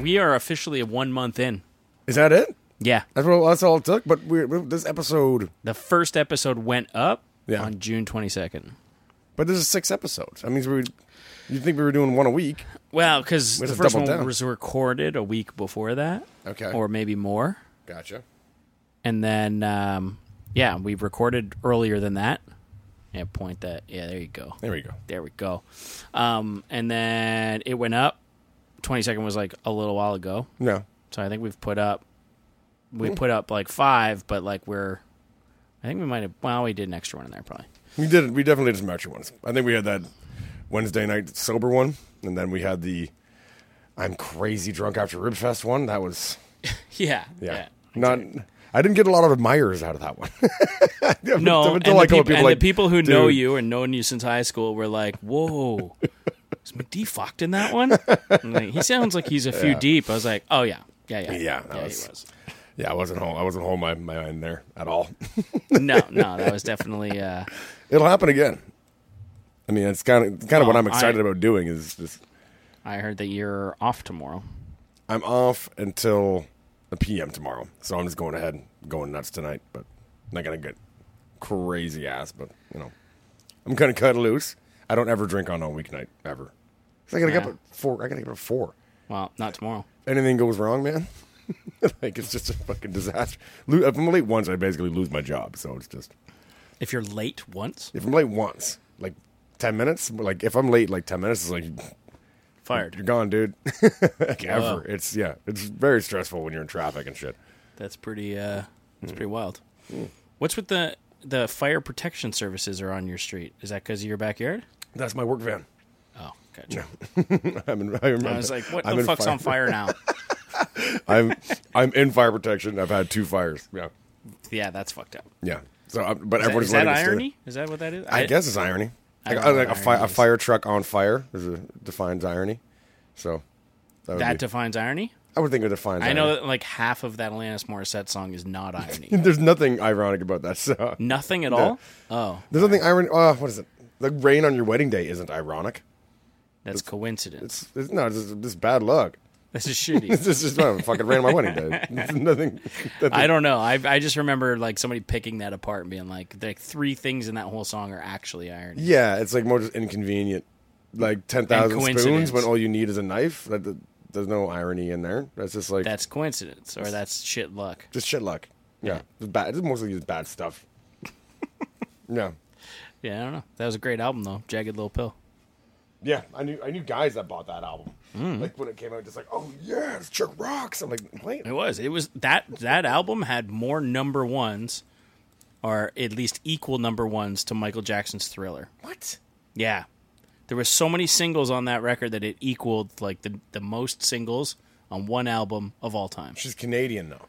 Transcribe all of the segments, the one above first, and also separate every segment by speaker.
Speaker 1: we are officially one month in.
Speaker 2: Is that it?
Speaker 1: Yeah,
Speaker 2: That's, what, that's all it took. But we this episode,
Speaker 1: the first episode went up
Speaker 2: Yeah.
Speaker 1: on June twenty second.
Speaker 2: but this is six episodes. That means we. You think we were doing one a week?
Speaker 1: Well, because
Speaker 2: We
Speaker 1: the
Speaker 2: have
Speaker 1: first one
Speaker 2: doubled down.
Speaker 1: was recorded a week before that,
Speaker 2: Okay.
Speaker 1: or maybe more,
Speaker 2: Gotcha.
Speaker 1: and then um, yeah, we recorded earlier than that. Yeah, point that. Yeah, there you go.
Speaker 2: There we go.
Speaker 1: There we go. Um, and then it went up. Twenty second was like a little while ago,
Speaker 2: No.
Speaker 1: so I think we've put up.
Speaker 2: Hmm.
Speaker 1: We put up like five, but like we're. I think we might have. Well, we did an extra one in there probably.
Speaker 2: We did. We definitely did some matchy ones. I think we had that Wednesday night sober one, and then we had the I'm crazy drunk after rib fest one. That was
Speaker 1: Yeah.
Speaker 2: yeah, not. I didn't get a lot of admirers out of that one.
Speaker 1: No, and,
Speaker 2: Until I
Speaker 1: the,
Speaker 2: called
Speaker 1: peop- and
Speaker 2: like,
Speaker 1: the people who know
Speaker 2: "Dude,
Speaker 1: you and known you since high school were like, "Whoa, is McD fucked in that one?" I'm like, he sounds like he's a few deep. I was like, "Oh yeah, yeah, yeah,
Speaker 2: Yeah, that
Speaker 1: yeah."
Speaker 2: was-
Speaker 1: He was.
Speaker 2: Yeah, I wasn't home. I wasn't home. My my mind there at all.
Speaker 1: No, no, that was definitely. Uh,
Speaker 2: It'll happen again. I mean, it's kind of kind of what
Speaker 1: Well,
Speaker 2: I'm excited
Speaker 1: I-
Speaker 2: about doing is just
Speaker 1: I heard that you're off tomorrow.
Speaker 2: I'm off until the PM tomorrow, so I'm just going ahead, going nuts tonight. But not gonna get crazy ass, but you know, I'm gonna cut loose. I don't ever drink on a weeknight ever. 'Cause I gotta get
Speaker 1: Yeah.
Speaker 2: up at four. I gotta get up at four.
Speaker 1: Well, not tomorrow.
Speaker 2: If anything goes wrong, man, like it's just a fucking disaster. Lo- If I'm late once, I basically lose my job. So it's just
Speaker 1: If you're late once,
Speaker 2: if I'm late once, like ten minutes, like if I'm late like ten minutes, it's like
Speaker 1: fired.
Speaker 2: you're gone, dude. like ever. It's yeah, it's very stressful when you're in traffic and shit.
Speaker 1: That's pretty. Uh, that's pretty wild. What's with the the fire protection services are on your street? Is that because of your backyard?
Speaker 2: That's my work van.
Speaker 1: Oh, gotcha.
Speaker 2: I'm in, I, remember.
Speaker 1: I was like, "What
Speaker 2: I'm
Speaker 1: the
Speaker 2: in
Speaker 1: fuck's on fire now?"
Speaker 2: I'm I'm in fire protection. I've had two fires. Yeah,
Speaker 1: yeah, that's fucked up.
Speaker 2: yeah. So, I'm, but
Speaker 1: Is that-
Speaker 2: everyone's
Speaker 1: is that
Speaker 2: letting it stay.
Speaker 1: irony? Is that what that is?
Speaker 2: I guess it's irony.
Speaker 1: I
Speaker 2: like
Speaker 1: don't know
Speaker 2: like a,
Speaker 1: what
Speaker 2: fi-
Speaker 1: irony
Speaker 2: a
Speaker 1: is.
Speaker 2: fire truck on fire is a defines irony. So that, would
Speaker 1: that
Speaker 2: be,
Speaker 1: defines irony.
Speaker 2: I would think it defines.
Speaker 1: I
Speaker 2: irony.
Speaker 1: know that like half of that Alanis Morissette song is not irony.
Speaker 2: There's nothing ironic about that. So
Speaker 1: Nothing at all. Oh,
Speaker 2: there's nothing ironic. Uh, what is it? The rain on your wedding day isn't ironic.
Speaker 1: that's coincidence.
Speaker 2: It's, it's no, it's just, just bad luck.
Speaker 1: This is shitty.
Speaker 2: It's just, just oh, fucking rain on my wedding day. It's nothing.
Speaker 1: I don't know. I I just remember like somebody picking that apart and being like, like three things in that whole song are actually irony.
Speaker 2: Yeah, it's like more just inconvenient. Like ten thousand spoons
Speaker 1: coincidence.
Speaker 2: when all you need is a knife. That, that- there's no irony in there. That's just like
Speaker 1: That's coincidence, or that's shit luck.
Speaker 2: just shit luck. Yeah, Just bad. It's mostly just bad stuff. yeah,
Speaker 1: Yeah, I don't know. That was a great album though, Jagged Little Pill.
Speaker 2: yeah. I knew I knew guys that bought that album.
Speaker 1: Mm.
Speaker 2: Like when it came out, just like oh yeah, it's Chuck Rocks. I'm like wait,
Speaker 1: It was. It was that that album had more number ones, or at least equal number ones to Michael Jackson's Thriller.
Speaker 2: what?
Speaker 1: Yeah. There were so many singles on that record that it equaled like the, the most singles on one album of all time.
Speaker 2: She's Canadian though,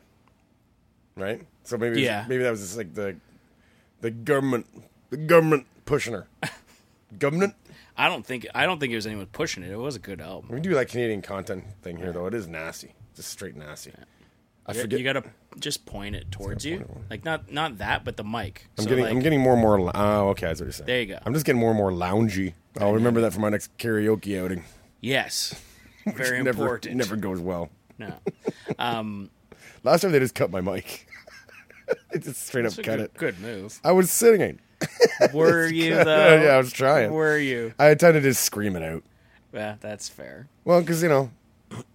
Speaker 2: right? So maybe
Speaker 1: Yeah.
Speaker 2: maybe that was just like the the government the government pushing her. government.
Speaker 1: I don't think I don't think it was anyone pushing it. It was a good album.
Speaker 2: We do that Canadian content thing here, though. It is nasty, just straight nasty. I
Speaker 1: You-
Speaker 2: forget.
Speaker 1: You gotta just point it towards you, like not not that, but the mic.
Speaker 2: I'm
Speaker 1: so
Speaker 2: getting.
Speaker 1: like,
Speaker 2: I'm getting more and more. lou- Oh, okay, I see what you're saying.
Speaker 1: There you go.
Speaker 2: I'm just getting more and more loungy. I'll remember that for my next karaoke outing.
Speaker 1: yes, very
Speaker 2: never,
Speaker 1: important.
Speaker 2: Never goes well.
Speaker 1: no,
Speaker 2: Last time they just cut my mic. they just straight up
Speaker 1: it's a
Speaker 2: cut
Speaker 1: good,
Speaker 2: it.
Speaker 1: good move.
Speaker 2: I was singing.
Speaker 1: Were you though?
Speaker 2: yeah, I was trying.
Speaker 1: Were you?
Speaker 2: I attended to just scream it out.
Speaker 1: Yeah, that's fair.
Speaker 2: Well, because you know,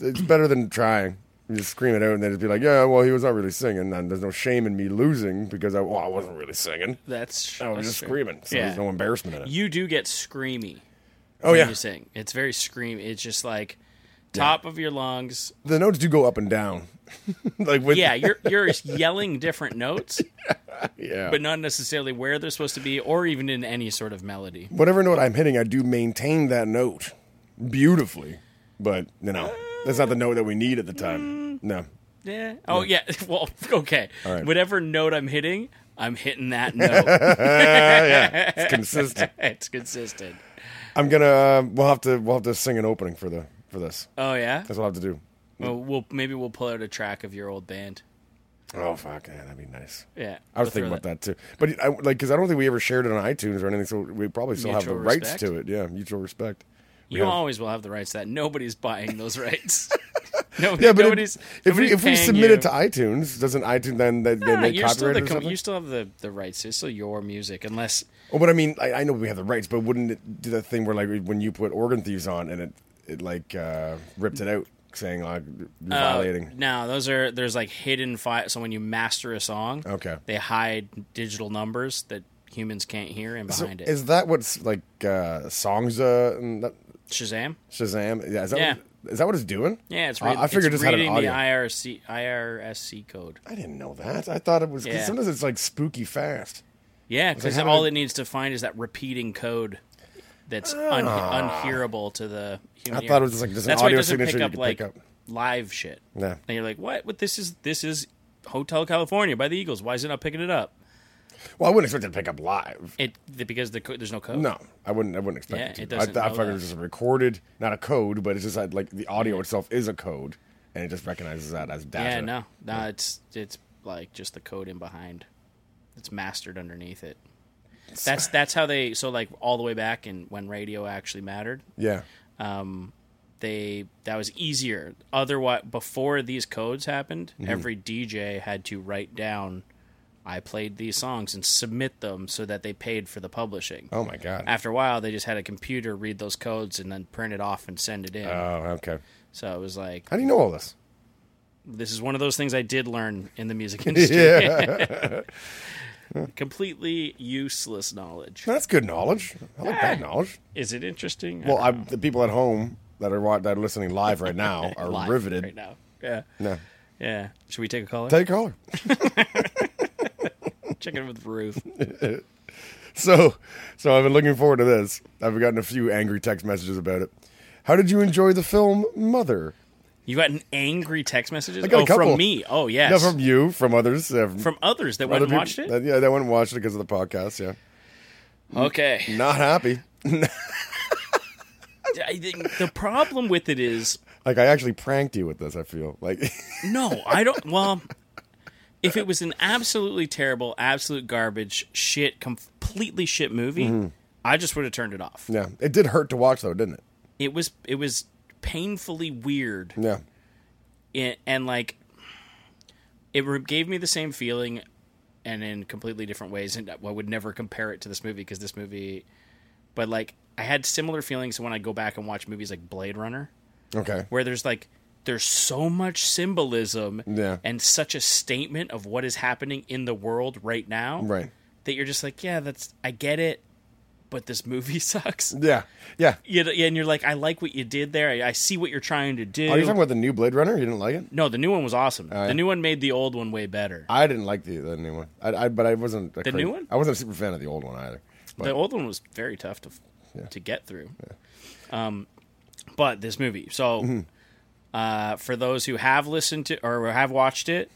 Speaker 2: it's better than trying. You just scream it out, and then just be like, "Yeah, well, he was not really singing." And there's no shame in me losing because I, well, I wasn't really singing.
Speaker 1: That's
Speaker 2: I was
Speaker 1: that's
Speaker 2: just
Speaker 1: fair.
Speaker 2: screaming. So
Speaker 1: Yeah.
Speaker 2: there's no embarrassment in it.
Speaker 1: You do get screamy.
Speaker 2: oh
Speaker 1: when
Speaker 2: yeah,
Speaker 1: you sing. It's very scream. It's just like top of your lungs.
Speaker 2: the notes do go up and down. like with
Speaker 1: Yeah, you're you're yelling different notes,
Speaker 2: yeah.
Speaker 1: but not necessarily where they're supposed to be, or even in any sort of melody.
Speaker 2: whatever note I'm hitting, I do maintain that note beautifully. But you know, that's not the note that we need at the
Speaker 1: Mm.
Speaker 2: time. No,
Speaker 1: Yeah. Oh yeah. Well, okay.
Speaker 2: right.
Speaker 1: Whatever note I'm hitting, I'm hitting that note. Eh,
Speaker 2: it's consistent.
Speaker 1: it's consistent.
Speaker 2: I'm gonna. Uh, we'll have to. We'll have to sing an opening for the for this.
Speaker 1: Oh yeah.
Speaker 2: That's what I'll have to do.
Speaker 1: Well, we'll maybe we'll pull out a track of your old band.
Speaker 2: Oh fuck, yeah, that'd be nice.
Speaker 1: Yeah.
Speaker 2: I was thinking about that too, but I, like because I don't think we ever shared it on iTunes or anything, so we probably still have the
Speaker 1: Mutual
Speaker 2: rights
Speaker 1: respect?
Speaker 2: to it. Yeah, mutual respect. We
Speaker 1: You
Speaker 2: have-
Speaker 1: always will have the rights to that. Nobody's buying those rights. No,
Speaker 2: Yeah, but
Speaker 1: nobody's,
Speaker 2: if, if we
Speaker 1: nobody's
Speaker 2: if we
Speaker 1: paying
Speaker 2: submit
Speaker 1: you.
Speaker 2: it to iTunes, doesn't iTunes then they,
Speaker 1: Nah,
Speaker 2: then they
Speaker 1: you're still
Speaker 2: copyright
Speaker 1: the
Speaker 2: it or
Speaker 1: com-
Speaker 2: something?
Speaker 1: you still have the the rights. It's still your music, unless
Speaker 2: Oh, but I mean, I, I know we have the rights, but wouldn't it do that thing where like when you put Organ Thieves on and it it like uh, ripped it out, saying like you're
Speaker 1: uh,
Speaker 2: violating?
Speaker 1: no, those are there's like hidden files. So when you master a song,
Speaker 2: Okay.
Speaker 1: they hide digital numbers that humans can't hear and
Speaker 2: So
Speaker 1: behind it.
Speaker 2: is that what's like uh, songs? Uh, and that-
Speaker 1: Shazam?
Speaker 2: Shazam? Yeah, is that
Speaker 1: Yeah.
Speaker 2: What, is that what it's doing?
Speaker 1: Yeah, it's,
Speaker 2: I-
Speaker 1: read,
Speaker 2: I figured
Speaker 1: it's
Speaker 2: it just had an
Speaker 1: reading the
Speaker 2: audio.
Speaker 1: IRC IRSC code.
Speaker 2: I didn't know that. I thought it was. 'cause
Speaker 1: Yeah.
Speaker 2: Sometimes it's like spooky fast.
Speaker 1: Yeah, because
Speaker 2: how do
Speaker 1: all
Speaker 2: I-
Speaker 1: it needs to find is that repeating code that's un- unhearable to the human.
Speaker 2: Ah. I thought
Speaker 1: ear.
Speaker 2: it was just like just an
Speaker 1: that's why it
Speaker 2: audio
Speaker 1: doesn't
Speaker 2: signature
Speaker 1: pick
Speaker 2: you
Speaker 1: up
Speaker 2: could
Speaker 1: like
Speaker 2: pick up.
Speaker 1: live shit.
Speaker 2: Yeah.
Speaker 1: and you're like, what? But this is this is Hotel California by the Eagles. Why is it not picking it up?
Speaker 2: Well, I wouldn't expect it to pick up live.
Speaker 1: It because the co- there's no code.
Speaker 2: No, I wouldn't. I wouldn't expect
Speaker 1: Yeah,
Speaker 2: it to.
Speaker 1: it doesn't
Speaker 2: I, I
Speaker 1: know
Speaker 2: figured it
Speaker 1: that.
Speaker 2: was just recorded, not a code, but it's just like, like the audio itself is a code, and it just recognizes that as data.
Speaker 1: Yeah, no, no. It's it's like just the code in behind. It's mastered underneath it. That's that's how they so like all the way back in when radio actually mattered.
Speaker 2: Yeah.
Speaker 1: They that was easier. Otherwise, before these codes happened, every DJ had to write down, "I played these songs" and submit them so that they paid for the publishing.
Speaker 2: Oh my god.
Speaker 1: After a while, they just had a computer read those codes and then print it off and send it in.
Speaker 2: oh, okay.
Speaker 1: so it was like
Speaker 2: How do you know all this?
Speaker 1: this is one of those things I did learn in the music industry. Completely useless knowledge.
Speaker 2: That's good knowledge. I like that knowledge.
Speaker 1: Is it interesting? I
Speaker 2: Well,
Speaker 1: don't
Speaker 2: I, the people at home that are wa- that are listening live right now
Speaker 1: know.
Speaker 2: are
Speaker 1: Live
Speaker 2: riveted.
Speaker 1: right now. Yeah,
Speaker 2: No,
Speaker 1: yeah. Should we take a caller?
Speaker 2: take caller.
Speaker 1: Check in with Ruth.
Speaker 2: So, so I've been looking forward to this. I've gotten a few angry text messages about it. How did you enjoy the film Mother?
Speaker 1: You got an angry text messages?
Speaker 2: I got a
Speaker 1: oh, from
Speaker 2: couple.
Speaker 1: me. Oh, yes.
Speaker 2: No, from you, from others, uh, from,
Speaker 1: from others that went and
Speaker 2: other people-
Speaker 1: watched it?
Speaker 2: that- yeah, that went and watched it because of the podcast. Yeah,
Speaker 1: okay.
Speaker 2: not happy.
Speaker 1: I think the problem with it is
Speaker 2: Like I actually pranked you with this. I feel like
Speaker 1: No, I don't. Well, if it was an absolutely terrible, absolute garbage, shit, completely shit movie,
Speaker 2: Mm-hmm.
Speaker 1: I just would have turned it off.
Speaker 2: yeah, it did hurt to watch though, didn't it?
Speaker 1: It was it was painfully weird,
Speaker 2: Yeah,
Speaker 1: and, and like it re- gave me the same feeling, and in completely different ways. And I would never compare it to this movie because this movie, but like I had similar feelings when I go back and watch movies like Blade Runner
Speaker 2: okay.
Speaker 1: where there's like there's so much symbolism
Speaker 2: Yeah.
Speaker 1: and such a statement of what is happening in the world right now
Speaker 2: Right.
Speaker 1: that you're just like yeah that's i get it but this movie sucks
Speaker 2: Yeah, yeah.
Speaker 1: you know, and you're like i like what you did there i, I see what you're trying to do
Speaker 2: Are you talking about the new Blade Runner? You didn't like it?
Speaker 1: no the new one was awesome
Speaker 2: yeah.
Speaker 1: the new one made the old one way better
Speaker 2: I didn't like the, the new one. I, I but I wasn't a
Speaker 1: The new one?
Speaker 2: I wasn't a super fan of the old one either. But
Speaker 1: the old one was very tough to to get through. Um, but this movie. So,
Speaker 2: Mm-hmm.
Speaker 1: uh, for those who have listened to or have watched it,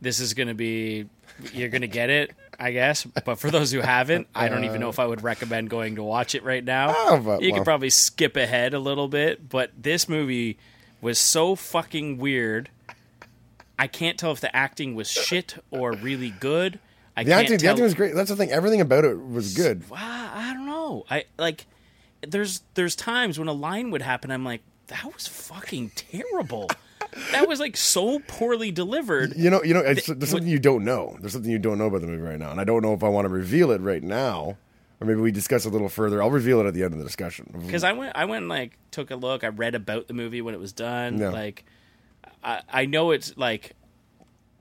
Speaker 1: this is going to be you're going to get it, I guess. But for those who haven't, I don't even know if I would recommend going to watch it right now.
Speaker 2: Oh, but
Speaker 1: you
Speaker 2: well.
Speaker 1: could probably skip ahead a little bit. But this movie was so fucking weird. I can't tell if the acting was shit or really good. I
Speaker 2: the
Speaker 1: can't
Speaker 2: acting, the
Speaker 1: tell
Speaker 2: acting was great. That's the thing. Everything about it was good.
Speaker 1: I, I don't know. I like there's there's times when a line would happen. I'm like, that was fucking terrible. that was like so poorly delivered.
Speaker 2: You know, you know. It's, there's something you don't know. There's something you don't know about the movie right now, and I don't know if I want to reveal it right now, or maybe we discuss it a little further. I'll reveal it at the end of the discussion.
Speaker 1: Because I went I went and like took a look. I read about the movie when it was done.
Speaker 2: Yeah.
Speaker 1: Like I I know it's like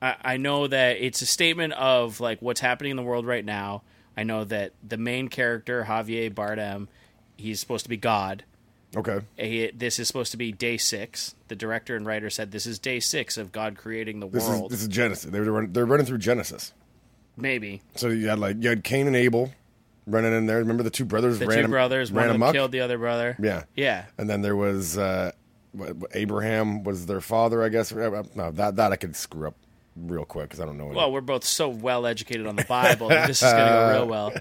Speaker 1: I, I know that it's a statement of like what's happening in the world right now. I know that the main character Javier Bardem, he's supposed to be God.
Speaker 2: Okay.
Speaker 1: he, this is supposed to be day six. The director and writer said this is day six of God creating the
Speaker 2: This is
Speaker 1: world.
Speaker 2: this is Genesis. They were running, they're running through Genesis.
Speaker 1: Maybe
Speaker 2: So you had like you had Cain and Abel running in there. Remember the two brothers?
Speaker 1: the
Speaker 2: ran
Speaker 1: two
Speaker 2: am-
Speaker 1: brothers, one
Speaker 2: ran
Speaker 1: of them
Speaker 2: amok.
Speaker 1: killed the other brother.
Speaker 2: Yeah.
Speaker 1: yeah.
Speaker 2: And then there was uh, what- what- Abraham was their father, I guess. Uh, No, that that I could screw up real quick because I don't know. any-
Speaker 1: Well, we're both so well educated on the Bible. that this is going to go real well.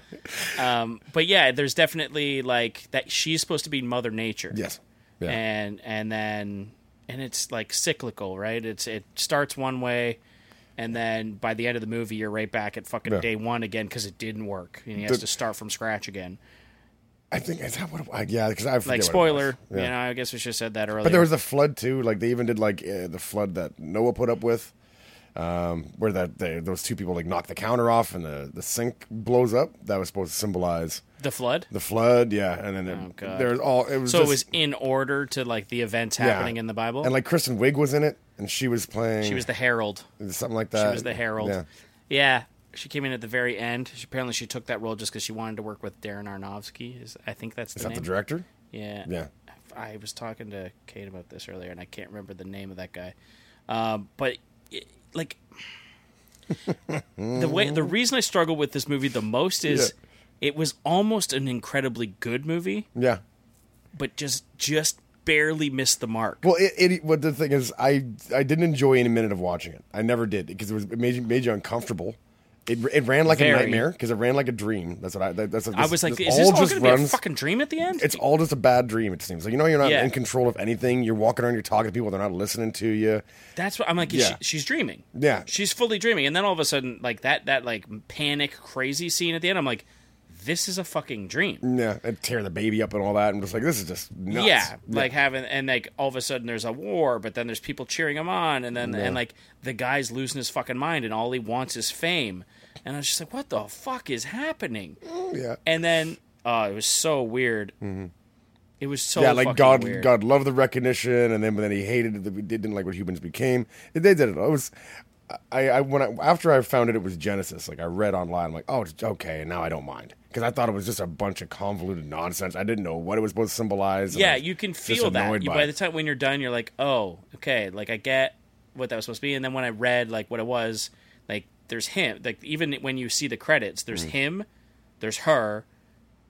Speaker 1: Um, but yeah, there's definitely like that. She's supposed to be Mother Nature.
Speaker 2: yes, yeah,
Speaker 1: and and then and it's like cyclical, right? It's it starts one way, and then by the end of the movie, you're right back at fucking
Speaker 2: Yeah.
Speaker 1: day one again because it didn't work, and he has
Speaker 2: The-
Speaker 1: to start from scratch again.
Speaker 2: I think is that what? It, I- yeah, because I
Speaker 1: Like
Speaker 2: forget what it was.
Speaker 1: spoiler,
Speaker 2: Yeah.
Speaker 1: you know, I guess we should have said that earlier.
Speaker 2: But there was a flood too. Like they even did like uh, the flood that Noah put up with, um, where that they, those two people like knock the counter off and the, the sink blows up. That was supposed to symbolize
Speaker 1: the flood.
Speaker 2: the flood. Yeah, and then it-
Speaker 1: Oh, God.
Speaker 2: there was all it was.
Speaker 1: so
Speaker 2: just,
Speaker 1: it was in order to like the events happening in the Bible.
Speaker 2: and like Kristen Wiig was in it, and she was playing.
Speaker 1: she was the herald.
Speaker 2: something like that.
Speaker 1: She was the herald.
Speaker 2: Uh, Yeah.
Speaker 1: Yeah. She came in at the very end. She, apparently, she took that role just because she wanted to work with Darren Aronofsky. Is I think that's the
Speaker 2: Is that
Speaker 1: name.
Speaker 2: the director?
Speaker 1: Yeah.
Speaker 2: Yeah.
Speaker 1: I was talking to Kate about this earlier, and I can't remember the name of that guy. Um, but it, like the way the reason I struggle with this movie the most is it was almost an incredibly good movie,
Speaker 2: Yeah.
Speaker 1: but just just barely missed the mark.
Speaker 2: Well, it, it what the thing is, I I didn't enjoy any minute of watching it. I never did because it was it made you, made you uncomfortable. It, it ran like
Speaker 1: Very.
Speaker 2: a nightmare because it ran like a dream. That's what I. That, that's what
Speaker 1: I
Speaker 2: this-
Speaker 1: was like,
Speaker 2: this
Speaker 1: is this all,
Speaker 2: just
Speaker 1: going to be a
Speaker 2: runs-
Speaker 1: fucking dream at the end?
Speaker 2: It's all just a bad dream. It seems like you know you're not
Speaker 1: Yeah.
Speaker 2: in control of anything. You're walking around, you're talking to people, they're not listening to you.
Speaker 1: That's what I'm like.
Speaker 2: Yeah.
Speaker 1: She, she's dreaming.
Speaker 2: Yeah.
Speaker 1: she's fully dreaming, and then all of a sudden, like that that like panic crazy scene at the end. I'm like, this is a fucking dream.
Speaker 2: Yeah, and tear the baby up and all that. I'm just like, this is just nuts.
Speaker 1: Yeah, like having and like all of a sudden there's a war, but then there's people cheering him on, and then and like the guy's losing his fucking mind, and all he wants is fame. And I was just like, what the fuck is happening?
Speaker 2: yeah,
Speaker 1: And then uh, it was so weird. It was so
Speaker 2: Mm-hmm. yeah. Like
Speaker 1: fucking
Speaker 2: God,
Speaker 1: weird.
Speaker 2: God loved the recognition, and then but then he hated that we didn't like what humans became. They did it. all. It was. I, I when I, after I found it, it was Genesis. Like I read online, I'm like, oh, it's okay, and now I don't mind because I thought it was just a bunch of convoluted nonsense. I didn't know what it was supposed to symbolize. and I
Speaker 1: Yeah,
Speaker 2: was
Speaker 1: you can
Speaker 2: just
Speaker 1: feel that.
Speaker 2: annoyed
Speaker 1: You,
Speaker 2: by
Speaker 1: by
Speaker 2: it.
Speaker 1: the time when you're done, you're like, oh, okay, like I get what that was supposed to be. And then when I read like what it was, like there's him. Like even when you see the credits, there's
Speaker 2: Mm.
Speaker 1: him, there's her,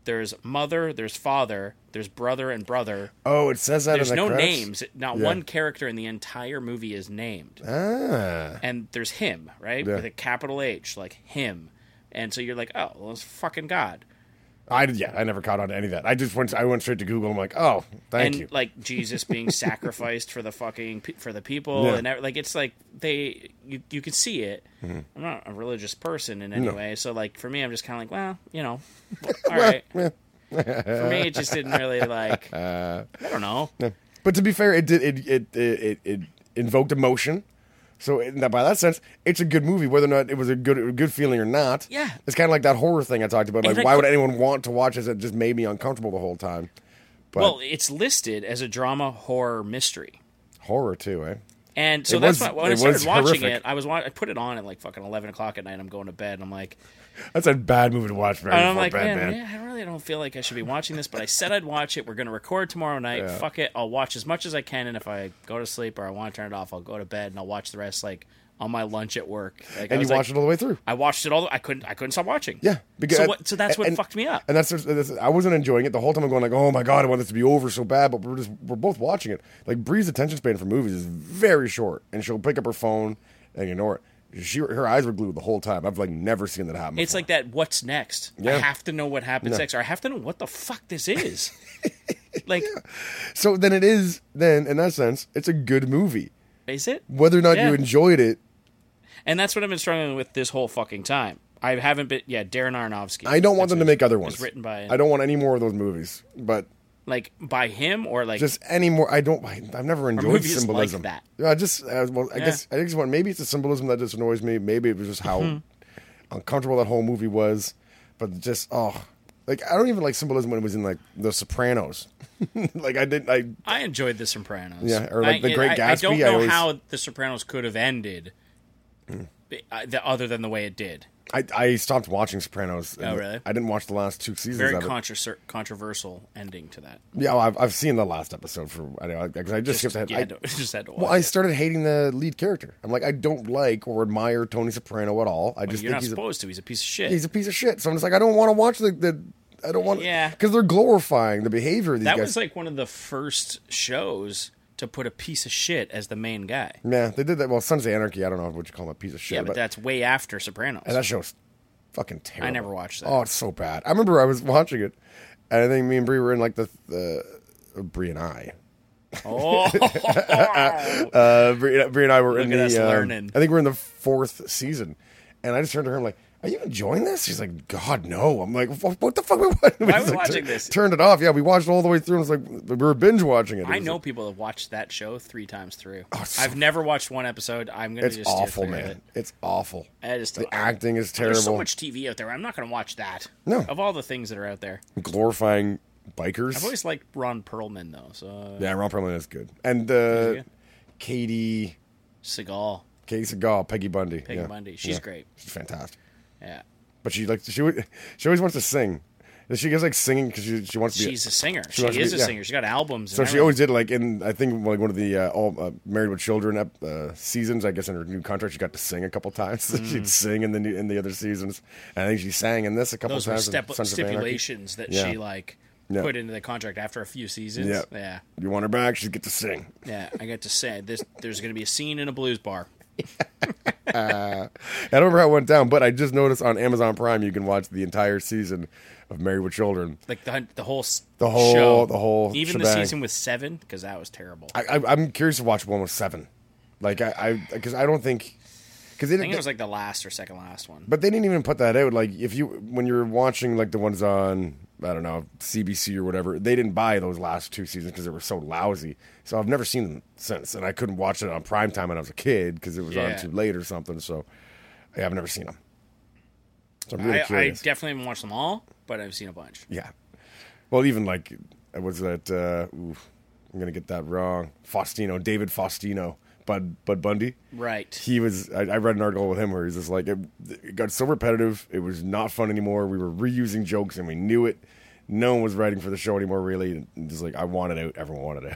Speaker 1: there's mother, there's father, there's brother and brother.
Speaker 2: oh, it says that.
Speaker 1: There's
Speaker 2: in the
Speaker 1: no
Speaker 2: credits?
Speaker 1: names. Not
Speaker 2: Yeah.
Speaker 1: one character in the entire movie is named.
Speaker 2: Ah,
Speaker 1: And there's him, right?
Speaker 2: Yeah.
Speaker 1: With a capital H, like him. And so you're like, oh, well, it's fucking God.
Speaker 2: I yeah, I never caught on to any of that. I just went. I went straight to Google. I'm like, oh, thank
Speaker 1: and
Speaker 2: you.
Speaker 1: like Jesus being sacrificed for the fucking pe- for the people
Speaker 2: Yeah.
Speaker 1: and ev- like it's like they you you can see it.
Speaker 2: Mm-hmm.
Speaker 1: I'm not a religious person in any way, so like for me, I'm just kind of like, well, you know, all right. for me, it just didn't really like.
Speaker 2: Uh,
Speaker 1: I don't know.
Speaker 2: But to be fair, it did it it it, it, it invoked emotion. So in that, by that sense, it's a good movie, whether or not it was a good a good feeling or not.
Speaker 1: Yeah.
Speaker 2: it's kind of like that horror thing I talked about. Like,
Speaker 1: And I
Speaker 2: why would
Speaker 1: cou-
Speaker 2: anyone want to watch this? It just made me uncomfortable the whole time. But
Speaker 1: Well, it's listed as a drama, horror, mystery.
Speaker 2: horror too, eh?
Speaker 1: And so
Speaker 2: It
Speaker 1: that's
Speaker 2: was-
Speaker 1: why when
Speaker 2: it
Speaker 1: I started
Speaker 2: was
Speaker 1: watching
Speaker 2: horrific.
Speaker 1: it, I was wa- I put it on at like fucking eleven o'clock at night. I'm going to bed. And I'm like,
Speaker 2: That's a bad movie to watch. Right
Speaker 1: And
Speaker 2: before
Speaker 1: I'm like,
Speaker 2: bed,
Speaker 1: man,
Speaker 2: man.
Speaker 1: man, I really don't feel like I should be watching this, but I said I'd watch it. We're going to record tomorrow night. Fuck it. I'll watch as much as I can. And if I go to sleep or I want to turn it off, I'll go to bed and I'll watch the rest like on my lunch at work. Like, I
Speaker 2: And you
Speaker 1: was like-
Speaker 2: watch it all the way through.
Speaker 1: I watched it all. the- I couldn't. I couldn't stop watching.
Speaker 2: Yeah,
Speaker 1: so what, so that's what
Speaker 2: and-
Speaker 1: fucked me up.
Speaker 2: And that's, that's I wasn't enjoying it the whole time. I'm going like, oh my god, I want this to be over so bad. But we're just we're both watching it. Like Bree's attention span for movies is very short, and she'll pick up her phone and ignore it. She her eyes were glued the whole time. I've like never seen that happen.
Speaker 1: It's like that. What's next? I
Speaker 2: Yeah.
Speaker 1: have to know what happens next, or I have to know what the fuck this is. like,
Speaker 2: so. Then it is then in that sense, it's a good movie.
Speaker 1: is it?
Speaker 2: Whether or not
Speaker 1: Yeah.
Speaker 2: you enjoyed it,
Speaker 1: And that's what I've been struggling with this whole fucking time. I haven't been. Yeah, Darren Aronofsky.
Speaker 2: I don't want them to make other ones.
Speaker 1: written by-
Speaker 2: I don't want any more of those movies. But
Speaker 1: like by him or like
Speaker 2: just any more. I don't. I, I've never enjoyed
Speaker 1: movies like
Speaker 2: symbolism.
Speaker 1: that.
Speaker 2: Yeah, I just. I, well, I guess. I think it's one. Maybe it's the symbolism that just annoys me. Maybe it was just how
Speaker 1: Mm-hmm.
Speaker 2: uncomfortable that whole movie was. But just oh, like I don't even like symbolism when it was in like The Sopranos. like I didn't. I
Speaker 1: I enjoyed The Sopranos.
Speaker 2: Yeah, or, like,
Speaker 1: I-
Speaker 2: The Great
Speaker 1: I, I don't
Speaker 2: Gatsby, I
Speaker 1: know
Speaker 2: always-
Speaker 1: how The Sopranos could have ended, uh, the- other than the way it did.
Speaker 2: I, I stopped watching Sopranos.
Speaker 1: Oh, really?
Speaker 2: I didn't watch the last two seasons.
Speaker 1: Very
Speaker 2: of it.
Speaker 1: controver- controversial ending to that.
Speaker 2: Yeah, well, I've, I've seen the last episode for I know because I just, skipped ahead.
Speaker 1: Yeah,
Speaker 2: I-
Speaker 1: don't- just had to watch.
Speaker 2: well, I
Speaker 1: it.
Speaker 2: started hating the lead character. I'm like, I don't like or admire Tony Soprano at all. I just
Speaker 1: You're
Speaker 2: think
Speaker 1: not
Speaker 2: he's a
Speaker 1: supposed to. He's a piece of shit.
Speaker 2: he's a piece of shit. So I'm just like, I don't want to watch the, the I don't want
Speaker 1: Yeah.
Speaker 2: because they're glorifying the behavior of these
Speaker 1: that
Speaker 2: guys.
Speaker 1: was like one of the first shows to put a piece of shit as the main guy.
Speaker 2: yeah, they did that. Well, Sons of Anarchy, I don't know what you call them, a piece of shit.
Speaker 1: Yeah, but
Speaker 2: but
Speaker 1: that's way after Sopranos.
Speaker 2: and that show's fucking terrible.
Speaker 1: never watched that.
Speaker 2: Oh, it's so bad. I remember I was watching it, and I think me and Bree were in like the, the uh, Bree and I.
Speaker 1: oh,
Speaker 2: Uh, Bree, Bree and I were in
Speaker 1: at
Speaker 2: the.
Speaker 1: us
Speaker 2: um,
Speaker 1: learning.
Speaker 2: I think we're in the fourth season, and I just turned to her. I'm like, Are you enjoying this? She's like, God, no. I'm like, "Wh- what the fuck? We
Speaker 1: Why are
Speaker 2: watching?
Speaker 1: we
Speaker 2: Just, like,
Speaker 1: watching
Speaker 2: tur-
Speaker 1: this?
Speaker 2: Turned it off. Yeah, we watched it all the way through. and It's like we were binge watching it. It
Speaker 1: I
Speaker 2: was
Speaker 1: know
Speaker 2: like,
Speaker 1: people that watched that show three times through.
Speaker 2: Oh, so-
Speaker 1: I've never watched one episode. I'm gonna
Speaker 2: it's
Speaker 1: just steer
Speaker 2: awful,
Speaker 1: clear of
Speaker 2: man.
Speaker 1: it.
Speaker 2: It's awful.
Speaker 1: I just
Speaker 2: The acting is terrible.
Speaker 1: there's so much TV out there. I'm not gonna watch that.
Speaker 2: No.
Speaker 1: of all the things that are out there,
Speaker 2: Glorifying bikers.
Speaker 1: I've always liked Ron Perlman though. So uh,
Speaker 2: yeah, Ron Perlman is good. And uh, Katie,
Speaker 1: Seagal,
Speaker 2: Katie Seagal, Peggy Bundy.
Speaker 1: Peggy
Speaker 2: yeah.
Speaker 1: Bundy, she's
Speaker 2: Yeah.
Speaker 1: great.
Speaker 2: She's fantastic.
Speaker 1: Yeah,
Speaker 2: But she like she would- she always wants to sing. She gets like singing because she she wants to be.
Speaker 1: she's a singer. She,
Speaker 2: wants to
Speaker 1: is
Speaker 2: be-
Speaker 1: a
Speaker 2: yeah.
Speaker 1: singer. She's got albums.
Speaker 2: So she always did like in I think like one of the uh, all uh, Married with Children ep- uh, seasons. I guess in her new contract, she got to sing a couple times. So
Speaker 1: Mm.
Speaker 2: She'd sing in the new, in the other seasons, and I think she sang in this a couple
Speaker 1: those were
Speaker 2: times. in
Speaker 1: step,
Speaker 2: Sons of Anarchy.
Speaker 1: stipulations that
Speaker 2: Yeah.
Speaker 1: she like
Speaker 2: Yeah.
Speaker 1: put into the contract after a few seasons.
Speaker 2: Yeah.
Speaker 1: yeah,
Speaker 2: You want her back? She get to sing.
Speaker 1: yeah. I get to say this. There's gonna be a scene in a blues bar.
Speaker 2: I don't remember how it went down, but I just noticed on Amazon Prime you can watch the entire season of Married with Children.
Speaker 1: Like the hun- the whole s-
Speaker 2: The whole-
Speaker 1: show.
Speaker 2: the whole
Speaker 1: even the
Speaker 2: shebang.
Speaker 1: season with seven because that was terrible. I,
Speaker 2: I, I, I'm curious to watch one with seven, like I because I, don't think because they
Speaker 1: think
Speaker 2: didn't.
Speaker 1: it was like the last or second last one.
Speaker 2: But they didn't even put that out. Like if you when you're watching like the ones on I don't know CBC or whatever, they didn't buy those last two seasons because they were so lousy. So I've never seen them since, and I couldn't watch it on prime time when I was a kid because it was
Speaker 1: Yeah.
Speaker 2: on too late or something. So yeah, I've never seen them. So I'm really
Speaker 1: I, I
Speaker 2: curious.
Speaker 1: definitely haven't watched them all, but I've seen a bunch.
Speaker 2: yeah. Well, even like I was that. Uh, ooh, I'm gonna get that wrong. Faustino, David Faustino, Bud Bud Bundy.
Speaker 1: Right.
Speaker 2: he was I, I read an article with him where he's just like it, it got so repetitive it was not fun anymore we were reusing jokes and we knew it no one was writing for the show anymore really and just like i want it out everyone wanted it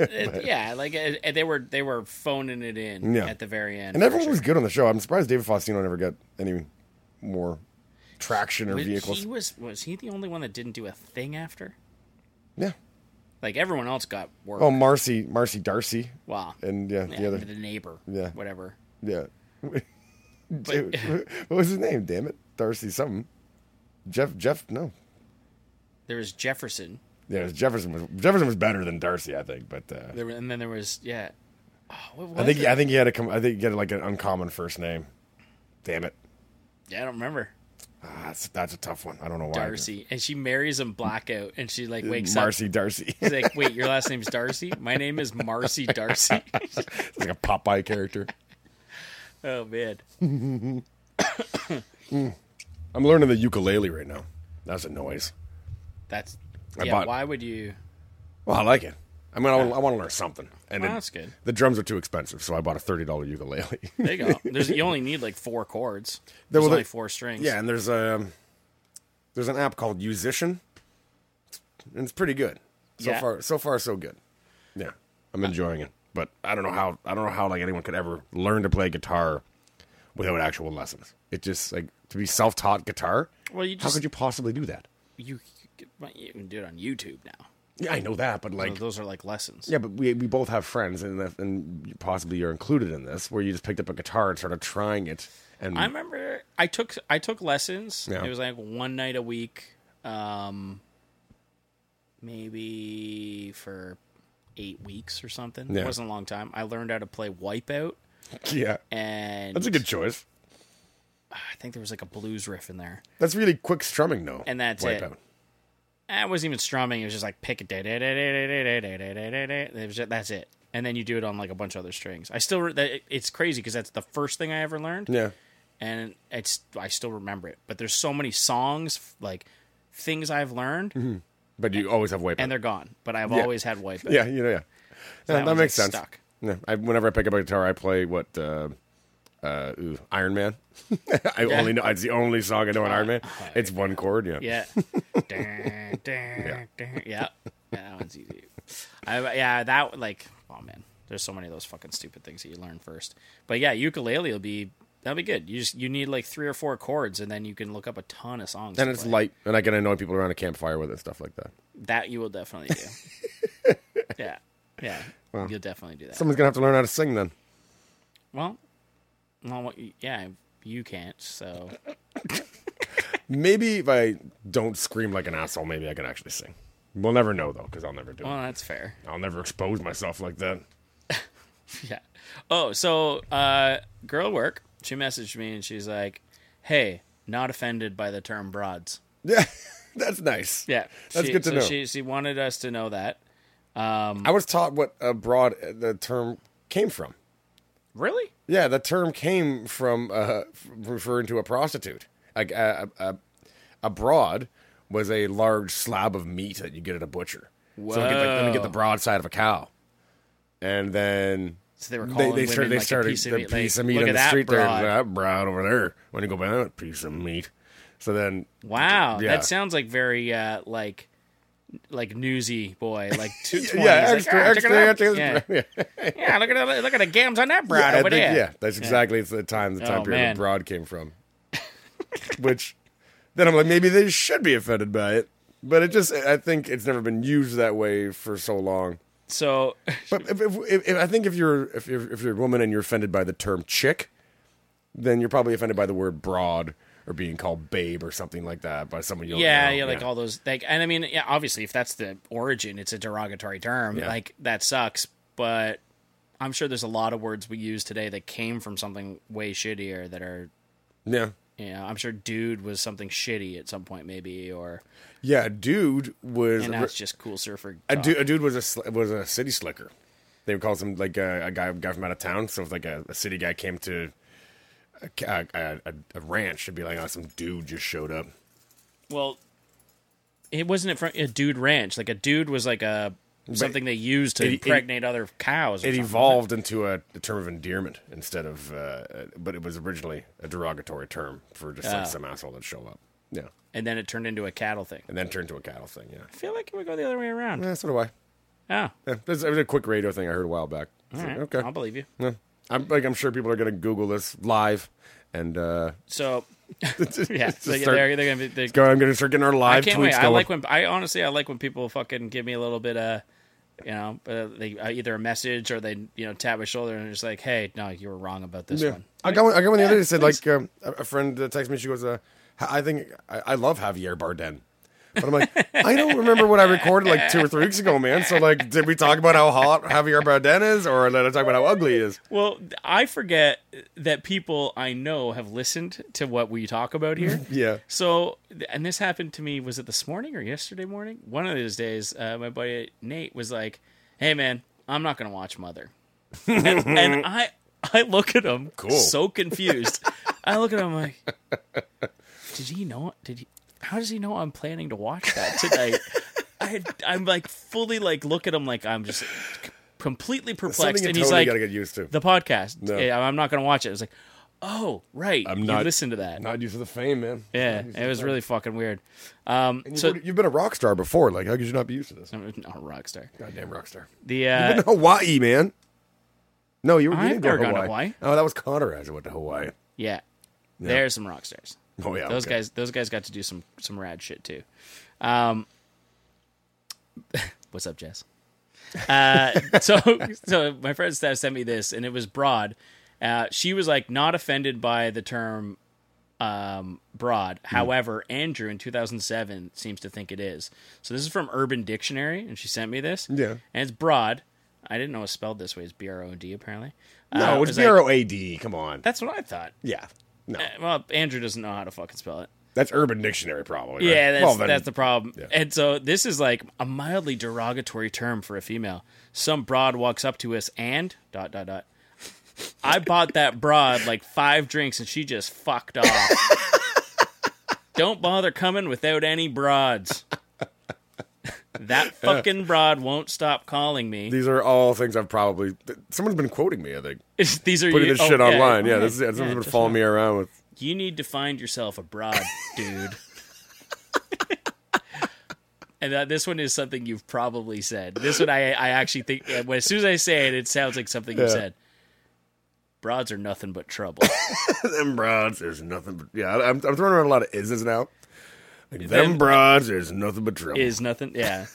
Speaker 2: out
Speaker 1: It- yeah, like it, it- they were they were phoning it in
Speaker 2: Yeah.
Speaker 1: at the very end.
Speaker 2: and
Speaker 1: for
Speaker 2: everyone
Speaker 1: sure.
Speaker 2: was good on the show i'm surprised david faustino never got any more traction or
Speaker 1: Was-
Speaker 2: vehicles
Speaker 1: He was was he the only one that didn't do a thing after?
Speaker 2: yeah
Speaker 1: Like everyone else got work.
Speaker 2: oh marcy marcy darcy
Speaker 1: wow.
Speaker 2: and yeah,
Speaker 1: Yeah,
Speaker 2: the other
Speaker 1: the neighbor.
Speaker 2: Yeah.
Speaker 1: Whatever.
Speaker 2: yeah Dude, what was his name damn it darcy something jeff jeff no
Speaker 1: There was Jefferson.
Speaker 2: yeah, it was Jefferson was Jefferson was better than Darcy, I think. But uh,
Speaker 1: There were, and then there was yeah. Oh, what was
Speaker 2: I think
Speaker 1: it?
Speaker 2: I think he had a com- I think he had like an uncommon first name. Damn it,
Speaker 1: Yeah, I don't remember.
Speaker 2: ah, that's, that's a tough one. I don't know why.
Speaker 1: Darcy, and she marries him blackout, and she
Speaker 2: Uh,
Speaker 1: like wakes up.
Speaker 2: Marcy Darcy.
Speaker 1: She's like, wait, your last name's Darcy? My name is Marcy Darcy.
Speaker 2: it's like a Popeye character.
Speaker 1: oh man,
Speaker 2: I'm learning the ukulele right now. That's a noise.
Speaker 1: that's
Speaker 2: I
Speaker 1: yeah.
Speaker 2: bought-
Speaker 1: why would you?
Speaker 2: Well, I like it. I mean, I, wa- I want to learn something. And
Speaker 1: Well,
Speaker 2: it-
Speaker 1: that's good.
Speaker 2: The drums are too expensive, so I bought a thirty dollar ukulele.
Speaker 1: There you go. There's you only need like four chords.
Speaker 2: There
Speaker 1: There's
Speaker 2: was
Speaker 1: only
Speaker 2: like-
Speaker 1: four strings.
Speaker 2: yeah, and there's a there's an app called Musician, and it's pretty good. So
Speaker 1: Yeah.
Speaker 2: far, so far, so good. Yeah, I'm enjoying it, but I don't know how I don't know how like anyone could ever learn to play guitar without actual lessons. It just like to be self-taught guitar.
Speaker 1: Well, you
Speaker 2: how
Speaker 1: just-
Speaker 2: could you possibly do that?
Speaker 1: you, you can do it on YouTube now.
Speaker 2: Yeah, I know that, but
Speaker 1: So
Speaker 2: like.
Speaker 1: those are like lessons.
Speaker 2: Yeah, but we, we both have friends, and that- and you possibly you're included in this, where you just picked up a guitar and started trying it. And
Speaker 1: I remember I took I took lessons.
Speaker 2: Yeah.
Speaker 1: It was like one night a week, um, maybe for eight weeks or something.
Speaker 2: Yeah.
Speaker 1: It wasn't a long time. I learned how to play Wipeout,
Speaker 2: yeah,
Speaker 1: and
Speaker 2: that's a good choice.
Speaker 1: I think there was like a blues riff in there.
Speaker 2: That's really quick strumming, though.
Speaker 1: And that's it.
Speaker 2: Wipeout.
Speaker 1: And It wasn't even strumming. It was just like pick it. It was just- That's it. And then you do it on like a bunch of other strings. I still re- that- it's crazy because that's the first thing I ever learned.
Speaker 2: Yeah.
Speaker 1: and it's I still remember it. But there's so many songs f- like things I've learned
Speaker 2: But you always have wipeout.
Speaker 1: and they're gone. But I've always had wipeout.
Speaker 2: Mm-hmm. yeah, you know, yeah. Yeah,
Speaker 1: that
Speaker 2: that,
Speaker 1: one's,
Speaker 2: makes
Speaker 1: like,
Speaker 2: sense.
Speaker 1: stuck.
Speaker 2: Yeah, I, whenever I pick up a guitar, I play what uh, uh, ooh, Iron Man. I only know it's the only song I know on Iron Man. It's one chord. Yeah,
Speaker 1: Oh, Yeah. Dun, dun, dun. yeah. That one's easy. I, yeah, that like oh man, there's so many of those fucking stupid things that you learn first. But yeah, ukulele will be that'll be good. You just you need like three or four chords, and then you can look up a ton of songs.
Speaker 2: and
Speaker 1: to
Speaker 2: it's
Speaker 1: play.
Speaker 2: light, and I can annoy people around a campfire with it and stuff like that.
Speaker 1: that you will definitely do. yeah, yeah, you'll definitely do that.
Speaker 2: Someone's gonna have to learn how to sing then.
Speaker 1: Well, well, what- yeah, you can't. So
Speaker 2: Maybe if I don't scream like an asshole, maybe I can actually sing. We'll never know though, because I'll never do
Speaker 1: well, that's fair.
Speaker 2: it. I'll never expose myself like that.
Speaker 1: Yeah. Oh, so uh, girl at work. She messaged me and she's like, hey, not offended by the term broads.
Speaker 2: Yeah, that's nice.
Speaker 1: Yeah,
Speaker 2: That's
Speaker 1: she,
Speaker 2: good to
Speaker 1: so
Speaker 2: know.
Speaker 1: She, she wanted us to know that.
Speaker 2: I was taught what abroad uh, the term came from.
Speaker 1: Really?
Speaker 2: Yeah, the term came from uh, f- referring to a prostitute. Like a, a, a, a broad was a large slab of meat that you get at a butcher. So let me, get the, let me get the
Speaker 1: Whoa.
Speaker 2: broad side of a cow, and then
Speaker 1: So they were calling women
Speaker 2: started-
Speaker 1: like
Speaker 2: started
Speaker 1: a piece of
Speaker 2: the
Speaker 1: meat.
Speaker 2: piece
Speaker 1: like,
Speaker 2: of meat
Speaker 1: look
Speaker 2: on
Speaker 1: at
Speaker 2: the
Speaker 1: that
Speaker 2: street
Speaker 1: broad.
Speaker 2: there. That broad over there. When you go by that piece of meat, so then
Speaker 1: Wow,
Speaker 2: Yeah.
Speaker 1: that sounds like very uh, like like newsy boy, like two twenty.
Speaker 2: yeah, extra,
Speaker 1: like, "Ah, check it
Speaker 2: extra,
Speaker 1: out."
Speaker 2: extra,
Speaker 1: Yeah.
Speaker 2: yeah.
Speaker 1: Yeah, look at the, look at the gams on that broad
Speaker 2: I
Speaker 1: over
Speaker 2: think-
Speaker 1: there.
Speaker 2: Yeah, that's exactly the time the time
Speaker 1: Oh,
Speaker 2: period
Speaker 1: man.
Speaker 2: abroad came from. Which then I'm like, maybe they should be offended by it, but it just I think it's never been used that way for so long.
Speaker 1: So
Speaker 2: But if, if, if, if- I think if you're if you're, if you're a woman and you're offended by the term chick, then you're probably offended by the word broad or being called babe or something like that by someone you don't
Speaker 1: yeah,
Speaker 2: know.
Speaker 1: yeah, like all those like, and I mean, yeah, obviously, if that's the origin, it's a derogatory term.
Speaker 2: Yeah.
Speaker 1: Like that sucks, but I'm sure there's a lot of words we use today that came from something way shittier that are.
Speaker 2: yeah.
Speaker 1: You know, I'm sure dude was something shitty at some point, maybe, or
Speaker 2: Yeah, dude was
Speaker 1: and now it's just cool surfer.
Speaker 2: A
Speaker 1: talk.
Speaker 2: dude, a dude was a sl- was a city slicker. They would call him like uh, a, a guy guy from out of town. So if like a, a city guy came to a, ca- a, a, a ranch, it'd be like, oh, some dude just showed up.
Speaker 1: Well, it wasn't it from a dude ranch. Like a dude was like a something they used to
Speaker 2: it- it-
Speaker 1: impregnate other cows. Or
Speaker 2: It
Speaker 1: something.
Speaker 2: evolved into a, a term of endearment instead of, uh, uh, but it was originally a derogatory term for just like some asshole that show up. Yeah,
Speaker 1: and then it turned into a cattle thing.
Speaker 2: and then turned to a cattle thing. Yeah,
Speaker 1: I feel like it would go the other way around.
Speaker 2: yeah so do I.
Speaker 1: Yeah,
Speaker 2: Yeah, this it was a quick radio thing I heard a while back. It's like,
Speaker 1: Alright,
Speaker 2: Okay,
Speaker 1: I'll believe you.
Speaker 2: yeah. I'm like I'm sure people are gonna Google this live, and uh,
Speaker 1: So yeah,
Speaker 2: just
Speaker 1: so yeah,
Speaker 2: start-
Speaker 1: they're, they're gonna be. They're,
Speaker 2: go. I'm gonna start getting our
Speaker 1: I
Speaker 2: live
Speaker 1: can't
Speaker 2: tweets
Speaker 1: wait.
Speaker 2: going.
Speaker 1: I like when I honestly I like when people fucking give me a little bit of. You know, uh, they uh, either a message or they you know tap my shoulder and it's like, "Hey, no, you were wrong about this one."
Speaker 2: I got one. I got one the other day. Said
Speaker 1: thanks.
Speaker 2: like um, a a friend uh, texted me. She goes, uh, "H- "I think I, I love Javier Bardem." But I'm like, I don't remember what I recorded like two or three weeks ago, man. So like, did we talk about how hot Javier Bardem is, or did I talk about how ugly he is?
Speaker 1: Well, I forget that people I know have listened to what we talk about here.
Speaker 2: Yeah.
Speaker 1: So, and this happened to me, was it this morning or yesterday morning? One of those days, uh, my buddy Nate was like, hey, man, I'm not going to watch Mother. and, and I, I look at him
Speaker 2: Cool.
Speaker 1: so confused. I look at him like, did he know? Did he, how does he know I'm planning to watch that tonight? I, I'm like fully like, look at him like I'm just completely perplexed.
Speaker 2: Something you
Speaker 1: And
Speaker 2: totally
Speaker 1: he's like,
Speaker 2: gotta get used to.
Speaker 1: the podcast.
Speaker 2: No.
Speaker 1: Yeah, I'm not going to watch it. It was like, oh, right. I'm
Speaker 2: not-
Speaker 1: You listened to that.
Speaker 2: Not used to the fame, man.
Speaker 1: yeah, it was really fucking weird. Um,
Speaker 2: You've,
Speaker 1: so,
Speaker 2: already- you've been a rock star before. Like, how could you not be used to this?
Speaker 1: I'm not a rock star.
Speaker 2: Goddamn rock star.
Speaker 1: The
Speaker 2: You've
Speaker 1: uh,
Speaker 2: been to Hawaii, man. No, you, you
Speaker 1: I've
Speaker 2: didn't go
Speaker 1: never
Speaker 2: to
Speaker 1: gone to
Speaker 2: Hawaii.
Speaker 1: Hawaii.
Speaker 2: Oh, that was Conrad who went to Hawaii.
Speaker 1: yeah, there's some rock stars.
Speaker 2: Oh yeah,
Speaker 1: Those
Speaker 2: okay.
Speaker 1: guys, those guys got to do some some rad shit too. Um, what's up, Jess? Uh, so, so my friend Steph sent me this, and it was broad. Uh, she was like not offended by the term um, broad.
Speaker 2: Hmm.
Speaker 1: However, Andrew in 2007 seems to think it is. So this is from Urban Dictionary, and she sent me this.
Speaker 2: Yeah.
Speaker 1: and it's broad. I didn't know it was spelled this way. It's B R O D apparently. Uh,
Speaker 2: No,
Speaker 1: it
Speaker 2: it's
Speaker 1: was like-
Speaker 2: zero AD. Come on.
Speaker 1: that's what I thought.
Speaker 2: yeah. No,
Speaker 1: Uh, Well, Andrew doesn't know how to fucking spell it.
Speaker 2: that's Urban Dictionary, probably. right?
Speaker 1: Yeah, that's,
Speaker 2: Well, then-
Speaker 1: that's the problem.
Speaker 2: yeah.
Speaker 1: And so this is like a mildly derogatory term for a female. Some broad walks up to us and dot dot dot. I bought that broad like five drinks and she just fucked off. Don't bother coming without any broads. that fucking broad won't stop calling me.
Speaker 2: These are all things I've probably th- someone's been quoting me. I think
Speaker 1: These are
Speaker 2: putting
Speaker 1: you,
Speaker 2: this
Speaker 1: oh,
Speaker 2: shit online. Yeah,
Speaker 1: okay.
Speaker 2: this is, someone's been
Speaker 1: just
Speaker 2: following me around with.
Speaker 1: You need to find yourself a broad, dude. and uh, this one is something you've probably said. This one, I, I actually think, uh, when- as soon as I say it, it sounds like something you
Speaker 2: Yeah.
Speaker 1: said. Broads are nothing but trouble.
Speaker 2: them broads, there's nothing. But, yeah, I'm, I'm throwing around a lot of ises now. Like, them, broads, there's nothing but trouble.
Speaker 1: is nothing. Yeah.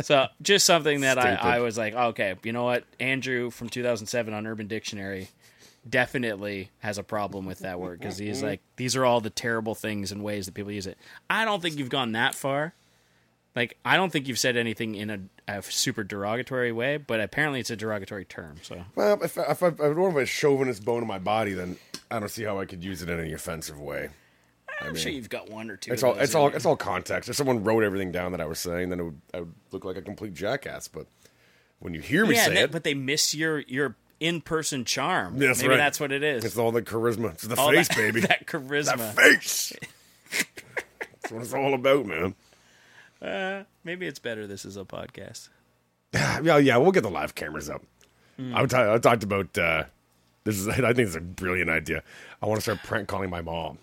Speaker 1: So just something that I,
Speaker 2: Stupid.
Speaker 1: I was like, okay, you know what? Andrew from 2007 on Urban Dictionary definitely has a problem with that word because he's like, these are all the terrible things and ways that people use it. I don't think you've gone that far. Like, I don't think you've said anything in a, a super derogatory way, but apparently it's a derogatory term. So
Speaker 2: Well, if, if, I- if I don't have a chauvinist bone in my body, then I don't see how I could use it in any offensive way.
Speaker 1: I'm sure you've got one or two.
Speaker 2: It's
Speaker 1: of
Speaker 2: all
Speaker 1: those
Speaker 2: it's
Speaker 1: in
Speaker 2: all
Speaker 1: you.
Speaker 2: it's all context. If someone wrote everything down that I was saying, then it would I would look like a complete jackass. But when you hear me
Speaker 1: yeah,
Speaker 2: say
Speaker 1: they-
Speaker 2: it,
Speaker 1: but they miss your your in person charm.
Speaker 2: That's
Speaker 1: Maybe
Speaker 2: right.
Speaker 1: that's what it is.
Speaker 2: it's all the charisma. It's the
Speaker 1: All
Speaker 2: face,
Speaker 1: that-
Speaker 2: baby.
Speaker 1: That charisma.
Speaker 2: That face. That's what it's all about, man.
Speaker 1: Uh, Maybe it's better this is a podcast.
Speaker 2: Yeah, yeah, we'll get the live cameras up.
Speaker 1: Hmm.
Speaker 2: I, t- I talked about uh, this is. I think it's a brilliant idea. I want to start prank calling my mom.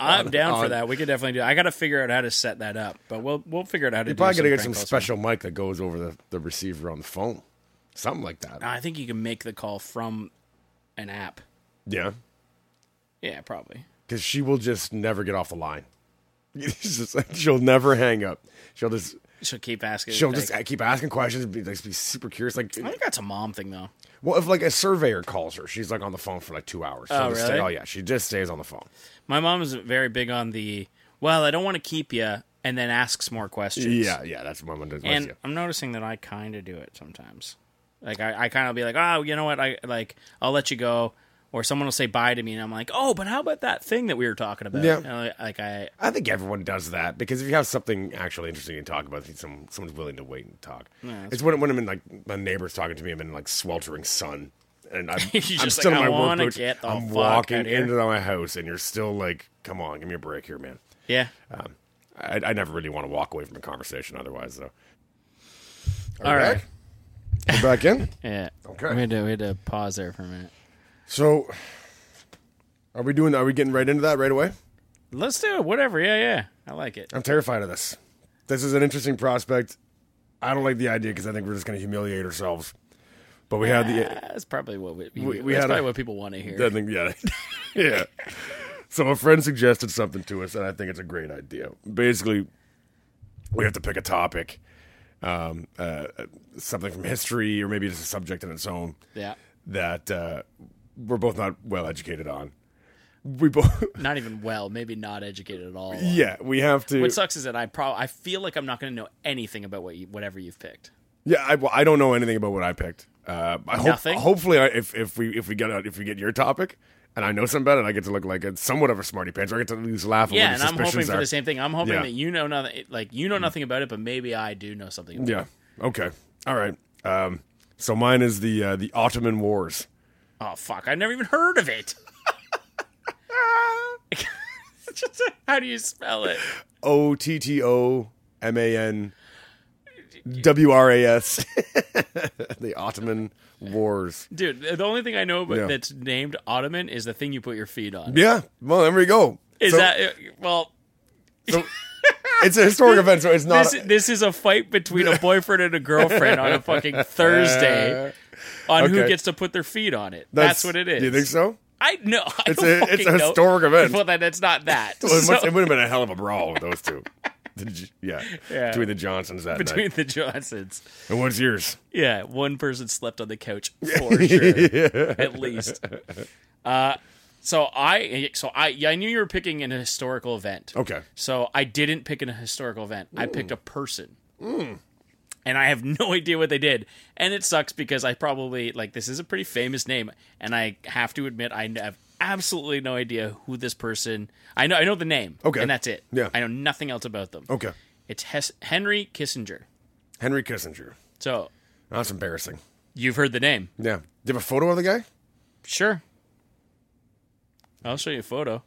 Speaker 1: I'm down for
Speaker 2: on-
Speaker 1: that. We could definitely do. It. I got to figure out how to set that up, but we'll we'll figure out how to.
Speaker 2: You're
Speaker 1: do
Speaker 2: probably gonna get
Speaker 1: prank
Speaker 2: some
Speaker 1: calls.
Speaker 2: special mic that goes over the, the receiver on the phone, something like that.
Speaker 1: I think you can make the call from an app.
Speaker 2: yeah,
Speaker 1: Yeah, probably.
Speaker 2: because she will just never get off the line. It's just like, she'll never hang up. She'll just
Speaker 1: She'll keep asking.
Speaker 2: she'll
Speaker 1: like-
Speaker 2: just keep asking questions. Be, like, be super curious. Like,
Speaker 1: I think that's a mom thing though.
Speaker 2: well, if like a surveyor calls her, she's like on the phone for like two hours. She'll
Speaker 1: Oh,
Speaker 2: just
Speaker 1: really?
Speaker 2: Stay, oh yeah, she just stays on the phone.
Speaker 1: My mom is very big on the. Well, I don't want to keep you, and then asks more questions.
Speaker 2: Yeah, yeah, that's what I'm does.
Speaker 1: and
Speaker 2: yeah.
Speaker 1: I'm noticing that I kind of do it sometimes. Like I, I kind of be like, oh, you know what? I like I'll let you go, or someone will say bye to me, and I'm like, oh, but how about that thing that we were talking about?
Speaker 2: Yeah.
Speaker 1: And I- like I,
Speaker 2: I think everyone does that because if you have something actually interesting to talk about, I think some, someone's willing to wait and talk.
Speaker 1: that's
Speaker 2: it's when, when I'm in like my neighbor's talking to me, I'm in like sweltering sun, and I'm, I'm
Speaker 1: You're just
Speaker 2: still
Speaker 1: like,
Speaker 2: in
Speaker 1: "I
Speaker 2: my work
Speaker 1: wanna
Speaker 2: boots.
Speaker 1: get the
Speaker 2: I'm
Speaker 1: fuck
Speaker 2: walking
Speaker 1: outta here."
Speaker 2: into my house, and you're still like, "Come on, give me a break here, man."
Speaker 1: yeah.
Speaker 2: Um, I, I never really want to walk away from a conversation otherwise, though.
Speaker 1: All right.
Speaker 2: We're back in.
Speaker 1: Yeah.
Speaker 2: Okay.
Speaker 1: We had to we had to pause there for a minute.
Speaker 2: So, are we doing? Are we getting right into that right away?
Speaker 1: Let's do it. Whatever. Yeah, yeah. I like it.
Speaker 2: I'm terrified of this. This is an interesting prospect. I don't like the idea because I think we're just going to humiliate ourselves. But we had the.
Speaker 1: Uh, that's probably what we,
Speaker 2: We- we
Speaker 1: that's
Speaker 2: had
Speaker 1: probably
Speaker 2: a-
Speaker 1: what people want to hear.
Speaker 2: I think, yeah. yeah. So a friend suggested something to us, and I think it's a great idea. Basically, we have to pick a topic, um, uh, something from history, or maybe just a subject in its own
Speaker 1: yeah.
Speaker 2: that uh, we're both not well educated on. We both.
Speaker 1: Not even well. Maybe not educated at all.
Speaker 2: Yeah, we have to.
Speaker 1: What sucks is that I prob I feel like I'm not going to know anything about what you, whatever you've picked.
Speaker 2: Yeah, I, well, I don't know anything about what I picked. Uh, I hope,
Speaker 1: Nothing?
Speaker 2: hopefully, I, if if we if we get a, if we get your topic, and I know something about it, I get to look like a somewhat of a smarty pants, or I get to at least laugh. at
Speaker 1: Yeah,
Speaker 2: what
Speaker 1: and
Speaker 2: his
Speaker 1: I'm hoping
Speaker 2: suspicions
Speaker 1: for
Speaker 2: are.
Speaker 1: the same thing. I'm hoping
Speaker 2: Yeah.
Speaker 1: that you know nothing, like you know nothing about it, but maybe I do know something. About
Speaker 2: Yeah. Okay. All right. Um, so mine is the uh, the Ottoman Wars.
Speaker 1: it. Oh fuck! I've never even heard of it. Just, How do you spell it?
Speaker 2: O T T O M A N W R A S. The Ottoman Wars.
Speaker 1: Dude, the only thing I know about
Speaker 2: Yeah.
Speaker 1: that's named Ottoman is the thing you put your feet on.
Speaker 2: Yeah. Well, there we go.
Speaker 1: Is
Speaker 2: So-
Speaker 1: that uh, well?
Speaker 2: so- it's a historic event, so it's not.
Speaker 1: This this is a fight between a boyfriend and a girlfriend on a fucking Thursday on who
Speaker 2: Uh, Okay.
Speaker 1: gets to put their feet on it. That's, what it is.
Speaker 2: Do you think so?
Speaker 1: I know. I
Speaker 2: It's
Speaker 1: don't
Speaker 2: a- it's
Speaker 1: fucking
Speaker 2: a
Speaker 1: know.
Speaker 2: historic event.
Speaker 1: Well, then it's not that.
Speaker 2: Well, it,
Speaker 1: So-
Speaker 2: must, it would have been a hell of a brawl with those two. The J- yeah.
Speaker 1: Yeah.
Speaker 2: between the Johnsons that
Speaker 1: between
Speaker 2: night.
Speaker 1: the Johnsons.
Speaker 2: And what's yours?
Speaker 1: Yeah, one person slept on the couch for sure, at least. Uh, so I, so I, yeah, I knew you were picking an historical event.
Speaker 2: Okay,
Speaker 1: So I didn't pick an historical event. I picked a person.
Speaker 2: Mm.
Speaker 1: And I have no idea what they did. And it sucks because I probably, like, this is a pretty famous name. And I have to admit, I have absolutely no idea who this person I know I know the name.
Speaker 2: Okay.
Speaker 1: And that's it.
Speaker 2: Yeah.
Speaker 1: I know nothing else about them.
Speaker 2: okay.
Speaker 1: It's Hes- Henry Kissinger.
Speaker 2: Henry Kissinger.
Speaker 1: So
Speaker 2: That's embarrassing.
Speaker 1: you've heard the name.
Speaker 2: Yeah. Do you have a photo of the guy?
Speaker 1: Sure. I'll show you a photo.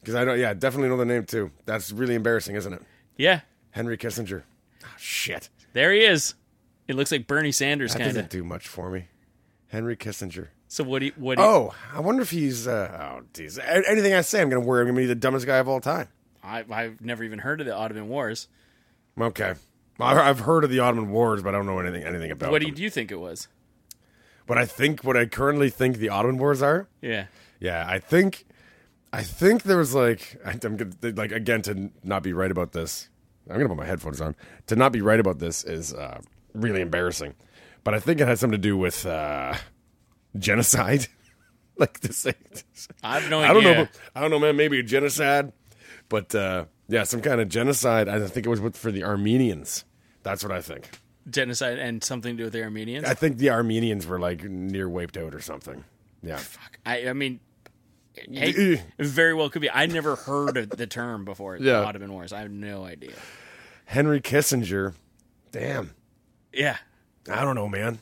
Speaker 2: Because I don't. Yeah, I definitely know the name too. That's really embarrassing, isn't it?
Speaker 1: Yeah,
Speaker 2: Henry Kissinger. Ah, shit.
Speaker 1: there he is. It looks like Bernie Sanders
Speaker 2: That
Speaker 1: kind
Speaker 2: doesn't
Speaker 1: of.
Speaker 2: do much for me. Henry Kissinger.
Speaker 1: So what do you, what do you,
Speaker 2: Oh, I wonder if he's. Uh, oh, geez. A- Anything I say, I'm gonna worry. I'm gonna be the dumbest guy of all time.
Speaker 1: I I've never even heard of the Ottoman Wars.
Speaker 2: Okay. I- I've heard of the Ottoman Wars, but I don't know anything anything about
Speaker 1: What do
Speaker 2: them.
Speaker 1: you, do you think it was?
Speaker 2: What I think, what I currently think the Ottoman Wars are.
Speaker 1: Yeah.
Speaker 2: Yeah, I think, I think there was like, I- I'm gonna, like again to not be right about this. I'm gonna put my headphones on. To not be right about this is uh, really embarrassing, but I think it has something to do with uh, genocide. like this,
Speaker 1: I have no idea.
Speaker 2: I don't know. but- I don't know, man. Maybe a genocide, but uh, yeah, some kind of genocide. I think it was with, for the Armenians. That's what I think.
Speaker 1: Genocide and something to do with the Armenians.
Speaker 2: I think the Armenians were like near wiped out or something. Yeah.
Speaker 1: Fuck. I I mean Hey, it very well could be. I never heard of the term before. The
Speaker 2: Yeah.
Speaker 1: Ottoman Wars. I have no idea.
Speaker 2: Henry Kissinger. Damn.
Speaker 1: Yeah.
Speaker 2: I don't know, man.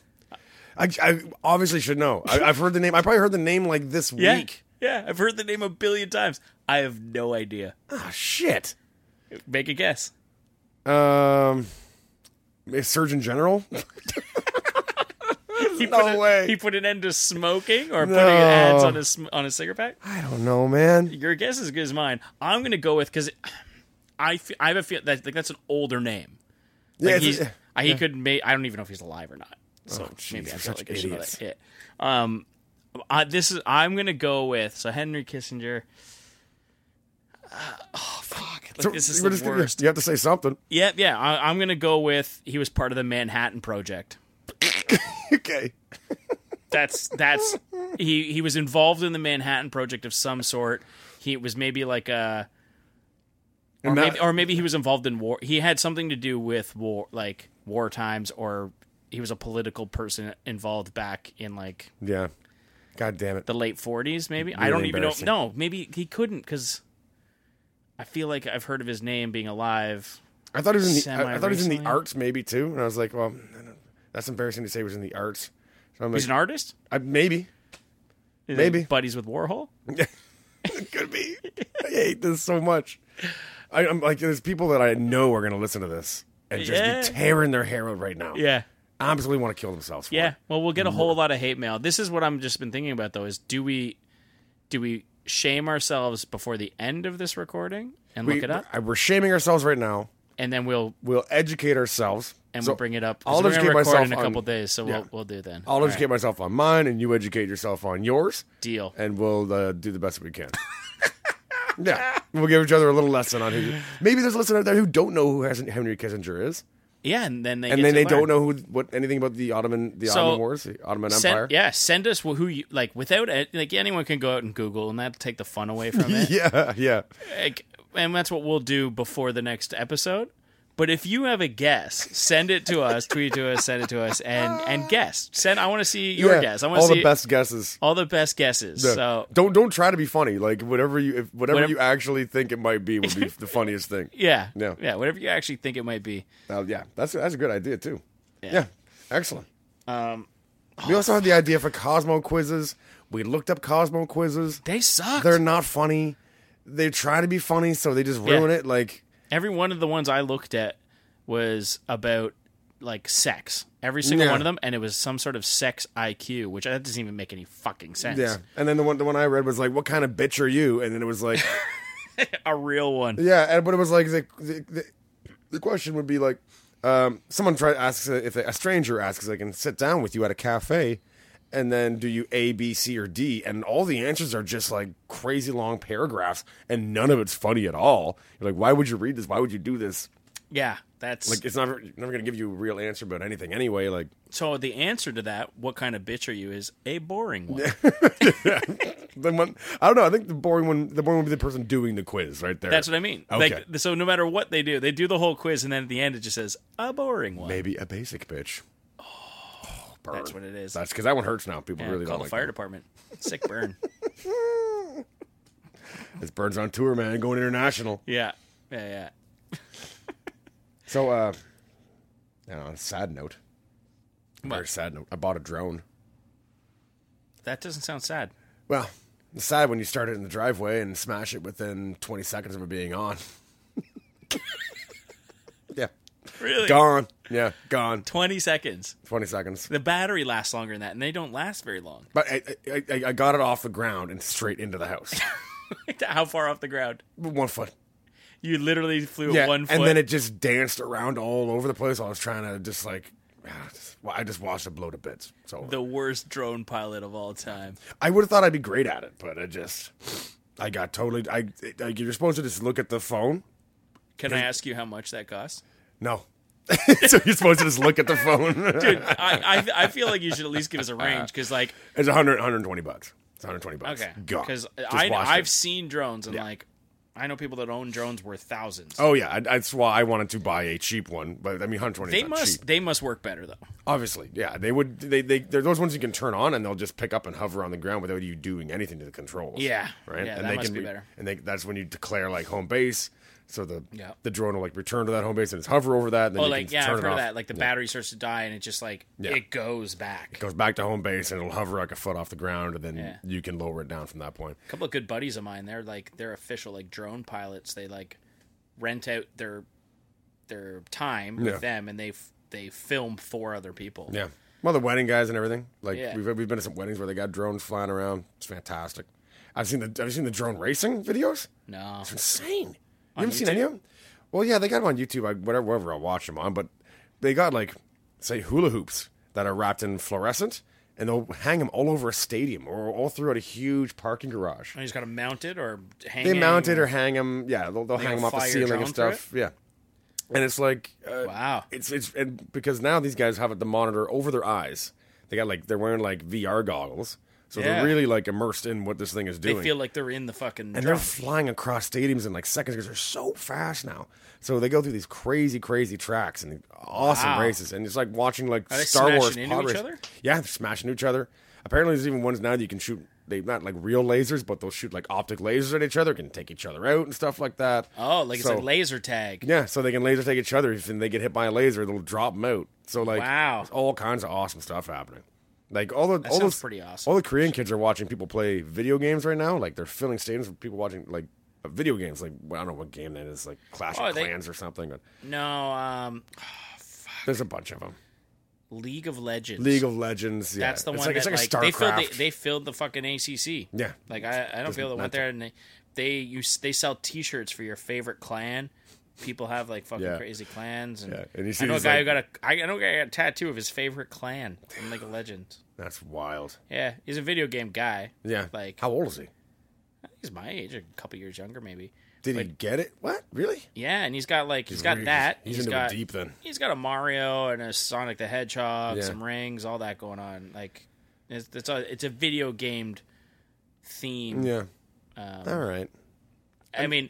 Speaker 2: I, I obviously should know. I, I've heard the name. I probably heard the name like this
Speaker 1: Yeah.
Speaker 2: week.
Speaker 1: Yeah. I've heard the name a billion times. I have no idea.
Speaker 2: Ah, shit.
Speaker 1: Make a guess.
Speaker 2: Um, Surgeon General.
Speaker 1: He
Speaker 2: No
Speaker 1: put a-
Speaker 2: way.
Speaker 1: He put an end to smoking or
Speaker 2: No.
Speaker 1: putting ads on his sm- on his cigarette pack.
Speaker 2: I don't know, man.
Speaker 1: Your guess is as good as mine. I'm going to go with because I fe- I have a feel that like that's an older name.
Speaker 2: Yeah,
Speaker 1: Like
Speaker 2: it's-
Speaker 1: he's, I- he could make. I don't even know if he's alive or not. So maybe
Speaker 2: we're
Speaker 1: I'm such
Speaker 2: such
Speaker 1: like idiots.
Speaker 2: idiots.
Speaker 1: That hit. Um, I, this is. I'm gonna go with so Henry Kissinger. Uh, oh fuck! Like,
Speaker 2: so
Speaker 1: this is
Speaker 2: we're
Speaker 1: the
Speaker 2: just gonna-
Speaker 1: worst.
Speaker 2: You have to say something.
Speaker 1: Yep, yeah. I, I'm gonna go with he was part of the Manhattan Project.
Speaker 2: Okay.
Speaker 1: That's that's he he was involved in the Manhattan Project of some sort. He was maybe like a. Or
Speaker 2: And that-
Speaker 1: maybe, or maybe he was involved in war. He had something to do with war, like war times, or he was a political person involved back in like
Speaker 2: yeah. God damn it.
Speaker 1: the late 40s. Maybe I don't even know.
Speaker 2: embarrassing.
Speaker 1: No, maybe he couldn't because I feel like I've heard of his name being alive.
Speaker 2: I thought he was in the. I, I thought he was in the
Speaker 1: semi-recently.
Speaker 2: arts maybe too, and I was like, well, that's embarrassing to say he was in the arts. So I'm like,
Speaker 1: He's an artist.
Speaker 2: I, maybe.
Speaker 1: Is
Speaker 2: Maybe.
Speaker 1: he buddies with Warhol.
Speaker 2: It could be. I hate this so much. I, I'm like, there's people that I know are going to listen to this and just
Speaker 1: Yeah.
Speaker 2: be tearing their hair out right now.
Speaker 1: Yeah,
Speaker 2: Absolutely want to kill themselves. For
Speaker 1: yeah.
Speaker 2: It.
Speaker 1: Well, we'll get a whole lot of hate mail. This is what I'm just been thinking about though: is do we do we shame ourselves before the end of this recording and
Speaker 2: We,
Speaker 1: look it up,
Speaker 2: I- We're shaming ourselves right now.
Speaker 1: and then we'll
Speaker 2: We'll educate ourselves.
Speaker 1: and
Speaker 2: So
Speaker 1: we'll bring it up. 'cause
Speaker 2: I'll
Speaker 1: we're
Speaker 2: educate
Speaker 1: gonna record
Speaker 2: myself
Speaker 1: in a couple
Speaker 2: on-
Speaker 1: days, so
Speaker 2: yeah.
Speaker 1: we'll we'll do then.
Speaker 2: I'll educate myself on mine, and you educate yourself on yours,
Speaker 1: Deal.
Speaker 2: and we'll uh, do the best we can. yeah, we'll give each other a little lesson on who. Maybe there's a listener out there who don't know who hasn't Henry Kissinger is,
Speaker 1: Yeah, and then they
Speaker 2: and
Speaker 1: get
Speaker 2: then
Speaker 1: to
Speaker 2: they
Speaker 1: learn.
Speaker 2: don't know who what anything about the Ottoman the
Speaker 1: So,
Speaker 2: Ottoman Wars, the Ottoman
Speaker 1: Send-
Speaker 2: Empire.
Speaker 1: yeah, send us who you like without it. Like anyone can go out and Google, and that'll take the fun away from it.
Speaker 2: yeah, yeah.
Speaker 1: Like, and that's what we'll do before the next episode. But if you have a guess, send it to us, tweet it to us, send it to us, and and guess. Send. I want to see your
Speaker 2: Ah. Yeah,
Speaker 1: guess. I want
Speaker 2: all
Speaker 1: to see
Speaker 2: the best guesses.
Speaker 1: all the best guesses.
Speaker 2: Yeah.
Speaker 1: So
Speaker 2: don't don't try to be funny. Like whatever you if, whatever,
Speaker 1: Whatever-
Speaker 2: you actually think it might be would be the funniest thing.
Speaker 1: yeah,
Speaker 2: Yeah.
Speaker 1: yeah. Whatever you actually think it might be.
Speaker 2: Uh, yeah, that's that's a good idea too. Yeah, excellent.
Speaker 1: Um,
Speaker 2: We also had the idea for Cosmo quizzes. We looked up Cosmo quizzes.
Speaker 1: they suck.
Speaker 2: They're not funny. They try to be funny, so they just ruin
Speaker 1: Yeah.
Speaker 2: it. Like
Speaker 1: Every one of the ones I looked at was about like sex. Every single
Speaker 2: Yeah.
Speaker 1: one of them, and it was some sort of sex IQ, which that doesn't even make any fucking sense.
Speaker 2: yeah. And then the one the one I read was like, "What kind of bitch are you?" And then it was like,
Speaker 1: a real one.
Speaker 2: Yeah, and, but it was like the the, the, the question would be like, um, someone try asks if a stranger asks, I can sit down with you at a cafe, and then do you A, B, C, or D? And all the answers are just like crazy long paragraphs, and none of it's funny at all. You're like, why would you read this? Why would you do this?
Speaker 1: Yeah, that's
Speaker 2: Like, it's never never gonna give you a real answer about anything anyway. Like,
Speaker 1: so. The answer to that, "What kind of bitch are you?" is a boring one.
Speaker 2: then one, I don't know. I think the boring one, the boring one would be the person doing the quiz right there.
Speaker 1: That's what I mean.
Speaker 2: Okay.
Speaker 1: Like, so no matter what they do, they do the whole quiz, and then at the end, it just says a boring one.
Speaker 2: Maybe a basic bitch. Oh, burn.
Speaker 1: That's what it is.
Speaker 2: That's because that one hurts now. People
Speaker 1: Yeah,
Speaker 2: really
Speaker 1: call
Speaker 2: don't
Speaker 1: the
Speaker 2: like
Speaker 1: fire department. Sick burn.
Speaker 2: This Burns on tour, man, going international.
Speaker 1: yeah, yeah, yeah.
Speaker 2: So, uh, and on a sad note, very
Speaker 1: What?
Speaker 2: sad note, I bought a drone.
Speaker 1: That doesn't sound sad.
Speaker 2: Well, it's sad when you start it in the driveway and smash it within 20 seconds of it being on. yeah,
Speaker 1: Really,
Speaker 2: gone. Yeah, gone.
Speaker 1: twenty seconds.
Speaker 2: 20 seconds.
Speaker 1: The battery lasts longer than that, and they don't last very long.
Speaker 2: But I, I, I- I got it off the ground and straight into the house.
Speaker 1: How far off the ground?
Speaker 2: one foot.
Speaker 1: You literally flew at
Speaker 2: Yeah,
Speaker 1: one foot.
Speaker 2: and then it just danced around all over the place. I was trying to just like, ah, just- well, I just watched it blow to bits. So
Speaker 1: the worst drone pilot of all time.
Speaker 2: I would have thought I'd be great at it, but I just I got totally. I it- like you're supposed to just look at the phone.
Speaker 1: Can I ask you how much that costs?
Speaker 2: No, so you're supposed to just look at the phone.
Speaker 1: Dude, I, I I feel like you should at least give us a range because like
Speaker 2: it's 100, 120 bucks. It's 120 bucks.
Speaker 1: okay
Speaker 2: God,
Speaker 1: because
Speaker 2: Just
Speaker 1: I
Speaker 2: watch
Speaker 1: I've
Speaker 2: it.
Speaker 1: seen drones and like I know people that own drones worth thousands.
Speaker 2: Oh yeah, I, that's why I wanted to buy a cheap one. But I mean, 120.
Speaker 1: they
Speaker 2: not
Speaker 1: must
Speaker 2: cheap.
Speaker 1: they must work better though.
Speaker 2: obviously, yeah. They would. They they they're those ones you can turn on and they'll just pick up and hover on the ground without you doing anything to the controls.
Speaker 1: Yeah.
Speaker 2: right.
Speaker 1: Yeah,
Speaker 2: and
Speaker 1: that
Speaker 2: they
Speaker 1: must
Speaker 2: can
Speaker 1: be
Speaker 2: re-
Speaker 1: better.
Speaker 2: And they, that's when you declare like home base, so the
Speaker 1: Yeah.
Speaker 2: the drone will like return to that home base and it's hover over that. And then
Speaker 1: Oh,
Speaker 2: you
Speaker 1: like
Speaker 2: can
Speaker 1: yeah,
Speaker 2: turn
Speaker 1: I've
Speaker 2: it
Speaker 1: heard
Speaker 2: off.
Speaker 1: of that. Like the battery starts to die, and it just like
Speaker 2: Yeah.
Speaker 1: it goes back.
Speaker 2: goes back to home base and it'll hover like a foot off the ground, and then
Speaker 1: Yeah.
Speaker 2: you can lower it down from that point.
Speaker 1: A couple of good buddies of mine, they're like they're official like drone pilots. They like rent out their their time
Speaker 2: Yeah.
Speaker 1: with them, and they f- they film for other people.
Speaker 2: Yeah. Well, the wedding guys and everything. Like
Speaker 1: Yeah.
Speaker 2: we've, we've been to some weddings where they got drones flying around. It's fantastic. I've seen the Have you seen the drone racing videos?
Speaker 1: No,
Speaker 2: Insane. You haven't seen any of them? Well, yeah, they got them on YouTube. I, whatever, whatever I watch them on, but they got like say hula hoops that are wrapped in fluorescent, and they'll hang them all over a stadium or all throughout a huge parking garage.
Speaker 1: I just got to mount it or hang.
Speaker 2: They
Speaker 1: it
Speaker 2: mount it or hang them. Yeah, they'll, they'll
Speaker 1: gonna
Speaker 2: hang them off the
Speaker 1: fly your
Speaker 2: ceiling and
Speaker 1: drone through
Speaker 2: stuff. Yeah, and it's like uh,
Speaker 1: Wow.
Speaker 2: it's it's and because now these guys have the monitor over their eyes. They got like they're wearing like VR goggles, so
Speaker 1: Yeah.
Speaker 2: they're really like immersed in what this thing is
Speaker 1: They
Speaker 2: doing.
Speaker 1: feel like they're in the fucking.
Speaker 2: and
Speaker 1: drone.
Speaker 2: they're flying across stadiums in like seconds because they're so fast now. So they go through these crazy, crazy tracks and awesome
Speaker 1: Wow.
Speaker 2: races, and it's like watching like
Speaker 1: they
Speaker 2: Star Wars
Speaker 1: smashing into
Speaker 2: pod
Speaker 1: each
Speaker 2: race-
Speaker 1: other?
Speaker 2: Yeah, they're smashing each other. Apparently, there's even ones now that you can shoot. They not like real lasers, but they'll shoot like optic lasers at each other, can take each other out and stuff like that.
Speaker 1: Oh, like it's
Speaker 2: So-
Speaker 1: a laser tag.
Speaker 2: yeah, so they can laser take each other. If they get hit by a laser, they'll drop them out. So like,
Speaker 1: Wow.
Speaker 2: there's all kinds of awesome stuff happening. Like all the all
Speaker 1: sounds
Speaker 2: those
Speaker 1: pretty awesome.
Speaker 2: All the Korean kids are watching people play video games right now. Like they're filling stadiums with people watching like uh, video games. Like I don't know what game that is, like Clash
Speaker 1: Oh,
Speaker 2: of
Speaker 1: they-
Speaker 2: Clans or something. But
Speaker 1: No, um,
Speaker 2: there's a bunch of them.
Speaker 1: League of Legends.
Speaker 2: League of Legends. Yeah,
Speaker 1: That's the
Speaker 2: it's
Speaker 1: one
Speaker 2: Like,
Speaker 1: that
Speaker 2: it's like,
Speaker 1: like, they
Speaker 2: a StarCraft.
Speaker 1: filled the, they filled the fucking ACC.
Speaker 2: Yeah.
Speaker 1: like I, I don't feel that went
Speaker 2: mental.
Speaker 1: there and they they you s- they sell T-shirts for your favorite clan. People have like fucking
Speaker 2: Yeah.
Speaker 1: crazy clans, and,
Speaker 2: Yeah, and you see
Speaker 1: I know a
Speaker 2: these,
Speaker 1: guy who got a I know a guy who got a tattoo of his favorite clan from League of Legends.
Speaker 2: That's wild.
Speaker 1: Yeah, he's a video game guy.
Speaker 2: Yeah.
Speaker 1: like
Speaker 2: how old is he?
Speaker 1: he's my age, a couple years younger maybe.
Speaker 2: Did he get it? What really?
Speaker 1: Yeah, and he's got like he's got
Speaker 2: really-
Speaker 1: that.
Speaker 2: he's
Speaker 1: he's
Speaker 2: into it
Speaker 1: got
Speaker 2: deep then.
Speaker 1: He's got a Mario and a Sonic the Hedgehog,
Speaker 2: Yeah.
Speaker 1: some rings, all that going on. Like it's it's a it's a video gamed theme.
Speaker 2: Yeah.
Speaker 1: um,
Speaker 2: all right.
Speaker 1: I mean,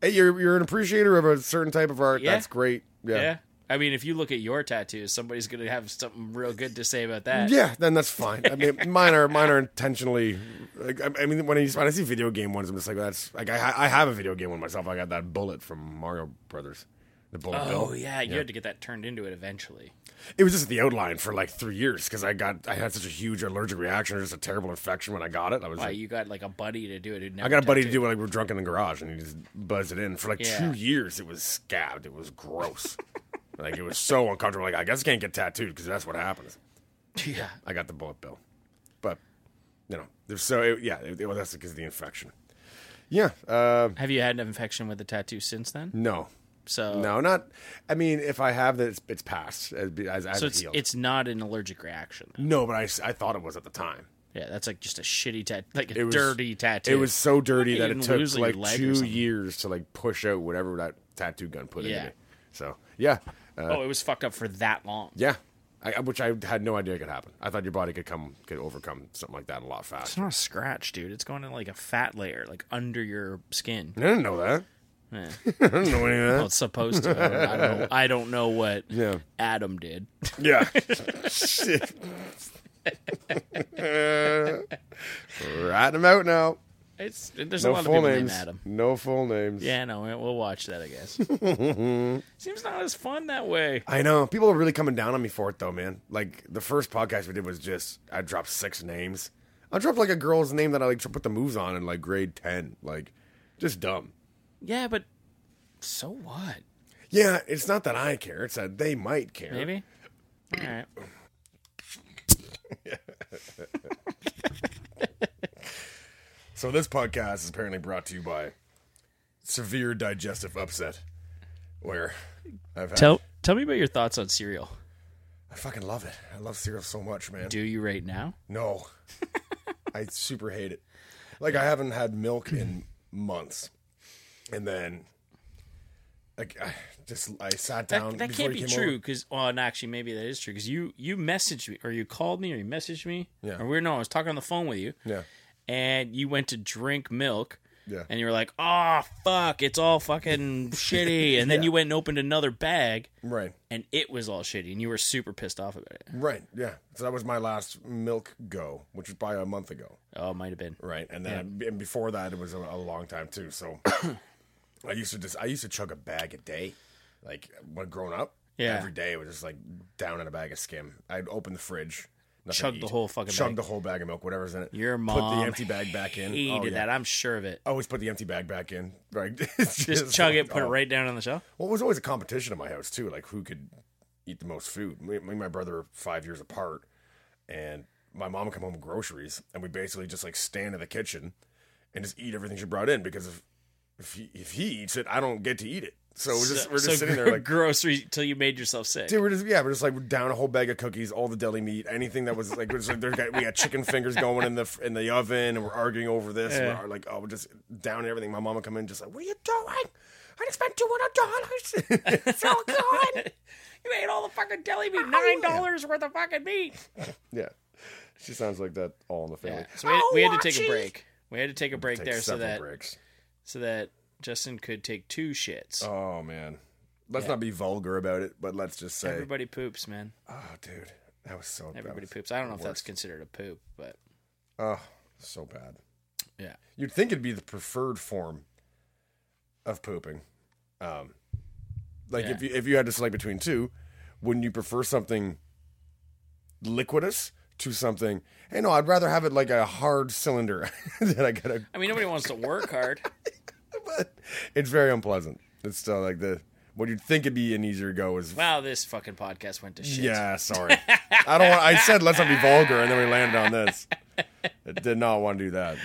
Speaker 2: Hey, you're you're an appreciator of a certain type of art.
Speaker 1: Yeah.
Speaker 2: That's great.
Speaker 1: yeah. I mean, if you look at your tattoos, somebody's gonna have something real good to say about that.
Speaker 2: Yeah, then that's fine. I mean, mine are mine are intentionally. Like, I, I mean, when I, when I see video game ones, I'm just like, that's like I, ha- I have a video game one myself. I got that bullet from Mario Brothers, the bullet
Speaker 1: Oh
Speaker 2: bill.
Speaker 1: yeah, you had to get that turned into it eventually.
Speaker 2: It was just the outline for like three years because I got I had such a huge allergic reaction, or just a terrible infection when I got it. I was
Speaker 1: Why
Speaker 2: like,
Speaker 1: you got like a buddy to do it? Who never
Speaker 2: I got a buddy to do it like we were drunk in the garage, and he just buzzed it in for like
Speaker 1: Yeah.
Speaker 2: two years. It was scabbed. It was gross. like it was so uncomfortable. Like I guess I can't get tattooed because that's what happens.
Speaker 1: tattooed. Yeah,
Speaker 2: I got the bullet bill, but you know, there's so it, yeah, it, it, well, that's because of the infection. Yeah, uh,
Speaker 1: have you had an infection with the tattoo since then?
Speaker 2: no,
Speaker 1: So
Speaker 2: no, not. I mean, if I have that, it's, it's passed as, be- as, as
Speaker 1: so
Speaker 2: it
Speaker 1: it's
Speaker 2: healed.
Speaker 1: it's not an allergic reaction.
Speaker 2: no, but I, s- I thought it was at the time.
Speaker 1: Yeah, that's like just a shitty tattoo, like a
Speaker 2: was-
Speaker 1: dirty tattoo.
Speaker 2: It was so dirty
Speaker 1: you
Speaker 2: that it
Speaker 1: didn't
Speaker 2: took
Speaker 1: lose your
Speaker 2: like
Speaker 1: leg or
Speaker 2: two
Speaker 1: something.
Speaker 2: years to like push out whatever that tattoo gun put
Speaker 1: Yeah.
Speaker 2: into me. So yeah, uh,
Speaker 1: oh, it was fucked up for that long.
Speaker 2: yeah. I, I- which I had no idea could happen. I thought your body could come, could overcome something like that a lot
Speaker 1: It's
Speaker 2: faster.
Speaker 1: not a scratch, dude. It's going in like a fat layer, like under your skin.
Speaker 2: I didn't know that.
Speaker 1: Yeah.
Speaker 2: I didn't know any of that.
Speaker 1: Well, it's supposed to. I don't, I don't know, I don't know what
Speaker 2: Yeah.
Speaker 1: Adam did.
Speaker 2: Yeah. Shit. Ratting them out now.
Speaker 1: It's there's a
Speaker 2: No
Speaker 1: lot of
Speaker 2: full
Speaker 1: people named
Speaker 2: names.
Speaker 1: Adam.
Speaker 2: No full names.
Speaker 1: Yeah, no, we- we'll watch that. I guess. Seems not as fun that way.
Speaker 2: I know. People are really coming down on me for it though, man. Like the first podcast we did was just I dropped six names. I dropped like a girl's name that I like put the moves on in like grade ten. Like just dumb.
Speaker 1: Yeah, but so what?
Speaker 2: Yeah, it's not that I care, it's that they might care.
Speaker 1: Maybe. All right.
Speaker 2: So this podcast is apparently brought to you by severe digestive upset. Where I've had
Speaker 1: Tell tell me about your thoughts on cereal.
Speaker 2: I fucking love it. I love cereal so much, man.
Speaker 1: Do you right now?
Speaker 2: No. I super hate it. Like I haven't had milk in months. And then like I just I sat down
Speaker 1: That, that
Speaker 2: Um, before
Speaker 1: can't
Speaker 2: you
Speaker 1: be
Speaker 2: came
Speaker 1: true
Speaker 2: over.
Speaker 1: because well, and actually maybe that is true because you you messaged me or you called me or you messaged me.
Speaker 2: Yeah.
Speaker 1: Or we are no, I was talking on the phone with you.
Speaker 2: Yeah.
Speaker 1: And you went to drink milk,
Speaker 2: Yeah.
Speaker 1: and you were like, "Oh fuck, it's all fucking shitty," and then you went and opened another bag,
Speaker 2: Right.
Speaker 1: and it was all shitty, and you were super pissed off about it.
Speaker 2: Right. Yeah. So that was my last milk go, which was probably a month ago.
Speaker 1: Oh, it might have been
Speaker 2: Right. And then and before that, it was a, a long time too. So I used to just I used to chug a bag a day, like when growing up.
Speaker 1: Yeah.
Speaker 2: Every day it was just like down in a bag of skim. I'd open the fridge. nothing
Speaker 1: Chug
Speaker 2: to
Speaker 1: the
Speaker 2: eat.
Speaker 1: whole fucking
Speaker 2: chug
Speaker 1: bag.
Speaker 2: the whole bag of milk, whatever's in it.
Speaker 1: your
Speaker 2: put
Speaker 1: mom.
Speaker 2: the empty bag back in.
Speaker 1: Hated
Speaker 2: oh, yeah.
Speaker 1: that. I'm sure of it.
Speaker 2: Always put the empty bag back in. Right.
Speaker 1: Just chug it, put it right down on the shelf.
Speaker 2: Well, it was always a competition in my house too, like who could eat the most food. Me, me and my brother are five years apart, and my mom would come home with groceries, and we basically just like stand in the kitchen and just eat everything she brought in because if if he, if he eats it, I don't get to eat it. So we're just we're just sitting there like.
Speaker 1: groceries till you made yourself sick.
Speaker 2: Dude, we're just yeah, we're just like down a whole bag of cookies, all the deli meat, anything that was like, we're just like there's got, we got chicken fingers going in the fr- in the oven, and we're arguing over this.
Speaker 1: Yeah.
Speaker 2: We're like, oh, we're just down and everything. My mom would come in, just like, what are you doing? I just spent two hundred dollars. It's all gone.
Speaker 1: you ate all the fucking deli meat, nine dollars worth of fucking meat.
Speaker 2: Yeah. She sounds like that all in the family. Oh,
Speaker 1: So we, we had to take a break. We had to take a break
Speaker 2: Take
Speaker 1: there so
Speaker 2: several
Speaker 1: that
Speaker 2: breaks.
Speaker 1: so that Justin could take two shits.
Speaker 2: Oh man. Let's not be vulgar about it, but let's just say
Speaker 1: Everybody poops, man.
Speaker 2: Oh dude. That was so
Speaker 1: Everybody
Speaker 2: that was oh,
Speaker 1: poops. I don't know if that's considered a poop, but
Speaker 2: so bad.
Speaker 1: yeah.
Speaker 2: You'd think it'd be the preferred form of pooping. Um like if you if you had to select between two, wouldn't you prefer something liquidous to something hey no, I'd rather have it like a hard cylinder that I gotta
Speaker 1: I mean, nobody wants to work hard.
Speaker 2: but it's very unpleasant. It's still like the what you'd think it'd be an easier go is
Speaker 1: Wow, this fucking podcast went to shit.
Speaker 2: yeah. Sorry, I don't. want I said let's not be vulgar, and then we landed on this. I did not want to do that.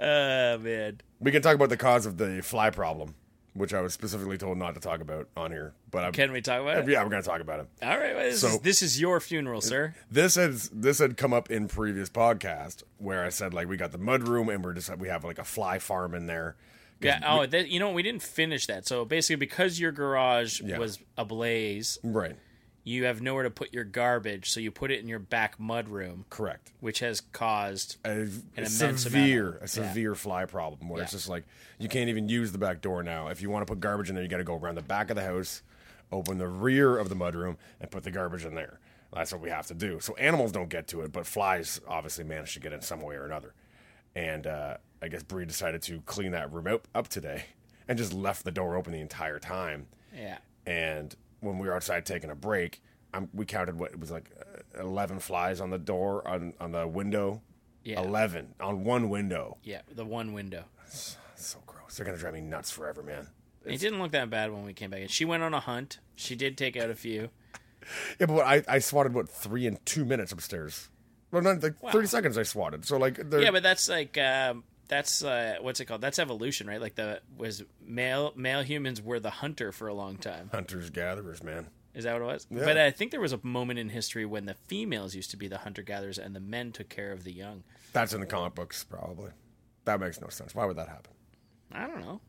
Speaker 1: Oh, man.
Speaker 2: We can talk about the cause of the fly problem, which I was specifically told not to talk about on here. But I'm,
Speaker 1: Can we talk about it?
Speaker 2: yeah, we're gonna talk about it.
Speaker 1: All right. Well, this,
Speaker 2: So-
Speaker 1: is, this is your funeral, sir.
Speaker 2: This has this had come up in previous podcast where I said like we got the mud room and we're just we have like a fly farm in there.
Speaker 1: Yeah. Oh, that, you know, we didn't finish that. So basically, because your garage
Speaker 2: Yeah.
Speaker 1: was ablaze,
Speaker 2: Right.
Speaker 1: you have nowhere to put your garbage, so you put it in your back mud room,
Speaker 2: Correct.
Speaker 1: which has caused
Speaker 2: a, a
Speaker 1: immense amount of
Speaker 2: severe,
Speaker 1: them.
Speaker 2: a severe fly problem where it's
Speaker 1: Yeah.
Speaker 2: just like you can't even use the back door now. If you want to put garbage in there, you got to go around the back of the house, open the rear of the mudroom, and put the garbage in there. That's what we have to do. So animals don't get to it, but flies obviously manage to get in some way or another. And uh, I guess Bree decided to clean that room up, up today and just left the door open the entire time
Speaker 1: yeah.
Speaker 2: and when we were outside taking a break, um we counted what it was like uh, eleven flies on the door on on the window.
Speaker 1: Yeah.
Speaker 2: eleven on one window.
Speaker 1: Yeah, the one window.
Speaker 2: That's so gross. They're gonna drive me nuts forever, man.
Speaker 1: It didn't look that bad when we came back in. She went on a hunt. She did take out a few.
Speaker 2: Yeah, but what, I I swatted what three in two minutes upstairs. Well, not like thirty seconds. I swatted. So like, they're-
Speaker 1: Yeah, but that's like um, that's uh, what's it called? That's evolution, right? Like the was male male humans were the hunter for a long time.
Speaker 2: hunters gatherers, man.
Speaker 1: Is that what it was? But I think there was a moment in history when the females used to be the hunter gatherers and the men took care of the young.
Speaker 2: That's in the comic books, probably. That makes no sense. Why would that happen?
Speaker 1: I don't know.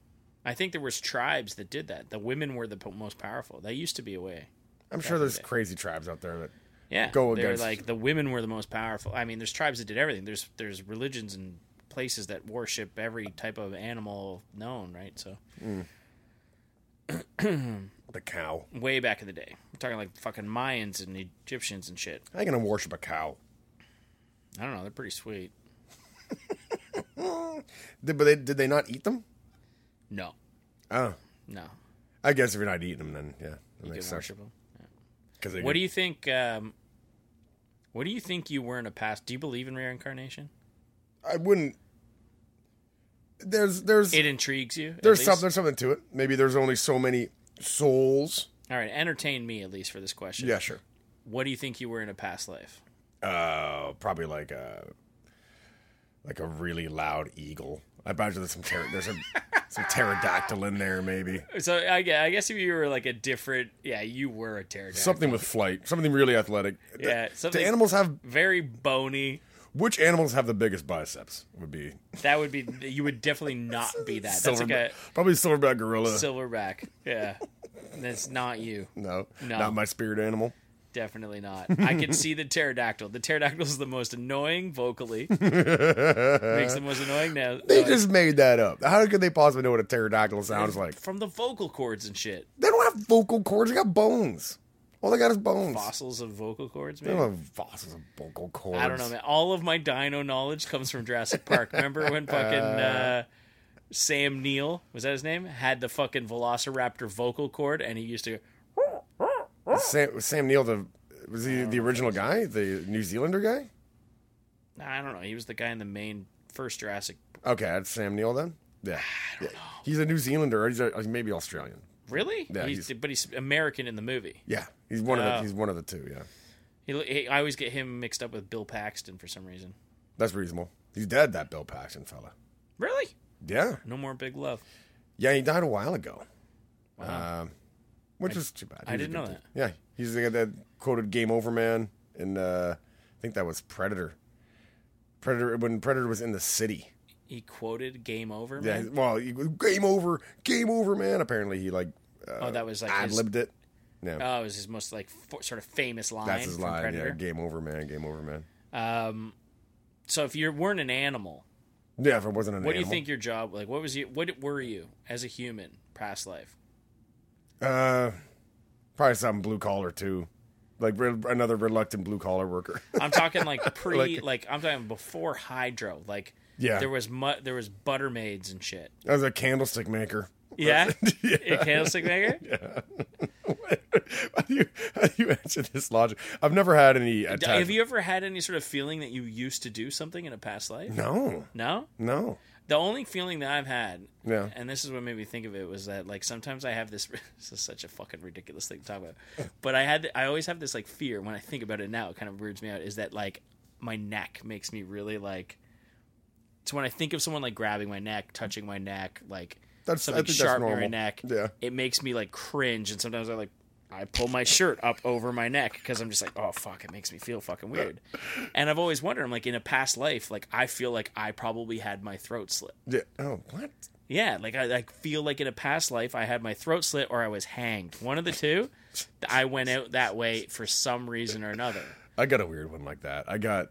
Speaker 1: I think there was tribes that did that. The women were the po- most powerful. That used to be a way.
Speaker 2: I'm sure there's crazy tribes out there that.
Speaker 1: Yeah,
Speaker 2: Go
Speaker 1: they were
Speaker 2: against-
Speaker 1: like the women were the most powerful. I mean, there's tribes that did everything. There's there's religions and places that worship every type of animal known, right? So
Speaker 2: The cow.
Speaker 1: way back in the day, I'm talking like fucking Mayans and Egyptians and shit.
Speaker 2: I ain't gonna worship a cow.
Speaker 1: I don't know. They're pretty sweet.
Speaker 2: Did, but they, did they not eat them?
Speaker 1: No,
Speaker 2: Oh,
Speaker 1: no,
Speaker 2: I guess if you're not eating them, then yeah, that
Speaker 1: you
Speaker 2: makes
Speaker 1: can
Speaker 2: sense.
Speaker 1: worship them.
Speaker 2: Because
Speaker 1: What do you think? Um, what do you think you were in a past? Do you believe in reincarnation?
Speaker 2: I wouldn't. There's there's
Speaker 1: It intrigues you. at
Speaker 2: there's
Speaker 1: least?
Speaker 2: something there's something to it. Maybe there's only so many souls.
Speaker 1: All right, entertain me at least for this question.
Speaker 2: Yeah, sure.
Speaker 1: What do you think you were in a past life?
Speaker 2: Uh, probably like a like a really loud eagle. I imagine there's some pter- there's a, some pterodactyl in there. Maybe
Speaker 1: So I gue- I guess if you were like a different, yeah, you were a pterodactyl.
Speaker 2: something with flight. Something really athletic.
Speaker 1: Yeah,
Speaker 2: Do
Speaker 1: something
Speaker 2: animals have
Speaker 1: very bony.
Speaker 2: which animals have the biggest biceps? Would be
Speaker 1: That would be. You would definitely not be that. That's like
Speaker 2: silverback.
Speaker 1: a
Speaker 2: probably silverback gorilla.
Speaker 1: silverback. Yeah, that's not you.
Speaker 2: no,
Speaker 1: No.
Speaker 2: not my spirit animal.
Speaker 1: Definitely not. I can see the pterodactyl. The pterodactyl is the most annoying vocally. Makes the most annoying now.
Speaker 2: They just made that up. How could they possibly know what a pterodactyl sounds like?
Speaker 1: from the vocal cords and shit.
Speaker 2: They don't have vocal cords. They got bones. All they got is bones.
Speaker 1: Fossils of vocal cords,
Speaker 2: They
Speaker 1: man.
Speaker 2: don't have fossils of vocal cords.
Speaker 1: I don't know, man. All of my dino knowledge comes from Jurassic Park. Remember when fucking uh, Sam Neill was that his name had the fucking Velociraptor vocal cord, and he used to.
Speaker 2: Sam, Sam Neill, the was he the original guy, the New Zealander guy?
Speaker 1: I don't know. He was the guy in the main first Jurassic.
Speaker 2: Okay, that's Sam Neill then. Yeah, Yeah. he's a New Zealander. Or he's a, maybe Australian.
Speaker 1: Really?
Speaker 2: Yeah,
Speaker 1: he's,
Speaker 2: he's-
Speaker 1: but he's American in the movie.
Speaker 2: Yeah, he's one of the,
Speaker 1: Oh.
Speaker 2: he's one of the two. Yeah,
Speaker 1: He, he, I always get him mixed up with Bill Paxton for some reason.
Speaker 2: that's reasonable. He's dead. That Bill Paxton fella.
Speaker 1: Really?
Speaker 2: Yeah,
Speaker 1: No more big love.
Speaker 2: yeah, he died a while ago. Um, which is too bad. He
Speaker 1: I
Speaker 2: was a
Speaker 1: didn't
Speaker 2: good
Speaker 1: know
Speaker 2: dude.
Speaker 1: that.
Speaker 2: Yeah, he's the guy that quoted "Game Over, Man," and uh, I think that was Predator. Predator when Predator was in the city.
Speaker 1: He quoted "Game Over."
Speaker 2: Yeah,
Speaker 1: Man.
Speaker 2: well, he, goes, game over, game over, man. Apparently, he like uh,
Speaker 1: Oh, that was like
Speaker 2: ad
Speaker 1: his,
Speaker 2: libbed it. Yeah,
Speaker 1: oh, it was his most like fo- sort of famous line.
Speaker 2: that's his
Speaker 1: from
Speaker 2: line. Yeah,
Speaker 1: Predator.
Speaker 2: game over, man. Game over, man.
Speaker 1: So if you weren't an animal,
Speaker 2: Yeah, if it wasn't an
Speaker 1: what do you
Speaker 2: animal.
Speaker 1: think your job like? What was you? What were you as a human past life?
Speaker 2: Uh, probably something blue collar too, like re- another reluctant blue collar worker.
Speaker 1: I'm talking like pre,
Speaker 2: Like-
Speaker 1: like, I'm talking before hydro. Like
Speaker 2: Yeah.
Speaker 1: there was mu- there was butter maids and shit.
Speaker 2: I was a candlestick maker.
Speaker 1: Yeah, a candlestick maker.
Speaker 2: how, do you, how do you answer this logic? I've never had any.
Speaker 1: D-
Speaker 2: Attack.
Speaker 1: Have you ever had any sort of feeling that you used to do something in a past life?
Speaker 2: No,
Speaker 1: No.
Speaker 2: no.
Speaker 1: The only feeling that I've had,
Speaker 2: Yeah.
Speaker 1: and this is what made me think of it, was that like sometimes I have this. This is such a fucking ridiculous thing to talk about, but I had I always have this like fear when I think about it now. It kind of weirds me out. Is that like my neck makes me really like. It's when I think of someone like grabbing my neck, touching my neck, like
Speaker 2: That's- I
Speaker 1: something
Speaker 2: think that's
Speaker 1: sharp near my
Speaker 2: normal.
Speaker 1: neck.
Speaker 2: Yeah.
Speaker 1: it makes me like cringe, and sometimes I like. I pull my shirt up over my neck because I'm just like, oh fuck, it makes me feel fucking weird. And I've always wondered, I'm like, in a past life, like I feel like I probably had my throat slit.
Speaker 2: Yeah. Oh, what?
Speaker 1: Yeah, like I, I feel like in a past life I had my throat slit or I was hanged. One of the two. I went out that way for some reason or another.
Speaker 2: I got a weird one like that. I got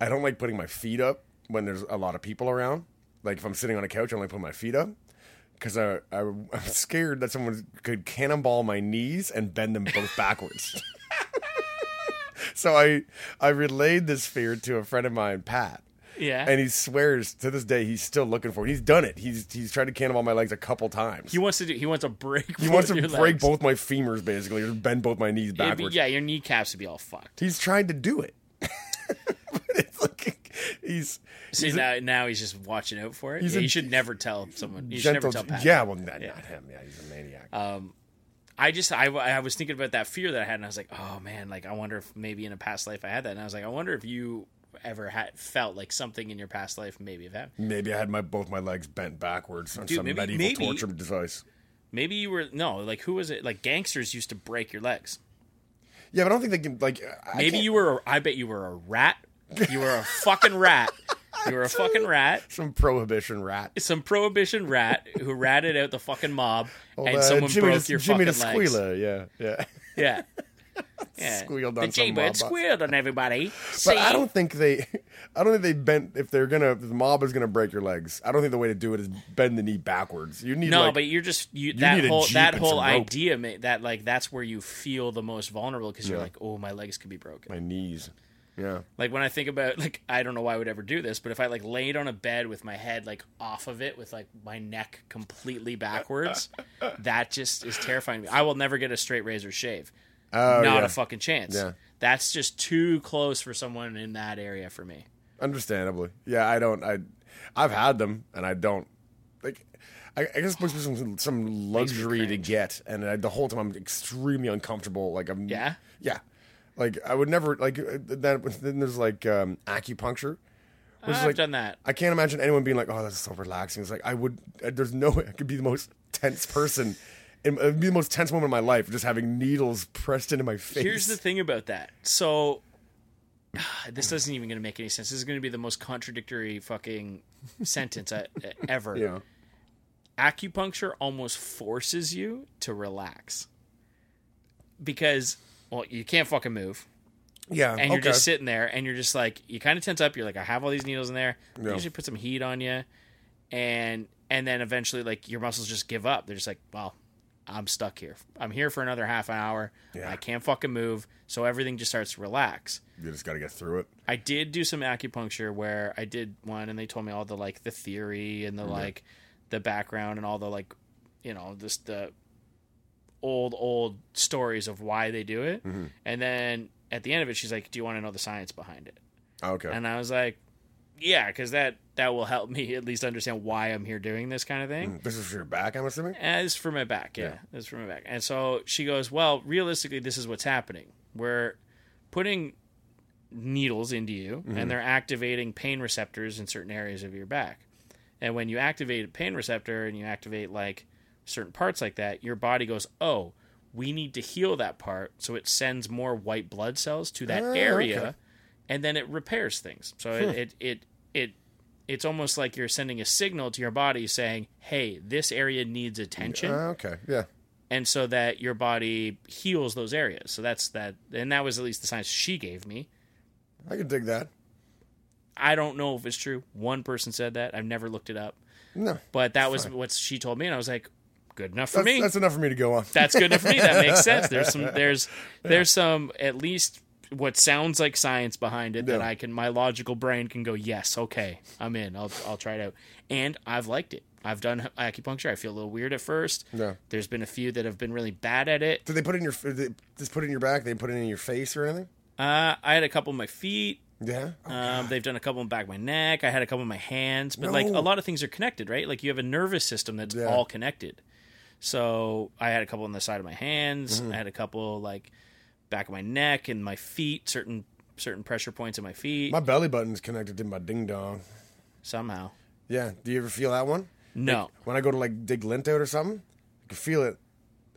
Speaker 2: I don't like putting my feet up when there's a lot of people around. Like if I'm sitting on a couch, I only put my feet up because I, I I'm scared that someone could cannonball my knees and bend them both backwards. so I I relayed this fear to a friend of mine, Pat.
Speaker 1: Yeah.
Speaker 2: And he swears to this day he's still looking for it. He's done it. He's he's tried to cannonball my legs a couple times.
Speaker 1: he wants to do. He wants to break.
Speaker 2: he wants to break both my femurs basically, or bend both my knees backwards.
Speaker 1: yeah, your kneecaps would be all fucked.
Speaker 2: He's tried to do it. but it's like he's
Speaker 1: See now, now he's just watching out for it.
Speaker 2: He's
Speaker 1: Yeah,
Speaker 2: a-
Speaker 1: you should never tell someone. You should never
Speaker 2: gentle.
Speaker 1: tell Pat. Uh,
Speaker 2: Yeah, well, not, not him. Yeah, he's a maniac.
Speaker 1: I just I, I was thinking about that fear that I had, and I was like, oh man, like I wonder if maybe in a past life I had that, and I was like, I wonder if you ever had felt like something in your past life maybe have happened.
Speaker 2: maybe I had my both my legs bent backwards on
Speaker 1: Dude,
Speaker 2: some
Speaker 1: maybe-
Speaker 2: medieval
Speaker 1: maybe-
Speaker 2: torture device.
Speaker 1: Maybe you were no, like who was it? Like gangsters used to break your legs.
Speaker 2: Yeah, but I don't think they can. Like, I
Speaker 1: Maybe
Speaker 2: can't-
Speaker 1: you were. I bet you were a rat. You were a fucking rat. You were a fucking rat.
Speaker 2: some prohibition rat.
Speaker 1: Some prohibition rat who ratted out the fucking mob, and
Speaker 2: Uh,
Speaker 1: someone
Speaker 2: Jimmy
Speaker 1: broke
Speaker 2: the,
Speaker 1: your
Speaker 2: Jimmy
Speaker 1: fucking
Speaker 2: the
Speaker 1: legs.
Speaker 2: Squealer. Yeah, yeah.
Speaker 1: Yeah. Yeah.
Speaker 2: Squealed
Speaker 1: the
Speaker 2: on some
Speaker 1: J-bird
Speaker 2: mob boss.
Speaker 1: squealed on everybody. See,
Speaker 2: But I don't think they. I don't think they bent. If they're gonna, if the mob is gonna break your legs. I don't think the way to do it is bend the knee backwards. You need
Speaker 1: no,
Speaker 2: like,
Speaker 1: but you're just you, that
Speaker 2: need a
Speaker 1: whole
Speaker 2: Jeep
Speaker 1: that
Speaker 2: and
Speaker 1: whole
Speaker 2: some rope.
Speaker 1: idea ma- that like that's where you feel the most vulnerable because you're like, oh, my legs could be broken.
Speaker 2: my knees. Yeah.
Speaker 1: Like when I think about like I don't know why I would ever do this, but if I like laid on a bed with my head like off of it with like my neck completely backwards, that just is terrifying to me. I will never get a straight razor shave.
Speaker 2: Oh,
Speaker 1: Not
Speaker 2: yeah.
Speaker 1: a fucking chance.
Speaker 2: Yeah.
Speaker 1: That's just too close for someone in that area for me.
Speaker 2: Understandably, yeah. I don't. I, I've had them, and I don't like. I, I guess must be some some luxury to
Speaker 1: cringe.
Speaker 2: get, and I, the whole time I'm extremely uncomfortable. Like I'm.
Speaker 1: Yeah?
Speaker 2: Yeah. Like I would never like uh, that. Then there's like um, acupuncture. Which is
Speaker 1: I've
Speaker 2: like,
Speaker 1: done that.
Speaker 2: I can't imagine anyone being like, "Oh, that's so relaxing." It's like I would. uh, There's no way I could be the most tense person. and It'd be the most tense moment of my life, just having needles pressed into my face.
Speaker 1: Here's the thing about that. So this isn't even going to make any sense. This is going to be the most contradictory fucking sentence I, ever.
Speaker 2: yeah.
Speaker 1: acupuncture almost forces you to relax because Well, you can't fucking move.
Speaker 2: Yeah,
Speaker 1: and you're just sitting there and you're just like you kind of tense up you're like i have all these needles in there They
Speaker 2: Yeah.
Speaker 1: usually put some heat on you and and then eventually like your muscles just give up they're just like well i'm stuck here i'm here for another half an hour
Speaker 2: Yeah.
Speaker 1: i can't fucking move so everything just starts to relax
Speaker 2: you just got to get through it.
Speaker 1: I did do some acupuncture where I did one and they told me all the like the theory and the like the background and all the like you know just the old old stories of why they do it. And then at the end of it she's like, "Do you want to know the science behind it?"
Speaker 2: Okay.
Speaker 1: And I was like, "Yeah, cuz that that will help me at least understand why I'm here doing this kind of thing."
Speaker 2: this is for your back, I'm assuming.
Speaker 1: As for my back, yeah, As for my back. And so she goes, Well, realistically, this is what's happening. We're putting needles into you and they're activating pain receptors in certain areas of your back. And when you activate a pain receptor and you activate like certain parts like that, your body goes, Oh, we need to heal that part. So it sends more white blood cells to that
Speaker 2: Ah,
Speaker 1: area
Speaker 2: okay.
Speaker 1: and then it repairs things. So
Speaker 2: Hmm.
Speaker 1: it, it, it, it, it's almost like you're sending a signal to your body saying, "Hey, this area needs attention,"
Speaker 2: Ah, okay. Yeah.
Speaker 1: and so that your body heals those areas. So that's that, and that was at least the science she gave me.
Speaker 2: I can dig that.
Speaker 1: I don't know if it's true. One person said that. I've never looked it up,
Speaker 2: No.
Speaker 1: but that was what she told me, and I was like, "Good enough for
Speaker 2: That's,
Speaker 1: me.
Speaker 2: that's enough for me to go on.
Speaker 1: that's good enough for me. That makes sense. There's some there's there's some at least what sounds like science behind it that
Speaker 2: Yeah.
Speaker 1: I can my logical brain can go yes okay I'm in I'll I'll try it out and I've liked it I've done acupuncture I feel a little weird at first
Speaker 2: Yeah.
Speaker 1: there's been a few that have been really bad at it
Speaker 2: Did they put it in your did they just put it in your back? They put it in your face or anything?
Speaker 1: uh, I had a couple of my feet
Speaker 2: Yeah.
Speaker 1: um, they've done a couple in the back of my neck I had a couple in my hands but
Speaker 2: No.
Speaker 1: like a lot of things are connected right like you have a nervous system that's
Speaker 2: Yeah.
Speaker 1: all connected so I had a couple on the side of my hands
Speaker 2: Mm-hmm.
Speaker 1: I had a couple like back of my neck and my feet certain certain pressure points in my feet
Speaker 2: My belly button's connected to my ding dong.
Speaker 1: somehow
Speaker 2: Yeah. Do you ever feel that one?
Speaker 1: no
Speaker 2: When I go to like dig lint out or something, I can feel it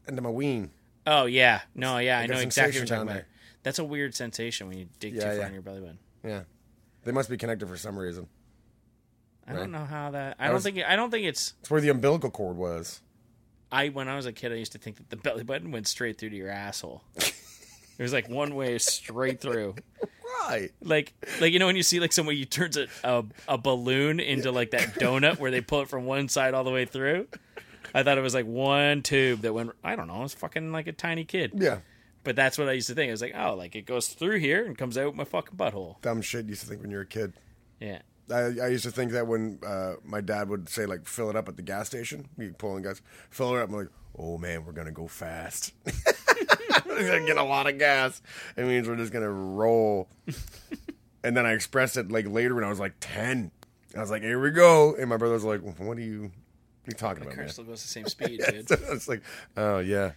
Speaker 2: into my ween.
Speaker 1: oh yeah no yeah I
Speaker 2: a
Speaker 1: know exactly
Speaker 2: sensation
Speaker 1: what you're
Speaker 2: down
Speaker 1: talking about
Speaker 2: there.
Speaker 1: that's a weird sensation when you dig
Speaker 2: Yeah,
Speaker 1: too far
Speaker 2: yeah.
Speaker 1: in your belly button
Speaker 2: Yeah. They must be connected for some reason.
Speaker 1: I don't know how that. I don't
Speaker 2: was-
Speaker 1: think. I don't think it's.
Speaker 2: It's where the umbilical cord was.
Speaker 1: I when I was a kid, I used to think that the belly button went straight through to your asshole. it was like one way straight through.
Speaker 2: Right.
Speaker 1: Like like you know when you see like somebody who turns a a, a balloon into like that donut where they pull it from one side all the way through. I thought it was like one tube that went. I don't know. I was fucking like a tiny kid,
Speaker 2: Yeah.
Speaker 1: but that's what I used to think. I was like, oh, like it goes through here and comes out my fucking butthole.
Speaker 2: Dumb shit you used to think when you were a kid.
Speaker 1: Yeah.
Speaker 2: I, I used to think that when uh, my dad would say like fill it up at the gas station, you pull in gas, fill it up. I'm like, oh man, we're gonna go fast. we're gonna get a lot of gas. It means we're just gonna roll. and then I expressed it like later when I was like ten. I was like, here we go. And my brother was like, what are you, what are you talking about,
Speaker 1: Car
Speaker 2: man?
Speaker 1: still goes the same speed, dude.
Speaker 2: So I was like, oh yeah,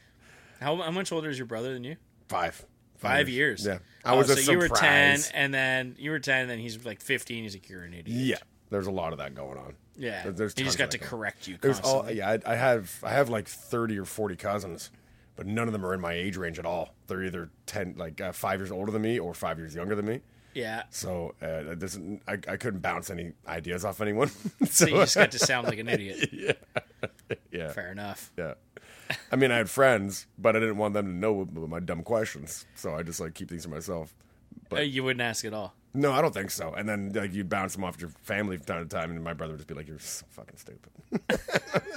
Speaker 1: How, how much older is your brother than you?
Speaker 2: five,
Speaker 1: Five years.
Speaker 2: Yeah, I was
Speaker 1: oh,
Speaker 2: a
Speaker 1: so you were ten,
Speaker 2: surprise.
Speaker 1: and then you were ten, and then he's like fifteen. He's like you're an idiot.
Speaker 2: Yeah, there's a lot of that going on.
Speaker 1: Yeah,
Speaker 2: There- there's
Speaker 1: he just
Speaker 2: tons
Speaker 1: got
Speaker 2: of
Speaker 1: to
Speaker 2: that going on.
Speaker 1: correct you.
Speaker 2: There's
Speaker 1: constantly.
Speaker 2: all yeah. I, I have I have like thirty or forty cousins, but none of them are in my age range at all. They're either ten, like uh, five years older than me, or five years younger than me.
Speaker 1: yeah.
Speaker 2: So uh, this, I, I couldn't bounce any ideas off anyone. so
Speaker 1: So you just got to sound like an idiot.
Speaker 2: yeah,
Speaker 1: Fair enough.
Speaker 2: yeah. I mean, I had friends, but I didn't want them to know about my dumb questions, so I just like keep things to myself.
Speaker 1: Uh, you wouldn't ask at all.
Speaker 2: No, I don't think so. And then like you'd bounce them off your family from time to time, and my brother would just be like, "You're so fucking stupid."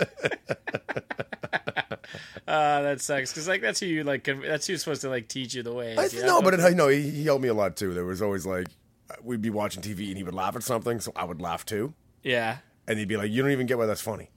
Speaker 1: Uh, that sucks because like that's who you like. Conv- that's who's supposed to like teach you the way.
Speaker 2: I, No, but it, no, he, he helped me a lot too. There was always like we'd be watching TV and he would laugh at something, so I would laugh too,
Speaker 1: yeah,
Speaker 2: and he'd be like, "You don't even get why that's funny."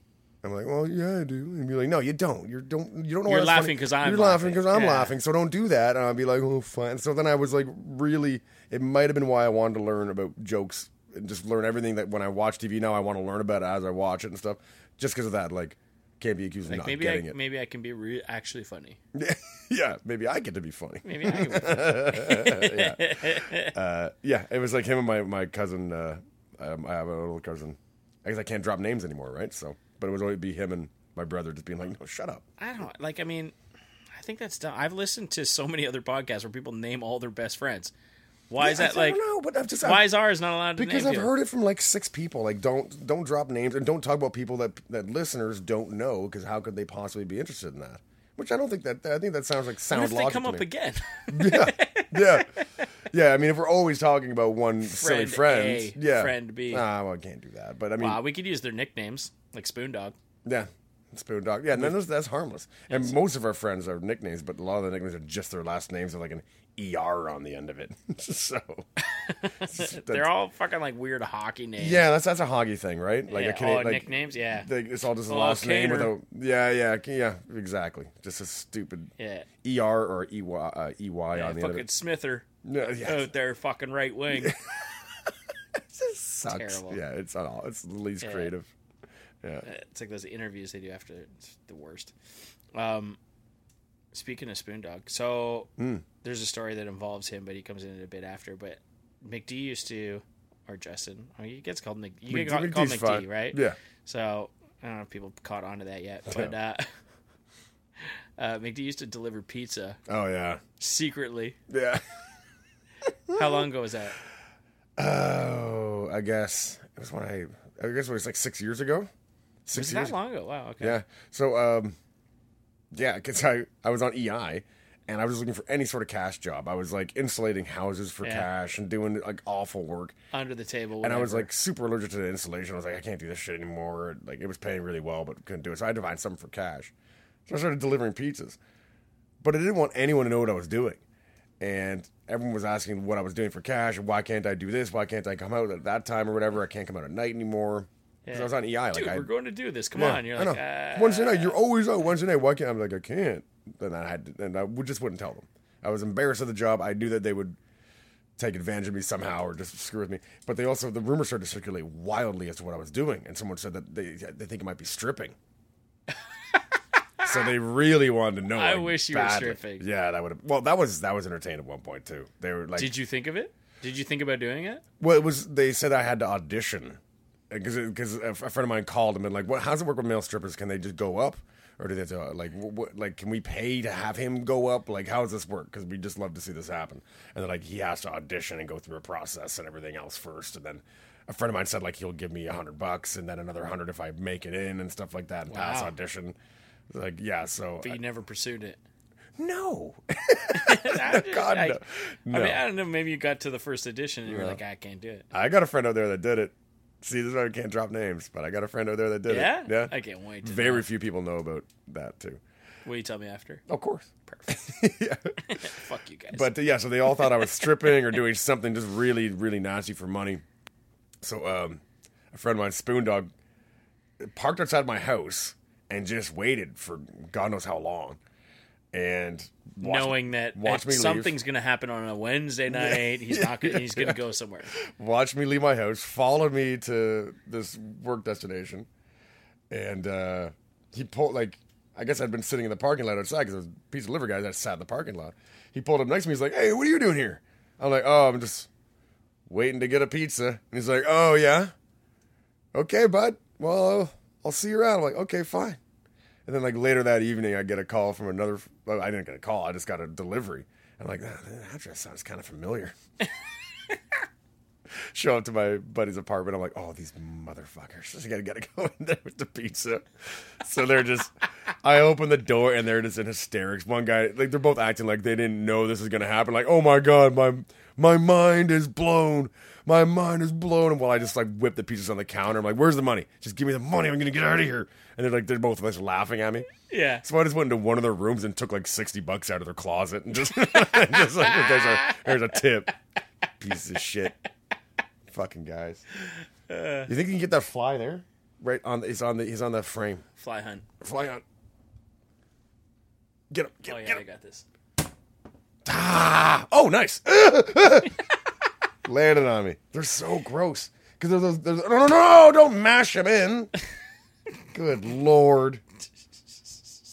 Speaker 2: I'm like, "Well, yeah, I do." And he'd be like, "No, you don't. You don't. You don't know." why
Speaker 1: You're
Speaker 2: that's
Speaker 1: laughing
Speaker 2: funny.
Speaker 1: 'cause I'm
Speaker 2: You're laughing
Speaker 1: laughing."
Speaker 2: because I'm
Speaker 1: Yeah.
Speaker 2: laughing. So don't do that. And I'd be like, "Oh, fine." So then I was like, really, it might have been why I wanted to learn about jokes and just learn everything that when I watch TV now I want to learn about it as I watch it and stuff, just because of that. Like, can't be accused of not
Speaker 1: maybe I
Speaker 2: getting
Speaker 1: maybe I can be re- actually funny.
Speaker 2: it. yeah, maybe I get to be funny.
Speaker 1: Maybe I can. Be funny.
Speaker 2: Uh, Yeah, it was like him and my my cousin. Uh, um, I have an older cousin. I guess I can't drop names anymore, right? So, but it would always be him and my brother just being like, "No, shut up."
Speaker 1: I don't like. I mean, I think that's dumb. I've listened to so many other podcasts where people name all their best friends. Why is that like?
Speaker 2: No, but I've just
Speaker 1: Why
Speaker 2: I've-
Speaker 1: is ours not allowed to
Speaker 2: because
Speaker 1: name
Speaker 2: I've
Speaker 1: people?
Speaker 2: heard it from like six people. Like, don't don't drop names and don't talk about people that that listeners don't know because how could they possibly be interested in that? Which I don't think that I think that sounds like sound
Speaker 1: What if they
Speaker 2: logic
Speaker 1: come
Speaker 2: to
Speaker 1: up
Speaker 2: me.
Speaker 1: again?
Speaker 2: yeah, yeah. I mean, if we're always talking about one silly
Speaker 1: Friend
Speaker 2: friend,
Speaker 1: A,
Speaker 2: yeah,
Speaker 1: friend B.
Speaker 2: Ah, well, I can't do that. But I mean,
Speaker 1: Uh, we could use their nicknames, like Spoon Dog.
Speaker 2: yeah, spoon dog. Yeah, none of that's harmless. And most of our friends are nicknames, but a lot of the nicknames are just their last names with like an er on the end of it. so
Speaker 1: They're all fucking like weird hockey names.
Speaker 2: yeah, that's that's a hoggy thing, right? Like
Speaker 1: Yeah,
Speaker 2: a Cana-
Speaker 1: oh,
Speaker 2: like,
Speaker 1: nicknames. Yeah,
Speaker 2: they- it's all just the
Speaker 1: Oh,
Speaker 2: last name
Speaker 1: Cater.
Speaker 2: without. Yeah, yeah, yeah. Exactly. Just a stupid
Speaker 1: yeah.
Speaker 2: er or ey uh, ey on the end of
Speaker 1: Fucking
Speaker 2: it.
Speaker 1: Smither
Speaker 2: Yeah, yeah.
Speaker 1: out there, fucking right wing.
Speaker 2: sucks.
Speaker 1: terrible.
Speaker 2: Yeah, it's not all. It's the least creative.
Speaker 1: Uh, it's like those interviews they do after it's the worst. Um, speaking of Spoon Dog, so
Speaker 2: Hmm.
Speaker 1: there's a story that involves him, but he comes in it a bit after. But McD used to, or Justin, I mean, he gets called Mc, you get
Speaker 2: McD-
Speaker 1: called
Speaker 2: McD's
Speaker 1: McD,
Speaker 2: fine.
Speaker 1: right?
Speaker 2: Yeah.
Speaker 1: So I don't know if people caught on to that yet, but uh, uh, McD used to deliver pizza
Speaker 2: Oh yeah.
Speaker 1: secretly.
Speaker 2: Yeah.
Speaker 1: How long ago was that?
Speaker 2: Oh, I guess it was when I. I guess it was like six years ago. Six
Speaker 1: Was it
Speaker 2: years.
Speaker 1: that long ago? Wow. Okay.
Speaker 2: Yeah. So, um, yeah, because I I was on EI. And I was looking for any sort of cash job. I was like insulating houses for
Speaker 1: Yeah.
Speaker 2: cash and doing like awful work.
Speaker 1: Under the table.
Speaker 2: And I was
Speaker 1: whatever.
Speaker 2: like super allergic to the insulation. I was like, I can't do this shit anymore. Like it was paying really well, but couldn't do it. So I had to find something for cash. So I started delivering pizzas. But I didn't want anyone to know what I was doing. And everyone was asking what I was doing for cash and why can't I do this? Why can't I come out at that time or whatever? I can't come out at night anymore. 'Cause I was on EI. Like
Speaker 1: dude,
Speaker 2: I,
Speaker 1: we're going to do this. Come
Speaker 2: yeah,
Speaker 1: on. You're
Speaker 2: I
Speaker 1: like,
Speaker 2: know.
Speaker 1: uh,
Speaker 2: Wednesday night, you're always out Wednesday night. Why can't I'm like I can't? Then I had to, and I would, just wouldn't tell them. I was embarrassed of the job. I knew that they would take advantage of me somehow or just screw with me. But they also the rumor started to circulate wildly as to what I was doing, and someone said that they they think it might be stripping. so they really wanted to know.
Speaker 1: I
Speaker 2: like,
Speaker 1: wish you were
Speaker 2: badly.
Speaker 1: stripping.
Speaker 2: Yeah, that would have. Well, that was that was entertained at one point too. They were like,
Speaker 1: did you think of it? Did you think about doing it?
Speaker 2: well, it was. They said I had to audition because because a f- a friend of mine called him and like, what? How's it work with male strippers? Can they just go up, or do they have to uh, like wh- what, like can we pay to have him go up? Like, how does this work? Because we just love to see this happen. And then like he has to audition and go through a process and everything else first, and then. A friend of mine said like he'll give me a hundred bucks and then another hundred if I make it in and stuff like that and pass
Speaker 1: Wow.
Speaker 2: audition. Like yeah, so
Speaker 1: But you never pursued it.
Speaker 2: no,
Speaker 1: God, I,
Speaker 2: no.
Speaker 1: I
Speaker 2: No.
Speaker 1: mean, I don't know. Maybe you got to the first edition and you were like, I can't do it.
Speaker 2: I got a friend out there that did it. See, this is why I can't drop names, but I got a friend out there that did
Speaker 1: Yeah?
Speaker 2: it. Yeah,
Speaker 1: I can't wait to
Speaker 2: Very few people know about that too.
Speaker 1: Will you tell me after?
Speaker 2: Of course.
Speaker 1: Fuck you guys.
Speaker 2: But uh, yeah, so they all thought I was stripping or doing something just really, really nasty for money. So um, a friend of mine, Spoon Dog, parked outside my house and just waited for God knows how long. And watched-
Speaker 1: knowing that
Speaker 2: watch
Speaker 1: if
Speaker 2: me leave.
Speaker 1: something's going to happen on a Wednesday night, he's not. Gonna, he's going to go somewhere.
Speaker 2: watched me leave my house, followed me to this work destination, and uh, he pulled like I guess I'd been sitting in the parking lot outside because there was a piece of liver guys that sat in the parking lot. He pulled up next to me. He's like, "Hey, what are you doing here?" I'm like, "Oh, I'm just waiting to get a pizza." And he's like, "Oh yeah, okay, bud. Well, I'll see you around." I'm like, "Okay, fine." And then like later that evening, I get a call from another. well, I didn't get a call. I just got a delivery. I'm like, "Ah, that address sounds kind of familiar show up to my buddy's apartment. I'm like, oh, these motherfuckers. I gotta gotta go in there with the pizza. So they're just I open the door and they're just in hysterics. One guy like they're both acting like they didn't know this was gonna happen. Like, oh my god, my my mind is blown. My mind is blown. And while I just like whip the pizzas on the counter, I'm like, where's the money? Just give me the money, I'm gonna get out of here. And they're like they're both of us laughing at me.
Speaker 1: Yeah.
Speaker 2: So I just went into one of their rooms and took like sixty bucks out of their closet and just, just like there's a there's a tip. Piece of shit. Fucking guys. you think you can get that fly there? Right on he's on the he's on that frame.
Speaker 1: Fly hunt.
Speaker 2: Fly on. Get him. Get
Speaker 1: Oh
Speaker 2: him.
Speaker 1: yeah,
Speaker 2: Get
Speaker 1: I
Speaker 2: him.
Speaker 1: got this.
Speaker 2: Ah, oh, nice. Landed on me. They're so gross. Because they're those. They're, no, no, no! Don't mash him in. Good lord.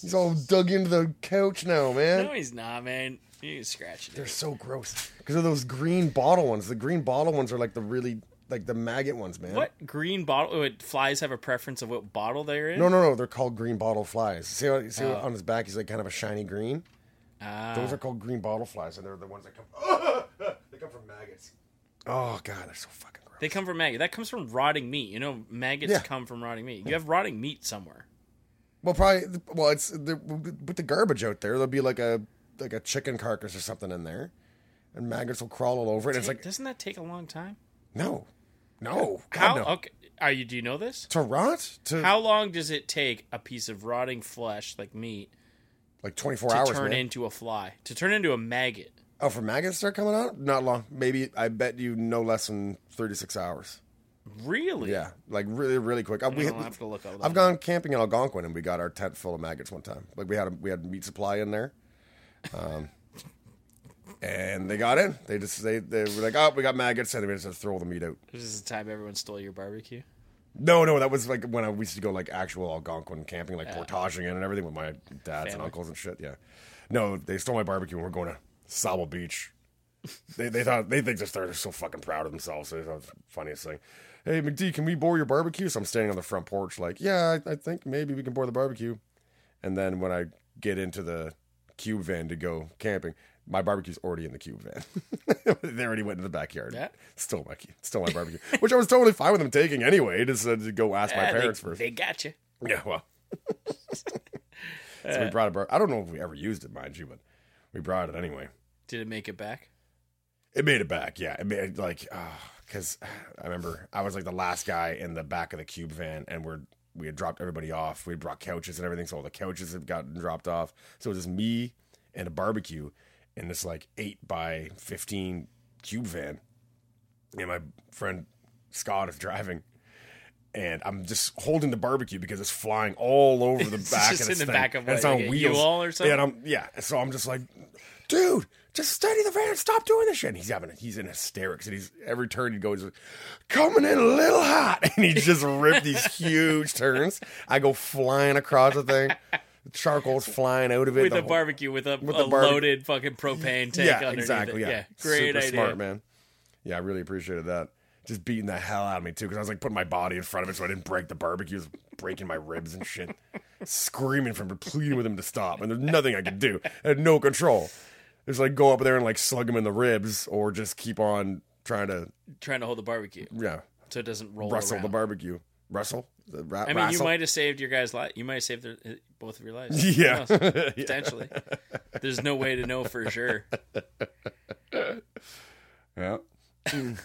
Speaker 2: He's all dug into the couch now, man.
Speaker 1: No, he's not, man. You scratched
Speaker 2: They're
Speaker 1: it.
Speaker 2: so gross because of those green bottle ones. The green bottle ones are like the really like the maggot ones, man.
Speaker 1: What green bottle? Would flies have a preference of what bottle they're in?
Speaker 2: No, no, no. They're called green bottle flies. See, how, see
Speaker 1: Oh.
Speaker 2: how on his back, he's like kind of a shiny green.
Speaker 1: Ah.
Speaker 2: Those are called green bottle flies, and they're the ones that come. they come from maggots. Oh god, they're so fucking gross.
Speaker 1: They come from maggot. That comes from rotting meat. You know, maggots
Speaker 2: Yeah.
Speaker 1: come from rotting meat. You have rotting meat somewhere.
Speaker 2: Well, probably. Well, it's the, with the garbage out there. There'll be like a like a chicken carcass or something in there, and maggots will crawl all over it. It's
Speaker 1: Take-
Speaker 2: like
Speaker 1: doesn't that take a long time?
Speaker 2: no, no, God,
Speaker 1: How?
Speaker 2: no.
Speaker 1: Okay. Are you? Do you know this?
Speaker 2: To rot to
Speaker 1: How long does it take a piece of rotting flesh like meat
Speaker 2: like twenty four
Speaker 1: to
Speaker 2: hours.
Speaker 1: turn
Speaker 2: man.
Speaker 1: into a fly? To turn into a maggot?
Speaker 2: Oh, for maggots to start coming out? Not long. Maybe I bet you no less than thirty six hours.
Speaker 1: Really?
Speaker 2: Yeah, like really, really quick. Uh, we,
Speaker 1: I'll have to look up
Speaker 2: I've
Speaker 1: that.
Speaker 2: gone camping in Algonquin and we got our tent full of maggots one time. Like we had a, we had meat supply in there, um, and they got in. They just they they were like, oh, we got maggots, and they just had to throw the meat out.
Speaker 1: This is the time everyone stole your barbecue.
Speaker 2: No, no, that was like when I we used to go like actual Algonquin camping, like portaging it and everything with my dads and
Speaker 1: Family.
Speaker 2: uncles and shit. Yeah, no, they stole my barbecue and we're going to Sable Beach. they, they thought they think this they're so fucking proud of themselves. They thought it was the funniest thing. Hey McD, can we borrow your barbecue? So I'm standing on the front porch, like, yeah, I, I think maybe we can borrow the barbecue. And then when I get into the cube van to go camping, my barbecue's already in the cube van. they already went into the backyard.
Speaker 1: Yeah.
Speaker 2: Still my still my barbecue, which I was totally fine with them taking anyway. Just uh, to go ask my
Speaker 1: Ah, they-
Speaker 2: parents first.
Speaker 1: They got you.
Speaker 2: Yeah, well. so we brought a bar. I don't know if we ever used it, mind you, but we brought it anyway.
Speaker 1: Did it make it back?
Speaker 2: It made it back, yeah. It made like because I remember I was like the last guy in the back of the cube van, and we're we had dropped everybody off. We brought couches and everything, so all the couches had gotten dropped off. So it was just me and a barbecue in this like eight by fifteen cube van, and my friend Scott is driving. And I'm just holding the barbecue because it's flying all over the
Speaker 1: It's
Speaker 2: back.
Speaker 1: just
Speaker 2: of
Speaker 1: in
Speaker 2: this
Speaker 1: the
Speaker 2: thing.
Speaker 1: back of
Speaker 2: And it's
Speaker 1: what,
Speaker 2: on
Speaker 1: like a
Speaker 2: wheels.
Speaker 1: U-Haul or
Speaker 2: Yeah, and
Speaker 1: something?
Speaker 2: um, yeah. So I'm just like, dude, just steady the van. Stop doing this shit. And he's having, he's in hysterics, and he's every turn he goes, coming in a little hot, and he just ripped these huge turns. I go flying across the thing, charcoal's flying out of it.
Speaker 1: With
Speaker 2: the
Speaker 1: a
Speaker 2: whole-
Speaker 1: barbecue, with a,
Speaker 2: the
Speaker 1: a
Speaker 2: barbe-
Speaker 1: loaded fucking propane tank
Speaker 2: yeah,
Speaker 1: underneath
Speaker 2: exactly.
Speaker 1: it.
Speaker 2: Yeah,
Speaker 1: great
Speaker 2: Super
Speaker 1: idea.
Speaker 2: smart man. Yeah, I really appreciated that. Just beating the hell out of me too, because I was like putting my body in front of it, so I didn't break the barbecue. It was breaking my ribs and shit, screaming from pleading with him to stop, and there's nothing I could do. I had no control. It's like go up there and like slug him in the ribs, or just keep on trying to
Speaker 1: Trying to hold the barbecue
Speaker 2: yeah
Speaker 1: so it doesn't roll
Speaker 2: rustle
Speaker 1: around.
Speaker 2: the barbecue. Rustle, the ra-
Speaker 1: I mean, you
Speaker 2: wrestle?
Speaker 1: might have saved your guys' life. You might have saved their, uh, both of your lives. Who
Speaker 2: Yeah.
Speaker 1: knows? potentially. There's no way to know for sure.
Speaker 2: Yeah. Mm.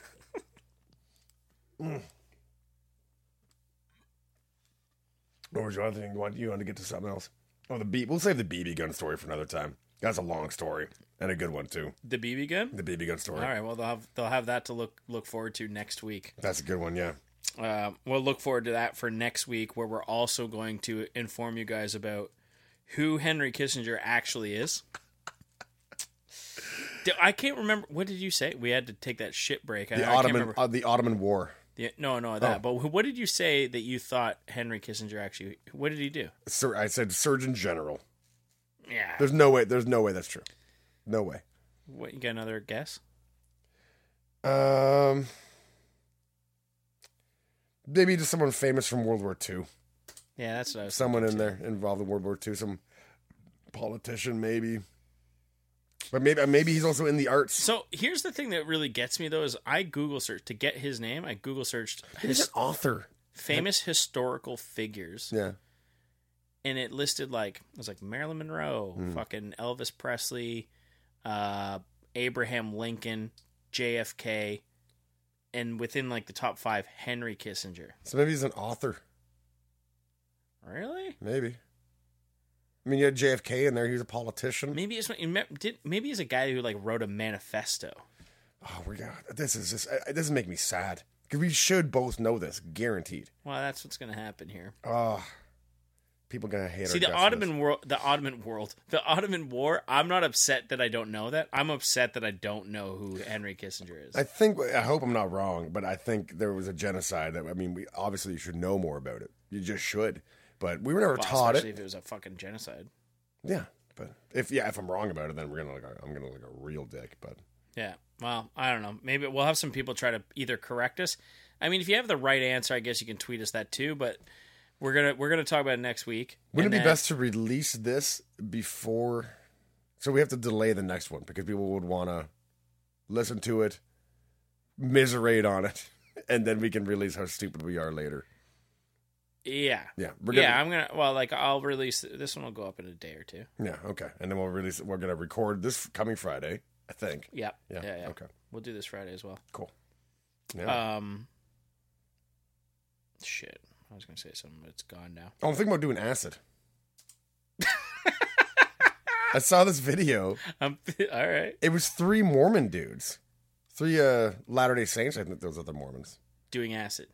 Speaker 2: Or was your other thing? You want, you want to get to something else? Oh, the B. We'll save the BB gun story for another time. That's a long story and a good one too.
Speaker 1: The BB gun.
Speaker 2: The BB gun story.
Speaker 1: All right. Well, they'll have they'll have that to look look forward to next week.
Speaker 2: That's a good one. Yeah.
Speaker 1: Uh, we'll look forward to that for next week, where we're also going to inform you guys about who Henry Kissinger actually is. Do- I can't remember. What did you say? We had to take that shit break. I,
Speaker 2: The
Speaker 1: I can't
Speaker 2: Ottoman. Oh.
Speaker 1: remember.
Speaker 2: Uh, the Ottoman War.
Speaker 1: The- no, no, that. But wh- what did you say that you thought Henry Kissinger actually? What did he do?
Speaker 2: Sur- I said Surgeon General.
Speaker 1: Yeah.
Speaker 2: There's no way. There's no way that's true. No way.
Speaker 1: What? You got another guess?
Speaker 2: Um. Maybe just someone famous from World War II.
Speaker 1: Yeah, that's what I was.
Speaker 2: someone in there involved in World War II, some politician maybe. But maybe uh, maybe he's also in the arts.
Speaker 1: So here's the thing that really gets me though is I Google searched to get his name. I Google searched his
Speaker 2: author.
Speaker 1: famous historical figures,
Speaker 2: Yeah.
Speaker 1: and it listed like it was like Marilyn Monroe,
Speaker 2: Hmm.
Speaker 1: fucking Elvis Presley, uh, Abraham Lincoln, JFK, and within like the top five, Henry Kissinger.
Speaker 2: So maybe he's an author.
Speaker 1: Really?
Speaker 2: Maybe. I mean, you had JFK in there. He was a politician.
Speaker 1: Maybe it's did maybe he's a guy who like wrote a manifesto.
Speaker 2: Oh, we got this. Is just it doesn't make me sad 'Cause we should both know this, guaranteed.
Speaker 1: Well, that's what's gonna happen here.
Speaker 2: Oh, people gonna hate.
Speaker 1: See
Speaker 2: our
Speaker 1: the
Speaker 2: guts for this.
Speaker 1: Ottoman world, the Ottoman world, the Ottoman War. I'm not upset that I don't know that. I'm upset that I don't know who Henry Kissinger is.
Speaker 2: I think I hope I'm not wrong, but I think there was a genocide. That I mean, we obviously you should know more about it. You just should, but we were never
Speaker 1: Well,
Speaker 2: taught it.
Speaker 1: especially if it was a fucking genocide.
Speaker 2: Yeah, but if yeah, if I'm wrong about it, then we're gonna like I'm gonna look a real dick. But
Speaker 1: Yeah. Well, I don't know. Maybe we'll have some people try to either correct us. I mean, if you have the right answer, I guess you can tweet us that too. But we're gonna we're gonna talk about it next week.
Speaker 2: wouldn't it
Speaker 1: And
Speaker 2: be
Speaker 1: then-
Speaker 2: best to release this before? So we have to delay the next one because people would want to listen to it, miserate on it, and then we can release how stupid we are later.
Speaker 1: Yeah.
Speaker 2: Yeah, we're gonna-
Speaker 1: Yeah, I'm gonna. Well, like I'll release this one. Will go up in a day or two.
Speaker 2: Yeah, okay. And then we'll release it. We're going to record this coming Friday, I think.
Speaker 1: Yep.
Speaker 2: Yeah,
Speaker 1: Yeah. Yeah.
Speaker 2: okay.
Speaker 1: We'll do this Friday as well.
Speaker 2: Cool. Yeah.
Speaker 1: Um. Shit, I was gonna say something, but it's gone now.
Speaker 2: oh, I'm thinking about doing acid. I saw this video.
Speaker 1: Um, all right,
Speaker 2: It was three Mormon dudes, three uh, Latter day Saints. I think those are the Mormons.
Speaker 1: doing acid.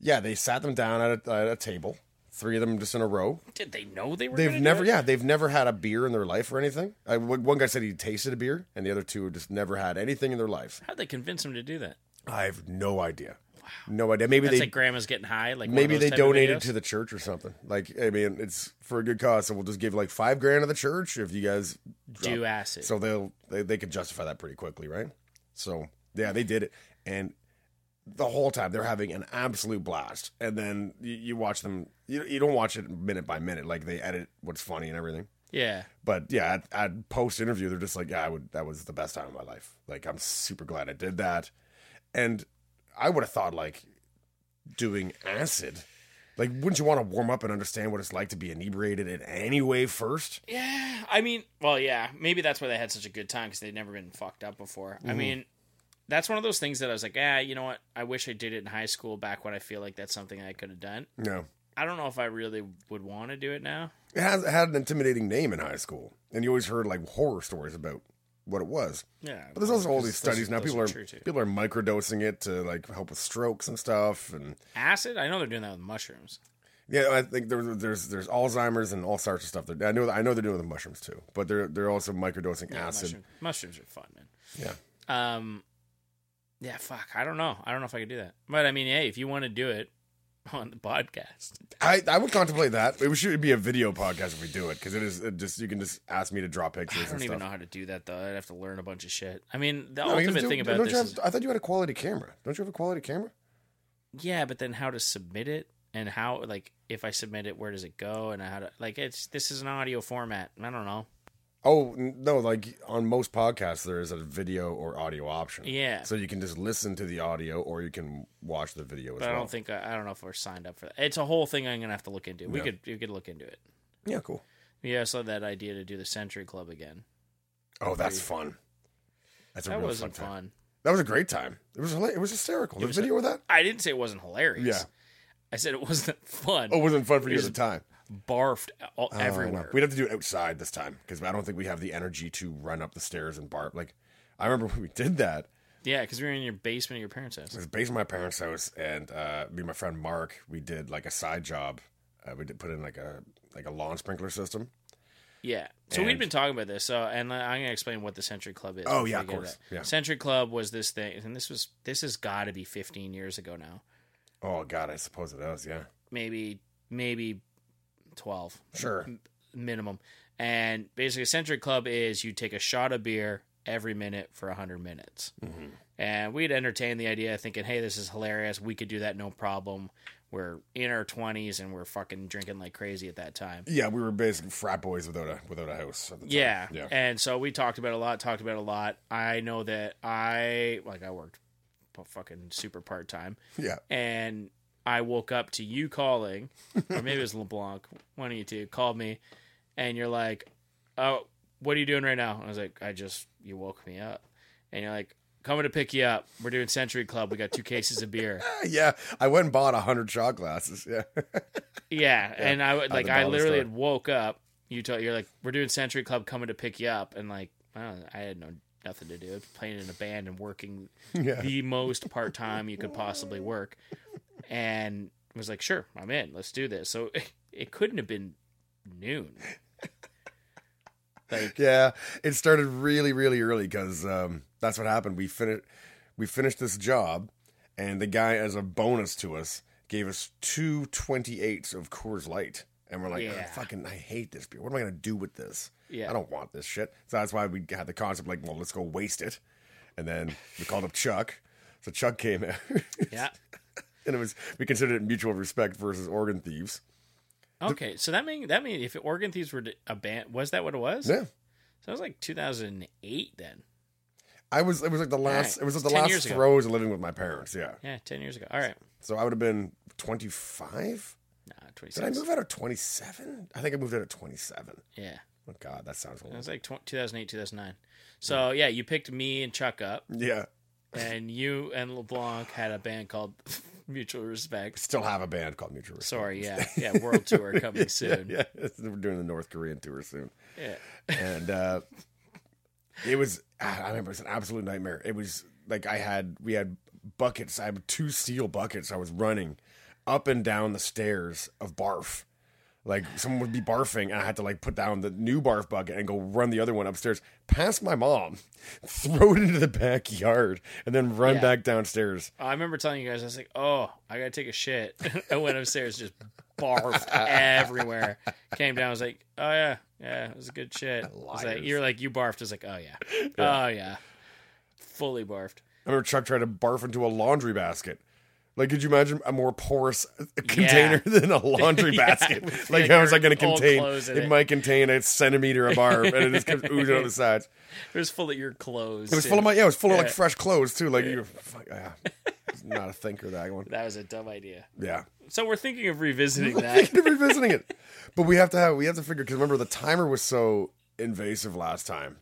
Speaker 2: Yeah, they sat them down at a, at a table, three of them just in a row.
Speaker 1: Did they know they were?
Speaker 2: They've
Speaker 1: gonna do
Speaker 2: never,
Speaker 1: it?
Speaker 2: yeah, they've never had a beer in their life or anything. I, one one guy said he tasted a beer, and the other two just never had anything in their life.
Speaker 1: How'd they convince them to do that?
Speaker 2: I have no idea. No idea. Maybe
Speaker 1: That's
Speaker 2: they
Speaker 1: like grandma's getting high. Like one of
Speaker 2: maybe
Speaker 1: those
Speaker 2: they
Speaker 1: type of
Speaker 2: donated
Speaker 1: videos?
Speaker 2: to the church or something. Like, I mean, it's for a good cause, so we'll just give like five grand to the church if you guys drop-
Speaker 1: do acid.
Speaker 2: So they'll they, they could justify that pretty quickly, right? So yeah, they did it, and the whole time they're having an absolute blast. And then you, you watch them. You, you don't watch it minute by minute. Like they edit what's funny and everything.
Speaker 1: yeah,
Speaker 2: But yeah, at, at post interview, they're just like, yeah, I would. That was the best time of my life. Like I'm super glad I did that. And I would have thought like doing acid. Like, wouldn't you want to warm up and understand what it's like to be inebriated in any way first?
Speaker 1: yeah. I mean, well, yeah. Maybe that's why they had such a good time because they'd never been fucked up before. I mean, that's one of those things that I was like, ah, you know what? I wish I did it in high school back when I feel like that's something I could have done.
Speaker 2: No.
Speaker 1: I don't know if I really would want to do it now.
Speaker 2: It, has, it had an intimidating name in high school, and you always heard like horror stories about what it was.
Speaker 1: Yeah,
Speaker 2: But there's also all these
Speaker 1: because those
Speaker 2: studies
Speaker 1: are-
Speaker 2: now.
Speaker 1: those
Speaker 2: People are
Speaker 1: true, too.
Speaker 2: people are microdosing it to like help with strokes and stuff. And
Speaker 1: acid. I know they're doing that with mushrooms.
Speaker 2: yeah, I think there, there's there's Alzheimer's and all sorts of stuff. They're- I know I know they're doing it with mushrooms too, but they're they're also microdosing acid.
Speaker 1: Mushroom, mushrooms are fun,
Speaker 2: Yeah,
Speaker 1: man. Um, yeah, fuck. I don't know. I don't know if I could do that. But I mean, hey, if you want to do it on the podcast,
Speaker 2: I, I would contemplate that. It should be a video podcast if we do it because it is it just you can just ask me to draw pictures.
Speaker 1: I don't
Speaker 2: and
Speaker 1: even know
Speaker 2: stuff.
Speaker 1: how to do that though. I'd have to learn a bunch of shit. I mean, the
Speaker 2: No, you can
Speaker 1: ultimate
Speaker 2: do-
Speaker 1: thing about
Speaker 2: don't
Speaker 1: this,
Speaker 2: you have-
Speaker 1: is,
Speaker 2: I thought you had a quality camera. Don't you have a quality camera?
Speaker 1: yeah, but then how to submit it and how like if I submit it, where does it go and how to like it's this is an audio format. I don't know.
Speaker 2: Oh n- no! Like on most podcasts, there is a video or audio option.
Speaker 1: Yeah.
Speaker 2: So you can just listen to the audio, or you can watch the video as
Speaker 1: But I
Speaker 2: well.
Speaker 1: don't think I don't know if we're signed up for that. It's a whole thing I'm gonna have to look into. We
Speaker 2: Yeah.
Speaker 1: could we could look into it.
Speaker 2: yeah, cool.
Speaker 1: Yeah, I saw that idea to do the Century Club again.
Speaker 2: Oh, that's fun. That's a
Speaker 1: That
Speaker 2: real
Speaker 1: wasn't
Speaker 2: fun, time.
Speaker 1: fun.
Speaker 2: That was a great time. It was hila- it was hysterical. The
Speaker 1: was
Speaker 2: video with that.
Speaker 1: I didn't say it wasn't hilarious.
Speaker 2: Yeah.
Speaker 1: I said it wasn't fun.
Speaker 2: Oh, it wasn't fun for you at the time.
Speaker 1: barfed all,
Speaker 2: Oh, I know.
Speaker 1: everywhere.
Speaker 2: We'd have to do it outside this time because I don't think we have the energy to run up the stairs and barf. Like I remember when we did that.
Speaker 1: Yeah, because we were in your basement at your parents' house.
Speaker 2: It was based in my parents' house, and uh, me and my friend Mark, we did like a side job. Uh, we did put in like a like a lawn sprinkler system.
Speaker 1: Yeah. So we've been talking about this. So, and I'm gonna explain what the Century Club is.
Speaker 2: Oh,
Speaker 1: before
Speaker 2: yeah,
Speaker 1: we
Speaker 2: of
Speaker 1: get to
Speaker 2: course.
Speaker 1: that.
Speaker 2: Yeah.
Speaker 1: Century Club was this thing, and this was this has got to be 15 years ago now.
Speaker 2: Oh God, I suppose it does. Yeah,
Speaker 1: Maybe maybe 12
Speaker 2: sure.
Speaker 1: minimum. And basically, Century Club is you take a shot of beer every minute for 100 minutes. And we'd entertain the idea of thinking, hey, this is hilarious. We could do that no problem. We're in our 20s and we're fucking drinking like crazy at that time.
Speaker 2: Yeah, we were basically frat boys without a without a house. At the time.
Speaker 1: Yeah.
Speaker 2: yeah.
Speaker 1: And so we talked about it a lot, talked about it a lot. I know that I like I worked p- fucking super part time
Speaker 2: yeah.
Speaker 1: and I woke up to you calling, or maybe it was LeBlanc, one of you two called me and you're like, Oh, what are you doing right now? And I was like, I just you woke me up. And you're like, Coming to pick you up. We're doing Century Club. We got two cases of beer.
Speaker 2: Ah, yeah. I went and bought a hundred shot glasses. Yeah,
Speaker 1: Yeah, and I would like
Speaker 2: the
Speaker 1: I
Speaker 2: dollar
Speaker 1: literally
Speaker 2: store.
Speaker 1: had woke up. You told you're like we're doing Century Club coming to pick you up, and like I, don't know, I had no nothing to do. I was playing in a band and working
Speaker 2: Yeah.
Speaker 1: the most part time you could possibly work, and was like, sure, I'm in. Let's do this. So it, couldn't have been noon. Like
Speaker 2: yeah. It started really really early because um, that's what happened. We finished we finished this job, and the guy as a bonus to us gave us two 28s of Coors Light, and we're like,
Speaker 1: Yeah.
Speaker 2: "Ah, fucking, I hate this beer. What am I gonna do with this?
Speaker 1: Yeah.
Speaker 2: I don't want this shit. So that's why we had the concept like, well, let's go waste it, and then we called up Chuck. So Chuck came out.
Speaker 1: yeah,
Speaker 2: and it was we considered it mutual respect versus organ thieves.
Speaker 1: okay. So that mean that mean if Oregon Thieves were a band, was that what it was?
Speaker 2: Yeah,
Speaker 1: So it was like 2008 then.
Speaker 2: I was. It was like the
Speaker 1: Alright.
Speaker 2: last. It was like the
Speaker 1: 10
Speaker 2: last
Speaker 1: years ago.
Speaker 2: throes of living with my parents. Yeah,
Speaker 1: Yeah, ten years ago. All right,
Speaker 2: so I would have been twenty five.
Speaker 1: nah,
Speaker 2: Did
Speaker 1: 26.
Speaker 2: I move out at 27? I think I moved out at 27.
Speaker 1: Yeah.
Speaker 2: Oh, God, that sounds
Speaker 1: It
Speaker 2: old.
Speaker 1: was like tw 2008, 2009. So, yeah, you picked me and Chuck up,
Speaker 2: Yeah.
Speaker 1: and you and LeBlanc had a band called Mutual Respect.
Speaker 2: Still have a band called Mutual Respect.
Speaker 1: Sorry, yeah. Yeah, world tour coming soon.
Speaker 2: Yeah, we're doing the North Korean tour soon.
Speaker 1: Yeah.
Speaker 2: and uh, it was ah, I remember it was an absolute nightmare. It was like I had we had buckets. I had two steel buckets. I was running up and down the stairs of barf. Like someone would be barfing, and I had to like put down the new barf bucket and go run the other one upstairs, past my mom, throw it into the backyard, and then run
Speaker 1: Yeah.
Speaker 2: back downstairs.
Speaker 1: I remember telling you guys, I was like, oh, I gotta take a shit. I went upstairs, just barfed everywhere. Came down, I was like, oh yeah, yeah, it was a good shit. I was like,
Speaker 2: Liars.
Speaker 1: you're like, you barfed. I was like, oh yeah, oh yeah, fully barfed.
Speaker 2: I remember Chuck tried to barf into a laundry basket. Like, could you imagine a more porous container than a laundry
Speaker 1: Yeah,
Speaker 2: basket?
Speaker 1: with,
Speaker 2: like,
Speaker 1: like,
Speaker 2: how is that
Speaker 1: your
Speaker 2: going to
Speaker 1: old
Speaker 2: contain?
Speaker 1: clothes in
Speaker 2: It
Speaker 1: it.
Speaker 2: might contain a centimeter of barf, and it just kept oozing out the sides.
Speaker 1: It was full of your clothes.
Speaker 2: It was full of my yeah. It was full of like fresh clothes too. Like, you fuck, yeah. not a thinker that one.
Speaker 1: That was a dumb idea.
Speaker 2: Yeah,
Speaker 1: So we're thinking of revisiting that.
Speaker 2: thinking of revisiting it, but we have to have we have to figure because remember the timer was so invasive last time.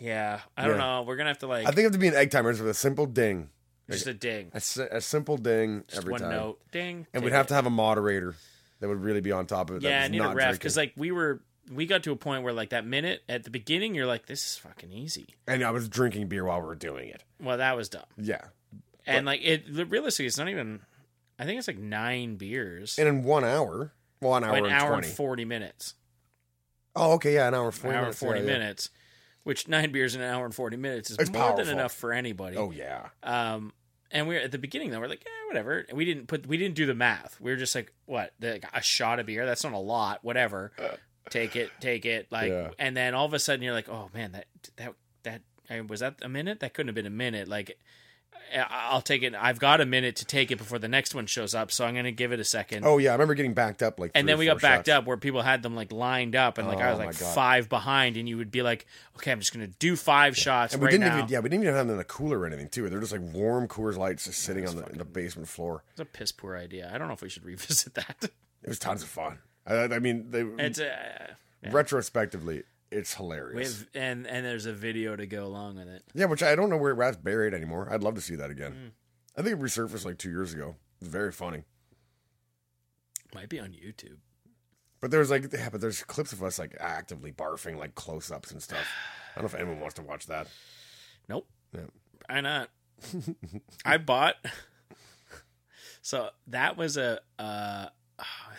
Speaker 1: Yeah, I don't
Speaker 2: Yeah.
Speaker 1: know. We're gonna have to like
Speaker 2: I think it have to be an egg timer just with a simple ding,
Speaker 1: just a ding,
Speaker 2: a, si- a simple ding every
Speaker 1: one
Speaker 2: time,
Speaker 1: note, ding, ding.
Speaker 2: and we'd have to have a moderator. That would really be on top of it. that
Speaker 1: Yeah, I
Speaker 2: was
Speaker 1: need a
Speaker 2: not
Speaker 1: ref
Speaker 2: drinking.
Speaker 1: because like we were, we got to a point where like that minute at the beginning, you're like, this is fucking easy.
Speaker 2: and I was drinking beer while we were doing it.
Speaker 1: Well, that was dumb.
Speaker 2: Yeah,
Speaker 1: and like it realistically it's not even i think it's like nine beers
Speaker 2: and in one hour, well, an hour
Speaker 1: an
Speaker 2: and
Speaker 1: hour
Speaker 2: twenty.
Speaker 1: and 40 minutes
Speaker 2: oh, okay, yeah, an hour and
Speaker 1: an
Speaker 2: forty.
Speaker 1: hour and
Speaker 2: minutes,
Speaker 1: 40
Speaker 2: yeah, yeah.
Speaker 1: minutes which nine beers in an hour and 40 minutes is
Speaker 2: It's
Speaker 1: more
Speaker 2: powerful.
Speaker 1: than enough for anybody
Speaker 2: Oh yeah,
Speaker 1: um and we are at the beginning though we're like yeah whatever And we didn't put we didn't do the math we were just like what the, a shot of beer that's not a lot whatever take it take it like
Speaker 2: Yeah.
Speaker 1: and then all of a sudden you're like oh man that that that I- was that a minute that couldn't have been a minute like eh, I- i'll take it i've got a minute to take it before the next one shows up so i'm gonna give it a second
Speaker 2: oh yeah. I remember getting backed up like.
Speaker 1: and then we got backed up where people had them like lined up and like i
Speaker 2: Oh,
Speaker 1: was
Speaker 2: my
Speaker 1: like
Speaker 2: God.
Speaker 1: five behind and you would be like okay i'm just gonna do five shots
Speaker 2: and we
Speaker 1: right
Speaker 2: didn't
Speaker 1: now
Speaker 2: even yeah, we didn't even have them in a cooler or anything too. They're just like warm Coors Lights just sitting on the, the basement floor.
Speaker 1: it's a piss poor idea i don't know if we should revisit that
Speaker 2: It was tons of fun. I, I mean, they
Speaker 1: It's uh,
Speaker 2: retrospectively, it's hilarious.
Speaker 1: with and and there's a video to go along with it.
Speaker 2: yeah, which I don't know where that's buried anymore. I'd love to see that
Speaker 1: Mm.
Speaker 2: again. I think it resurfaced like two years ago. It's very funny.
Speaker 1: Might be on YouTube.
Speaker 2: But there's like, yeah, but there's clips of us like actively barfing, like close ups and stuff. I don't know if anyone wants to watch that.
Speaker 1: Nope.
Speaker 2: Yeah.
Speaker 1: Why not? I bought. So that was a uh,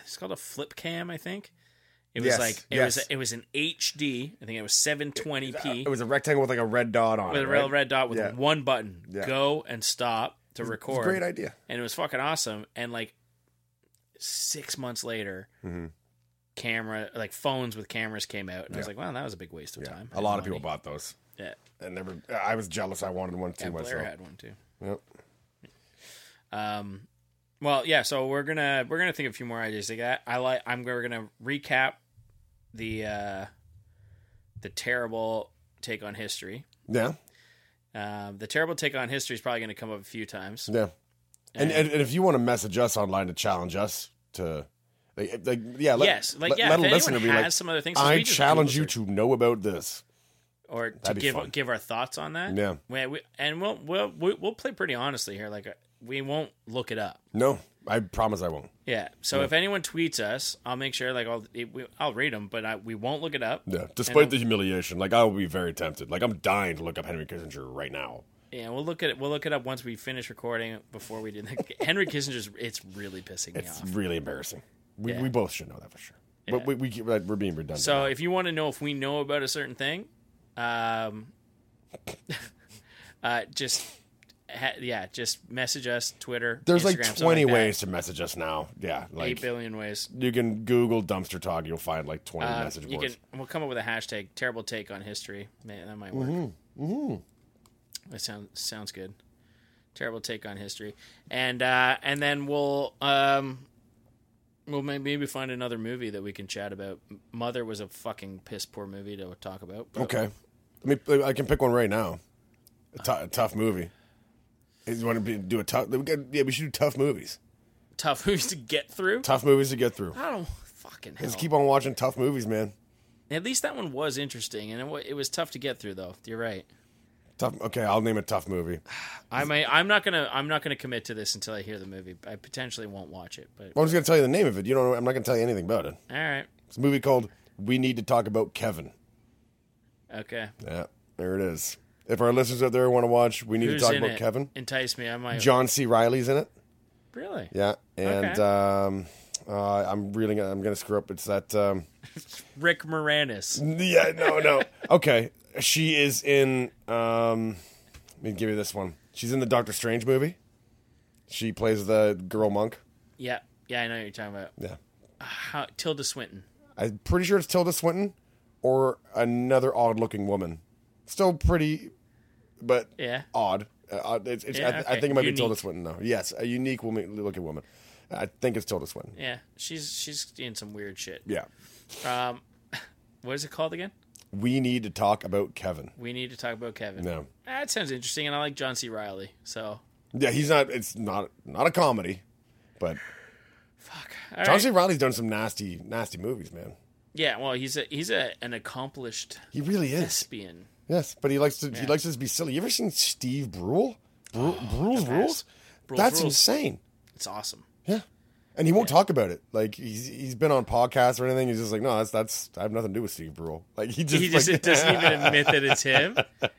Speaker 1: it's called a flip cam, I think. It was
Speaker 2: Yes,
Speaker 1: like it
Speaker 2: yes.
Speaker 1: was it was an HD. I think it was 720p
Speaker 2: Uh, It was a rectangle with like a red dot on
Speaker 1: E with
Speaker 2: it.
Speaker 1: a
Speaker 2: right?
Speaker 1: real red dot with
Speaker 2: Yeah.
Speaker 1: one button,
Speaker 2: Yeah.
Speaker 1: go and stop to
Speaker 2: It was
Speaker 1: record.
Speaker 2: a great idea.
Speaker 1: and it was fucking awesome. And like six months later,
Speaker 2: Mm-hmm.
Speaker 1: camera like phones with cameras came out, and I was like, wow, that was a big waste of
Speaker 2: Yeah.
Speaker 1: time.
Speaker 2: A
Speaker 1: and
Speaker 2: lot of
Speaker 1: money."
Speaker 2: people bought those.
Speaker 1: Yeah,
Speaker 2: And never, I was jealous. I wanted one too
Speaker 1: yeah Blair
Speaker 2: myself.
Speaker 1: had one too.
Speaker 2: Yep.
Speaker 1: Um, well, yeah. So we're gonna we're gonna think of a few more ideas. Like that. I like. I'm we're gonna recap the uh the terrible take on history.
Speaker 2: Yeah.
Speaker 1: Um, the terrible take on history is probably going to come up a few times.
Speaker 2: Yeah. And, and, and if you want to message us online to challenge us to, like, like yeah, let,
Speaker 1: yes, like
Speaker 2: let,
Speaker 1: yeah.
Speaker 2: let
Speaker 1: if
Speaker 2: a listener
Speaker 1: anyone
Speaker 2: be
Speaker 1: has
Speaker 2: like,
Speaker 1: some other things, 'cause
Speaker 2: I
Speaker 1: we just
Speaker 2: challenge
Speaker 1: Googled
Speaker 2: you to know about this.
Speaker 1: or to
Speaker 2: That'd be
Speaker 1: give
Speaker 2: fun.
Speaker 1: give our thoughts on that.
Speaker 2: Yeah.
Speaker 1: we, we, and we'll, we'll we'll we'll play pretty honestly here. Like uh, we won't look it up.
Speaker 2: No, I promise I won't.
Speaker 1: Yeah. So if anyone tweets us, I'll make sure like I'll it, we, I'll read them, but I, we won't look it up.
Speaker 2: Yeah. Despite the humiliation, like I will be very tempted. Like I'm dying to look up Henry Kissinger right now.
Speaker 1: Yeah, we'll look at it. We'll look it up once we finish recording. Before we do that, Henry Kissinger's. It's really pissing me
Speaker 2: It's
Speaker 1: off.
Speaker 2: really embarrassing. We, we both should know that for sure. But we, we keep, like, we're being redundant.
Speaker 1: So if you want to know if we know about a certain thing, um, uh, just ha- yeah, just message us Twitter.
Speaker 2: There's
Speaker 1: Instagram,
Speaker 2: like
Speaker 1: something
Speaker 2: 20
Speaker 1: that.
Speaker 2: ways to message us now. Yeah,
Speaker 1: Eight
Speaker 2: like
Speaker 1: billion ways.
Speaker 2: you can Google dumpster talk, you'll find like 20
Speaker 1: Uh,
Speaker 2: message
Speaker 1: you
Speaker 2: boards.
Speaker 1: can. We'll come up with a hashtag. Terrible take on history. Man, that might work. That sounds sounds good. Terrible take on history, and uh, and then we'll um, we'll may- maybe find another movie that we can chat about. Mother was a fucking piss poor movie to talk about. but-
Speaker 2: okay, let me. I can pick one right now. A tou- a tough movie. You want to be, do a tough? we got- Yeah, we should do tough movies.
Speaker 1: tough movies to get through.
Speaker 2: Tough movies to get through.
Speaker 1: I don't fucking hell.
Speaker 2: Just keep on watching tough movies, man.
Speaker 1: At least that one was interesting, and it, wa- it was tough to get through, though. You're right.
Speaker 2: Tough. Okay, I'll name a tough movie.
Speaker 1: I may. I'm not gonna. I'm not gonna commit to this until I hear the movie. I potentially won't watch it, but all
Speaker 2: Well, I'm just gonna tell you the name of it. You don't. know- I'm not gonna tell you anything about it.
Speaker 1: right.
Speaker 2: It's a movie called "We Need to Talk About Kevin."
Speaker 1: Okay.
Speaker 2: Yeah, there it is. If our listeners out there want to watch, we need
Speaker 1: Who's
Speaker 2: to talk
Speaker 1: in
Speaker 2: about
Speaker 1: it?
Speaker 2: Kevin.
Speaker 1: Entice me. I might.
Speaker 2: John C. Riley's in it.
Speaker 1: really?
Speaker 2: Yeah, and
Speaker 1: Okay.
Speaker 2: um, uh, I'm really gonna, I'm gonna screw up. It's that. Um,
Speaker 1: Rick Moranis.
Speaker 2: yeah, no, no. Okay, she is in. Um, let me give you this one. She's in the Doctor Strange movie. She plays the girl monk.
Speaker 1: Yeah. Yeah. I know what you're talking about.
Speaker 2: Yeah,
Speaker 1: How, Tilda Swinton.
Speaker 2: I'm pretty sure it's Tilda Swinton or another odd-looking woman. Still pretty, but
Speaker 1: Yeah.
Speaker 2: odd. Uh, odd. It's, it's,
Speaker 1: Yeah,
Speaker 2: I, th- I
Speaker 1: okay.
Speaker 2: think it might
Speaker 1: Unique.
Speaker 2: be Tilda Swinton though. Yes, a unique woman, looking woman. I think it's Tilda Swinton.
Speaker 1: Yeah. She's she's in some weird shit.
Speaker 2: Yeah.
Speaker 1: Um, what is it called again?
Speaker 2: We need to talk about Kevin.
Speaker 1: We need to talk about Kevin.
Speaker 2: No.
Speaker 1: That sounds interesting, and I like John C. Riley. So
Speaker 2: Yeah, he's not. It's not not a comedy, but
Speaker 1: all
Speaker 2: John
Speaker 1: right.
Speaker 2: C. Riley's done some nasty, nasty movies, man.
Speaker 1: Yeah. Well, he's a he's a an accomplished
Speaker 2: He really is.
Speaker 1: thespian.
Speaker 2: Yes, but he likes to. He likes to just be silly. You ever seen Steve Brule? Bru- Brule's rules.
Speaker 1: Oh, Brule's
Speaker 2: That's
Speaker 1: Rules.
Speaker 2: insane.
Speaker 1: It's awesome.
Speaker 2: Yeah, and he won't talk about it. Like he's he's been on podcasts or anything. He's just like, no, that's that's I have nothing to do with Steve Brule. Like he just
Speaker 1: He just
Speaker 2: like,
Speaker 1: doesn't even admit that it's him.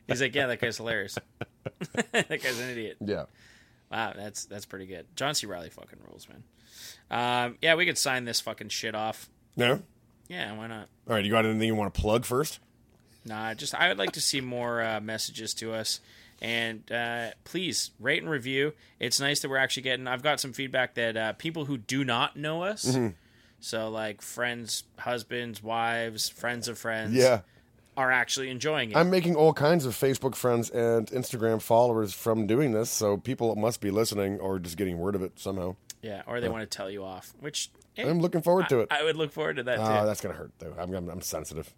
Speaker 1: He's like, yeah, that guy's hilarious. that guy's an idiot.
Speaker 2: yeah.
Speaker 1: Wow, that's that's pretty good. John C. Riley fucking rules, man. Um, yeah, we could sign this fucking shit off.
Speaker 2: No. All
Speaker 1: Yeah, why not?
Speaker 2: right, you got anything you want to plug first?
Speaker 1: Nah, just I would like to see more uh, messages to us, and uh, please rate and review. It's nice that we're actually getting. I've got some feedback that uh, people who do not know us,
Speaker 2: Mm-hmm.
Speaker 1: so like friends, husbands, wives, friends of friends,
Speaker 2: Yeah.
Speaker 1: are actually enjoying it.
Speaker 2: I'm making all kinds of Facebook friends and Instagram followers from doing this, so people must be listening or just getting word of it somehow.
Speaker 1: yeah, or they want to tell you off, which eh,
Speaker 2: I'm looking forward to it.
Speaker 1: I would look forward to that
Speaker 2: Ah,
Speaker 1: too.
Speaker 2: that's gonna hurt though. I'm, I'm, I'm sensitive.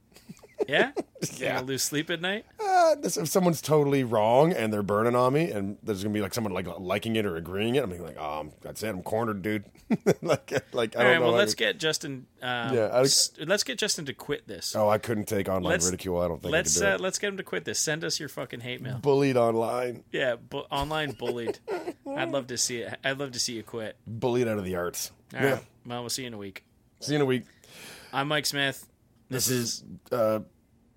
Speaker 1: yeah,
Speaker 2: Yeah.
Speaker 1: yeah. Gonna lose sleep at night.
Speaker 2: Uh, this, if someone's totally wrong and they're burning on me, and there's gonna be like someone like liking it or agreeing it, I'm gonna be like, um, that's it. I'm cornered, dude. like, like I don't
Speaker 1: All right,
Speaker 2: know.
Speaker 1: well,
Speaker 2: how
Speaker 1: let's
Speaker 2: to-
Speaker 1: get Justin. Um,
Speaker 2: Yeah, I-
Speaker 1: s- let's get Justin to quit this.
Speaker 2: oh, I couldn't take online
Speaker 1: Let's-
Speaker 2: ridicule. I don't think
Speaker 1: let's
Speaker 2: I could do
Speaker 1: uh,
Speaker 2: it.
Speaker 1: let's get him to quit this. Send us your fucking hate mail.
Speaker 2: bullied online,
Speaker 1: Yeah, bu- online bullied. I'd love to see it. I'd love to see you quit.
Speaker 2: bullied out of the arts.
Speaker 1: All right. Well, we'll see you in a week.
Speaker 2: See you in a week.
Speaker 1: I'm Mike Smith. This, is,
Speaker 2: Uh,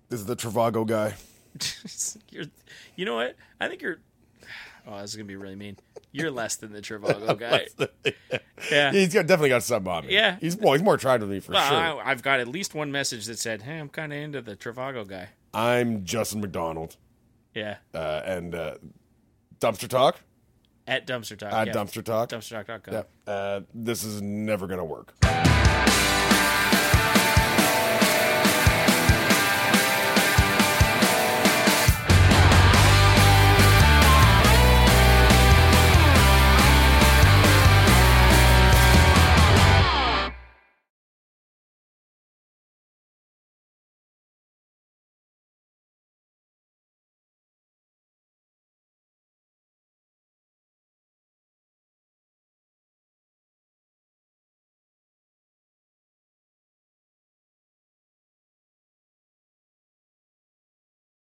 Speaker 2: this is the Travago guy.
Speaker 1: you're. You know what? I think you're. Oh, this is gonna be really mean. You're less than the Trivago guy. yeah.
Speaker 2: Yeah, he's got, definitely got something on me.
Speaker 1: Yeah.
Speaker 2: He's well, he's more attractive than me for
Speaker 1: Well,
Speaker 2: sure.
Speaker 1: I, I've got at least one message that said, "Hey, I'm kind of into the Trivago guy."
Speaker 2: I'm Justin McDonald,
Speaker 1: Yeah.
Speaker 2: uh, and uh, Dumpster Talk
Speaker 1: At Dumpster Talk.
Speaker 2: at
Speaker 1: yeah.
Speaker 2: Dumpster Talk.
Speaker 1: Dumpstertalk.com.
Speaker 2: Yeah. Uh, this is never gonna work.